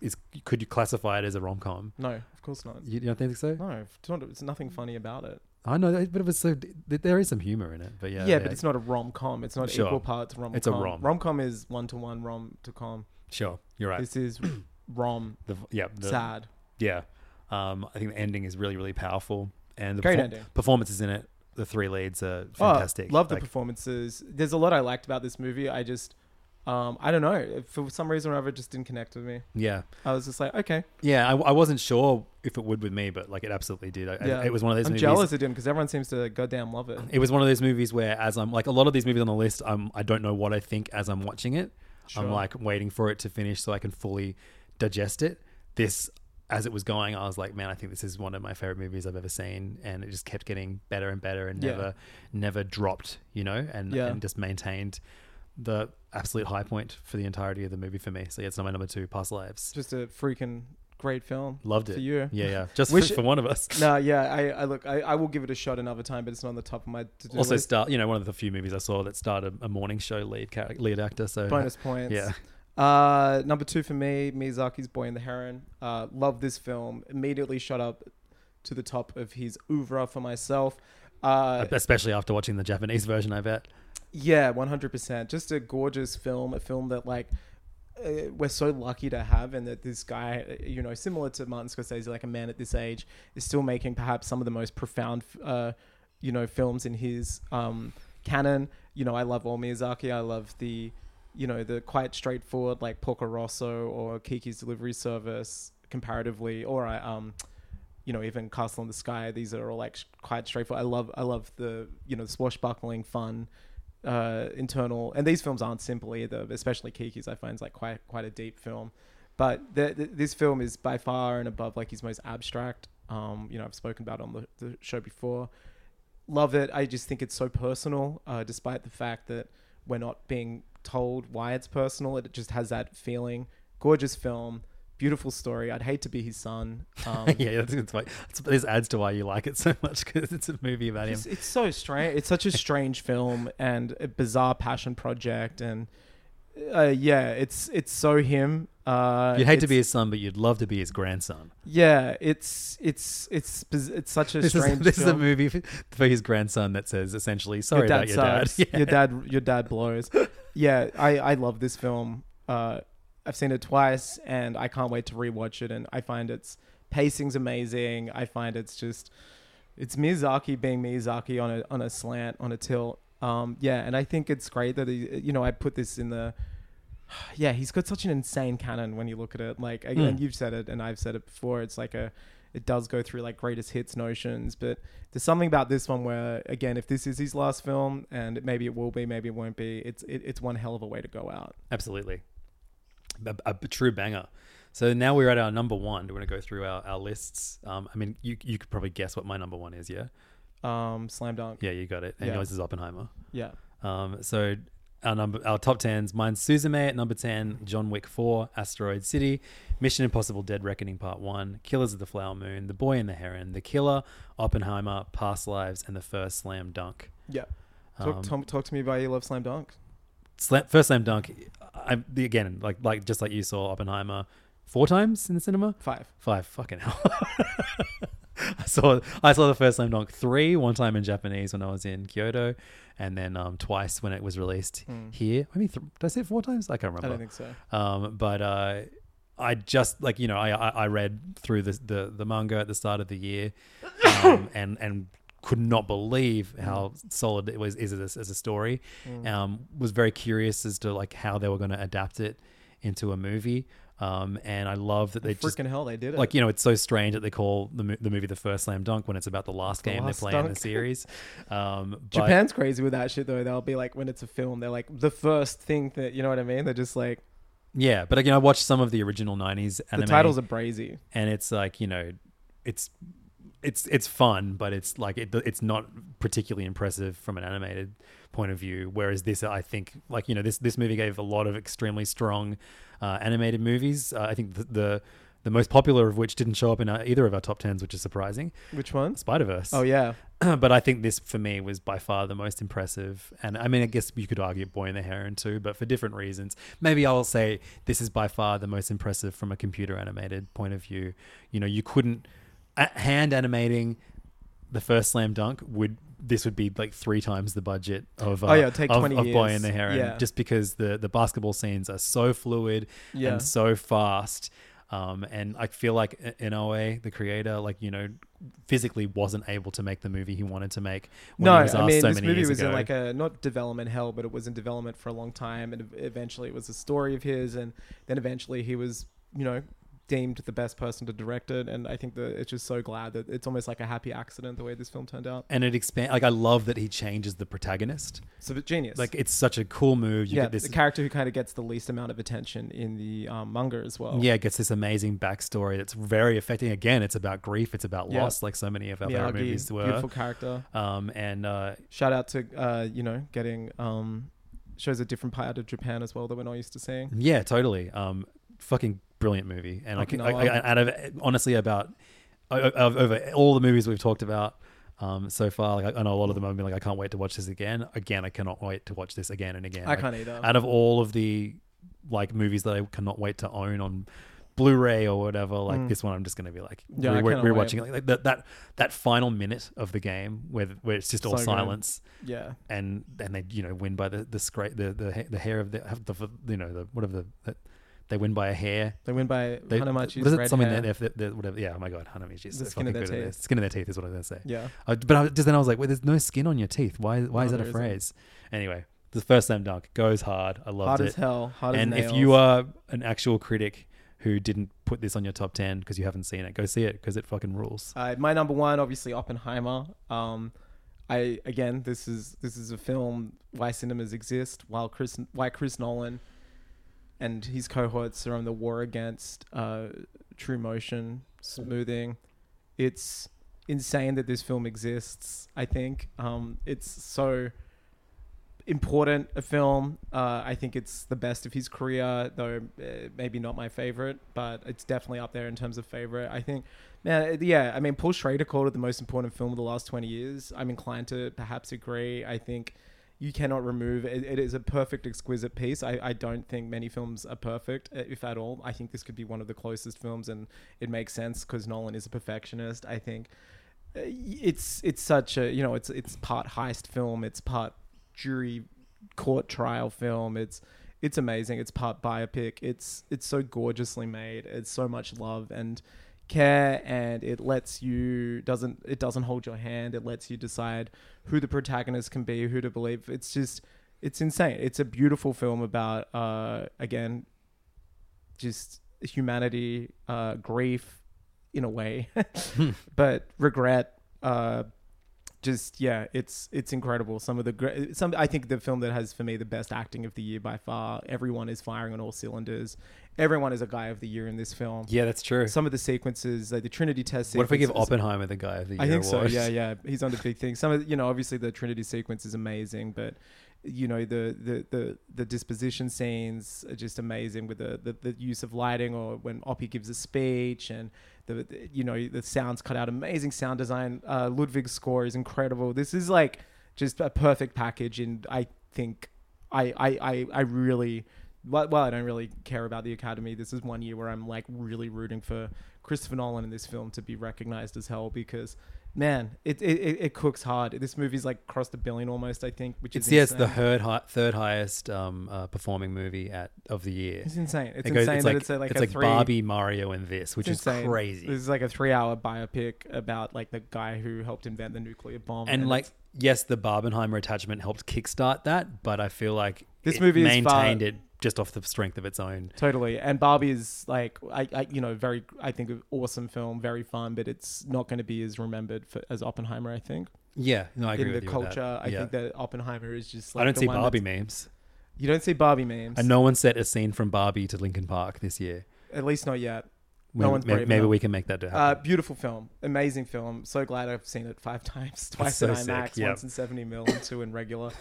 Speaker 5: is could you classify it as a rom com?
Speaker 4: No, of course not.
Speaker 5: You, you don't think so?
Speaker 4: No, it's not. It's nothing funny about it.
Speaker 5: I know, but it was so there is some humor in it, but yeah,
Speaker 4: Yeah, but it's not a rom com. It's not
Speaker 5: Sure.
Speaker 4: equal parts rom com.
Speaker 5: It's a rom.
Speaker 4: Rom com is one to one rom to com.
Speaker 5: sure. You're right.
Speaker 4: This is rom
Speaker 5: The, yeah, the,
Speaker 4: sad.
Speaker 5: Yeah. Um, I think the ending is really, really powerful. And the
Speaker 4: Great
Speaker 5: perfor-
Speaker 4: ending.
Speaker 5: performances in it, the three leads are
Speaker 4: Oh,
Speaker 5: fantastic.
Speaker 4: love the
Speaker 5: Like,
Speaker 4: performances. There's a lot I liked about this movie. I just, um, I don't know. For some reason or other, it just didn't connect with me.
Speaker 5: Yeah.
Speaker 4: I was just like, okay,
Speaker 5: Yeah. I, I wasn't sure if it would with me, but like it absolutely did. I,
Speaker 4: yeah.
Speaker 5: it was one of those
Speaker 4: I'm
Speaker 5: movies.
Speaker 4: jealous it didn't because everyone seems to goddamn love it.
Speaker 5: It was one of those movies where, as I'm like a lot of these movies on the list, I'm I don't know what I think as I'm watching it. I'm like waiting for it to finish so I can fully digest it. This, as it was going, I was like, man, I think this is one of my favorite movies I've ever seen, and it just kept getting better and better, and
Speaker 4: Yeah.
Speaker 5: never, never dropped, you know, and
Speaker 4: Yeah.
Speaker 5: and just maintained the absolute high point for the entirety of the movie for me. So yeah, it's not my number two, Past Lives.
Speaker 4: Just a freaking great film.
Speaker 5: Loved it.
Speaker 4: for you.
Speaker 5: Yeah, yeah. Just
Speaker 4: Wish-
Speaker 5: for, for one of us.
Speaker 4: No, yeah, I, I look, I, I will give it a shot another time, but it's not on the top of my to-do
Speaker 5: Also,
Speaker 4: list.
Speaker 5: start you know one of the few movies I saw that started a morning show lead char- lead actor. So
Speaker 4: Bonus points.
Speaker 5: Yeah.
Speaker 4: Uh, number two for me, Miyazaki's Boy and the Heron. Uh, love this film. Immediately shot up to the top of his oeuvre for myself. Uh,
Speaker 5: especially after watching the Japanese version, I bet.
Speaker 4: Yeah, one hundred percent. Just a gorgeous film, a film that like uh, we're so lucky to have, and that this guy, uh, you know, similar to Martin Scorsese, like a man at this age, is still making perhaps some of the most profound, uh, you know, films in his um, canon. You know, I love all Miyazaki. I love the, you know, the quite straightforward like Porco Rosso or Kiki's Delivery Service comparatively, or I um you know, even Castle in the Sky. These are all like sh- quite straightforward. I love, I love the you know swashbuckling fun, uh, internal. And these films aren't simple either. but Especially Kiki's, I find is like quite quite a deep film. But th th this film is by far and above like his most abstract. Um, you know, I've spoken about it on the, the show before. Love it. I just think it's so personal, uh, despite the fact that we're not being told why it's personal. It just has that feeling. Gorgeous film, beautiful story. I'd hate to be his son. Um,
Speaker 5: yeah, that's, that's why, that's, this adds to why you like it so much because it's a movie about him.
Speaker 4: It's, it's so strange. It's such a strange film and a bizarre passion project, and uh, yeah, it's it's so him. Uh,
Speaker 5: You'd hate to
Speaker 4: it's-
Speaker 5: be his son, but you'd love to be his grandson.
Speaker 4: Yeah, it's it's it's biz- it's such a
Speaker 5: This is
Speaker 4: strange.
Speaker 5: this is a
Speaker 4: film.
Speaker 5: movie for, for his grandson that says essentially, "Sorry
Speaker 4: Your
Speaker 5: about
Speaker 4: dad
Speaker 5: your
Speaker 4: sucks.
Speaker 5: dad." Yeah.
Speaker 4: Your dad your dad blows. yeah, I I love this film. Uh, I've seen it twice, and I can't wait to rewatch it. And I find its pacing's amazing. I find it's just it's Miyazaki being Miyazaki on a on a slant on a tilt. Um, yeah, and I think it's great that he, you know I put this in the. Yeah, he's got such an insane canon when you look at it. Like, again,
Speaker 5: Hmm.
Speaker 4: you've said it, and I've said it before. It's like a, it does go through like greatest hits notions, but there's something about this one where, again, if this is his last film, and it- maybe it will be, maybe it won't be. It's it, it's one hell of a way to go out.
Speaker 5: Absolutely, a, a b- true banger. So now we're at our number one. Do we want to go through our, our lists? Um, I mean, you you could probably guess what my number one is. Yeah,
Speaker 4: Um, slam dunk.
Speaker 5: yeah, you got it. And
Speaker 4: Yeah.
Speaker 5: yours is Oppenheimer.
Speaker 4: Yeah.
Speaker 5: Um, so our number, our top tens, mine's Suzume at number ten, John Wick four, Asteroid City, Mission Impossible: Dead Reckoning Part One, Killers of the Flower Moon, The Boy and the Heron, The Killer, Oppenheimer, Past Lives, and the first Slam Dunk.
Speaker 4: Yeah. Talk,
Speaker 5: Um,
Speaker 4: talk, talk to me about your love slam dunk.
Speaker 5: Slam, first Slam Dunk, I the- again like like just like you saw Oppenheimer four times in the cinema.
Speaker 4: Five.
Speaker 5: Five fucking hell. I saw I saw the first Slam Dunk three one time in Japanese when I was in Kyoto, and then um, twice when it was released here. Maybe th- did I say it four times? I can't remember.
Speaker 4: Hmm. I don't think so.
Speaker 5: Um, but uh, I just like you know I, I I read through the the the manga at the start of the year, um, and and could not believe
Speaker 4: Hmm.
Speaker 5: how solid it was is as, as a story. Um, was very curious as to like how they were going to adapt it into a movie. Um, and I love that they just
Speaker 4: Freaking hell, they did it.
Speaker 5: like you know it's so strange that they call the, mo- the movie the first slam dunk when it's about the last game
Speaker 4: last
Speaker 5: they're playing in
Speaker 4: dunk.
Speaker 5: the series um but
Speaker 4: Japan's crazy with that shit though. They'll be like, when it's a film, they're like the first thing that you know what I mean. They're just like,
Speaker 5: Yeah, but again, I watched some of the original '90s
Speaker 4: The
Speaker 5: anime,
Speaker 4: titles are brazy.
Speaker 5: and it's like you know, it's it's it's fun, but it's like it, it's not particularly impressive from an animated point of view. Whereas this, I think, like you know, this this movie gave a lot of extremely strong uh, animated movies. Uh, I think the, the the most popular of which didn't show up in our, either of our top tens, which is surprising.
Speaker 4: Which ones?
Speaker 5: Spider Verse.
Speaker 4: Oh yeah.
Speaker 5: but I think this for me was by far the most impressive. And I mean, I guess you could argue Boy and the Heron too, but for different reasons. Maybe I'll say this is by far the most impressive from a computer animated point of view. You know, you couldn't a- hand animating the first slam dunk would this would be like three times the budget of uh,
Speaker 4: Oh, yeah, it'd take
Speaker 5: of,
Speaker 4: 20
Speaker 5: of Boy
Speaker 4: years.
Speaker 5: and the Heron
Speaker 4: Yeah.
Speaker 5: just because the the basketball scenes are so fluid
Speaker 4: Yeah.
Speaker 5: and so fast. Um, and I feel like i- in a way, the creator, like you know, physically wasn't able to make the movie he wanted to make. When
Speaker 4: no,
Speaker 5: he was
Speaker 4: I
Speaker 5: asked
Speaker 4: mean
Speaker 5: so
Speaker 4: this
Speaker 5: many
Speaker 4: movie
Speaker 5: years
Speaker 4: was
Speaker 5: ago.
Speaker 4: in like a not development hell, but it was in development for a long time, and ev- eventually it was a story of his, and then eventually he was, you know, deemed the best person to direct it, and I think that it's just so glad that it's almost like a happy accident the way this film turned out.
Speaker 5: and it expand like I love that he changes the protagonist.
Speaker 4: So but genius,
Speaker 5: Like it's such a cool move. You
Speaker 4: yeah,
Speaker 5: get this
Speaker 4: the character who kind of gets the least amount of attention in the um, manga as well.
Speaker 5: yeah, it gets this amazing backstory that's very affecting. Again, it's about grief, it's about
Speaker 4: Yeah.
Speaker 5: loss, like so many of our favorite movies
Speaker 4: Miyagi,
Speaker 5: were.
Speaker 4: beautiful character.
Speaker 5: Um, and uh,
Speaker 4: Shout out to uh, you know getting um, shows a different part of Japan as well that we're not used to seeing.
Speaker 5: Yeah, totally. Um, fucking brilliant movie. And I, can, I,
Speaker 4: Okinawa.
Speaker 5: I, out of honestly about o- o- over all the movies we've talked about um, so far, like I know a lot of them I've been like, I can't wait to watch this again. Again, I cannot wait to watch this again and again.
Speaker 4: I
Speaker 5: Like,
Speaker 4: can't either.
Speaker 5: Out of all of the like movies that I cannot wait to own on. Blu-ray or whatever, like this one, I'm just gonna be like
Speaker 4: Mm. Yeah, I
Speaker 5: re-
Speaker 4: cannot wait.
Speaker 5: rewatching it. like that that that final minute of the game where where it's just all
Speaker 4: good.
Speaker 5: silence
Speaker 4: Yeah.
Speaker 5: and and they you know win by the the scrape the the, ha- the hair of the, have the you know the whatever the, the they win by a hair.
Speaker 4: They win by
Speaker 5: They,
Speaker 4: Hanamachi's
Speaker 5: was it
Speaker 4: red
Speaker 5: something
Speaker 4: hair.
Speaker 5: that if the, whatever? Yeah, oh my god, Hanamichi is
Speaker 4: The
Speaker 5: so
Speaker 4: skin of
Speaker 5: fucking
Speaker 4: their
Speaker 5: good at
Speaker 4: teeth.
Speaker 5: this. Skin of their teeth is what I was gonna say.
Speaker 4: Yeah.
Speaker 5: Uh, but I, just then I was like, well, there's no skin on your teeth. Why why is
Speaker 4: No,
Speaker 5: that a
Speaker 4: there isn't.
Speaker 5: phrase? Anyway, the first slam dunk goes hard. I loved
Speaker 4: Hard
Speaker 5: it.
Speaker 4: as hell. Hard
Speaker 5: and
Speaker 4: as nails.
Speaker 5: if you are an actual critic who didn't put this on your top ten because you haven't seen it, go see it because it fucking rules.
Speaker 4: Uh, my number one, obviously Oppenheimer. Um, I again, this is this is a film why cinemas exist. While Chris, why Chris Nolan and his cohorts are on the war against uh, true motion smoothing. It's insane that this film exists. I think um, it's so important a film. Uh, I think it's the best of his career, though uh, maybe not my favorite, but it's definitely up there in terms of favorite. I think, man, it- yeah, I mean, Paul Schrader called it the most important film of the last 20 years. I'm inclined to perhaps agree. I think you cannot remove it. It is a perfect, exquisite piece. I, I don't think many films are perfect, uh, if at all. I think this could be one of the closest films, and it makes sense because Nolan is a perfectionist. I think uh, it's it's such a you know it's it's part heist film it's part jury court trial film it's it's amazing it's part biopic it's it's so gorgeously made it's so much love and care and it lets you doesn't it doesn't hold your hand it lets you decide who the protagonist can be who to believe it's just it's insane it's a beautiful film about uh again just humanity, uh, grief in a way, but regret, uh, just yeah, it's it's incredible. Some of the gre- some I think the film that has for me the best acting of the year by far. Everyone is firing on all cylinders. Everyone is a guy of the year in this film.
Speaker 5: Yeah, that's true.
Speaker 4: Some of the sequences, like the Trinity test.
Speaker 5: what if we give
Speaker 4: sequences-
Speaker 5: Oppenheimer the guy of the year?
Speaker 4: I think so.
Speaker 5: award?
Speaker 4: Yeah, yeah. He's on the big thing. Some of the- you know, obviously the Trinity sequence is amazing, but you know the the the, the disposition scenes are just amazing with the, the the use of lighting or when Oppie gives a speech and the, the you know the sounds cut out. Amazing sound design. Uh, Ludwig's score is incredible. This is like just a perfect package, and I think I I I, I really. Well, well, I don't really care about the Academy. This is one year where I'm like really rooting for Christopher Nolan in this film to be recognized as hell because man, it it, it, it cooks hard. This movie's like crossed a billion almost, I think, which
Speaker 5: It's
Speaker 4: is
Speaker 5: yeah, it's the
Speaker 4: insane.
Speaker 5: third hi- third highest um, uh, performing movie at of the year.
Speaker 4: It's insane. It's
Speaker 5: It goes-
Speaker 4: insane
Speaker 5: it's
Speaker 4: that
Speaker 5: like,
Speaker 4: it's a, like
Speaker 5: it's
Speaker 4: a
Speaker 5: like
Speaker 4: three.
Speaker 5: Barbie, Mario, and this, which is
Speaker 4: it's insane.
Speaker 5: crazy.
Speaker 4: This is like a three-hour biopic about like the guy who helped invent the nuclear bomb,
Speaker 5: and like,
Speaker 4: it's-
Speaker 5: yes, the Barbenheimer attachment helped kickstart that, but I feel like
Speaker 4: This
Speaker 5: it
Speaker 4: movie is
Speaker 5: maintained
Speaker 4: far-
Speaker 5: it just off the strength of its own.
Speaker 4: totally. And Barbie is like, I, I you know, very, I think, an awesome film, very fun, but it's not going to be as remembered for, as Oppenheimer, I think,
Speaker 5: Yeah, no, I agree
Speaker 4: in the
Speaker 5: with you with that.
Speaker 4: culture. I
Speaker 5: Yeah.
Speaker 4: think that Oppenheimer is just. like
Speaker 5: I don't
Speaker 4: the
Speaker 5: see
Speaker 4: one
Speaker 5: Barbie
Speaker 4: that's-
Speaker 5: memes.
Speaker 4: You don't see Barbie memes.
Speaker 5: And no one set a scene from Barbie to Lincoln Park this year.
Speaker 4: At least not yet.
Speaker 5: We-
Speaker 4: no one's
Speaker 5: may-
Speaker 4: brave
Speaker 5: maybe
Speaker 4: enough.
Speaker 5: we can make that happen.
Speaker 4: Uh, beautiful film, amazing film. So glad I've seen it five times, twice
Speaker 5: so
Speaker 4: in
Speaker 5: sick,
Speaker 4: IMAX,
Speaker 5: yep.
Speaker 4: once in seventy mil, and two in regular.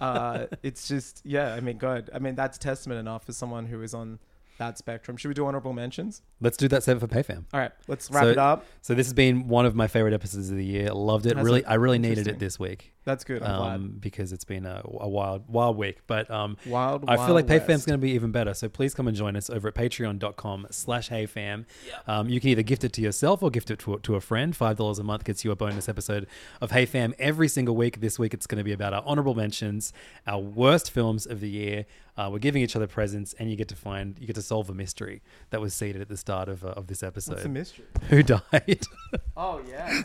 Speaker 4: uh, it's just, yeah. I mean, God, I mean, that's testament enough for someone who is on that spectrum. Should we do honorable mentions?
Speaker 5: Let's do that set for PayFam.
Speaker 4: All right, let's wrap
Speaker 5: So-
Speaker 4: it up.
Speaker 5: So this has been one of my favorite episodes of the year. Loved it.
Speaker 4: Has
Speaker 5: Really,
Speaker 4: it?
Speaker 5: I really needed it
Speaker 4: Interesting.
Speaker 5: this week
Speaker 4: That's good. I'm
Speaker 5: um, because it's been a, a wild, wild week. But um,
Speaker 4: glad. Wild.
Speaker 5: I feel like
Speaker 4: Wild
Speaker 5: PayFam's
Speaker 4: West.
Speaker 5: going to be even better. So please come and join us over at patreon.com slash heyfam. Um, you can either gift it to yourself or gift it to, to a friend. $5 a month gets you a bonus episode of Hey Fam every single week. This week it's going to be about our honorable mentions, our worst films of the year. Uh, we're giving each other presents and you get to find, you get to solve a mystery that was seated at the start of, uh, of this
Speaker 4: What's the
Speaker 5: episode.
Speaker 4: mystery?
Speaker 5: Who died?
Speaker 4: Oh yeah,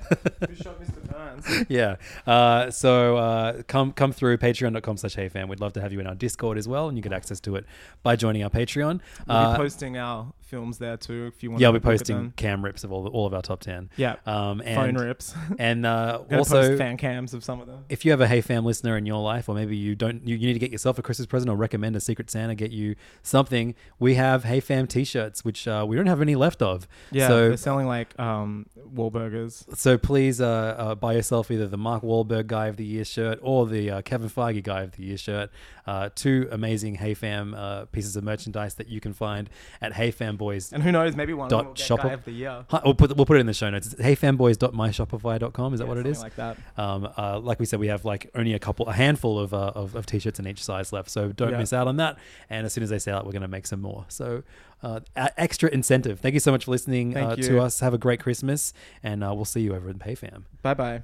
Speaker 4: who shot Mr. Burns?
Speaker 5: yeah. Uh, so uh, come come through patreon.com slash heyfam. We'd love to have you in our Discord as well and you get access to it by joining our Patreon.
Speaker 4: We'll
Speaker 5: Uh,
Speaker 4: be posting our films there too. If you want,
Speaker 5: yeah,
Speaker 4: to
Speaker 5: we'll be
Speaker 4: look at
Speaker 5: posting
Speaker 4: them.
Speaker 5: cam rips of all, all of our top 10.
Speaker 4: Yeah.
Speaker 5: Um,
Speaker 4: phone
Speaker 5: and,
Speaker 4: rips.
Speaker 5: And uh,
Speaker 4: Gonna
Speaker 5: also,
Speaker 4: post fan cams of some of them.
Speaker 5: if you have a Hey Fam listener in your life, or maybe you don't, you, you need to get yourself a Christmas present or recommend a Secret Santa get you something, we have Hey Fam t shirts, which uh, we don't have any left of.
Speaker 4: Yeah,
Speaker 5: So,
Speaker 4: they're selling like um Wahlburgers.
Speaker 5: so please uh, uh, buy yourself either the Mark Wahlberg Guy of the Year shirt or the uh, Kevin Feige Guy of the Year shirt. Uh, two amazing Hey Fam uh, pieces of merchandise that you can find at Hey Fam Boys.
Speaker 4: And who knows, maybe one of
Speaker 5: Dot
Speaker 4: them will get
Speaker 5: shopper-
Speaker 4: guy of the year.
Speaker 5: Hi- We'll put, we'll put it in the show notes. It's heyfanboys.myshopify.com. Is that what it
Speaker 4: Something
Speaker 5: is?
Speaker 4: Like that.
Speaker 5: Um, uh, like we said, we have like only a couple, a handful of, uh, of, of t-shirts in each size left. So don't
Speaker 4: Yeah.
Speaker 5: miss out on that. And as soon as they sell out, we're going to make some more. So uh, a- extra incentive. Thank you so much for listening
Speaker 4: Thank
Speaker 5: uh,
Speaker 4: you.
Speaker 5: to us. Have a great Christmas and uh, we'll see you over in PayFam.
Speaker 4: Bye bye.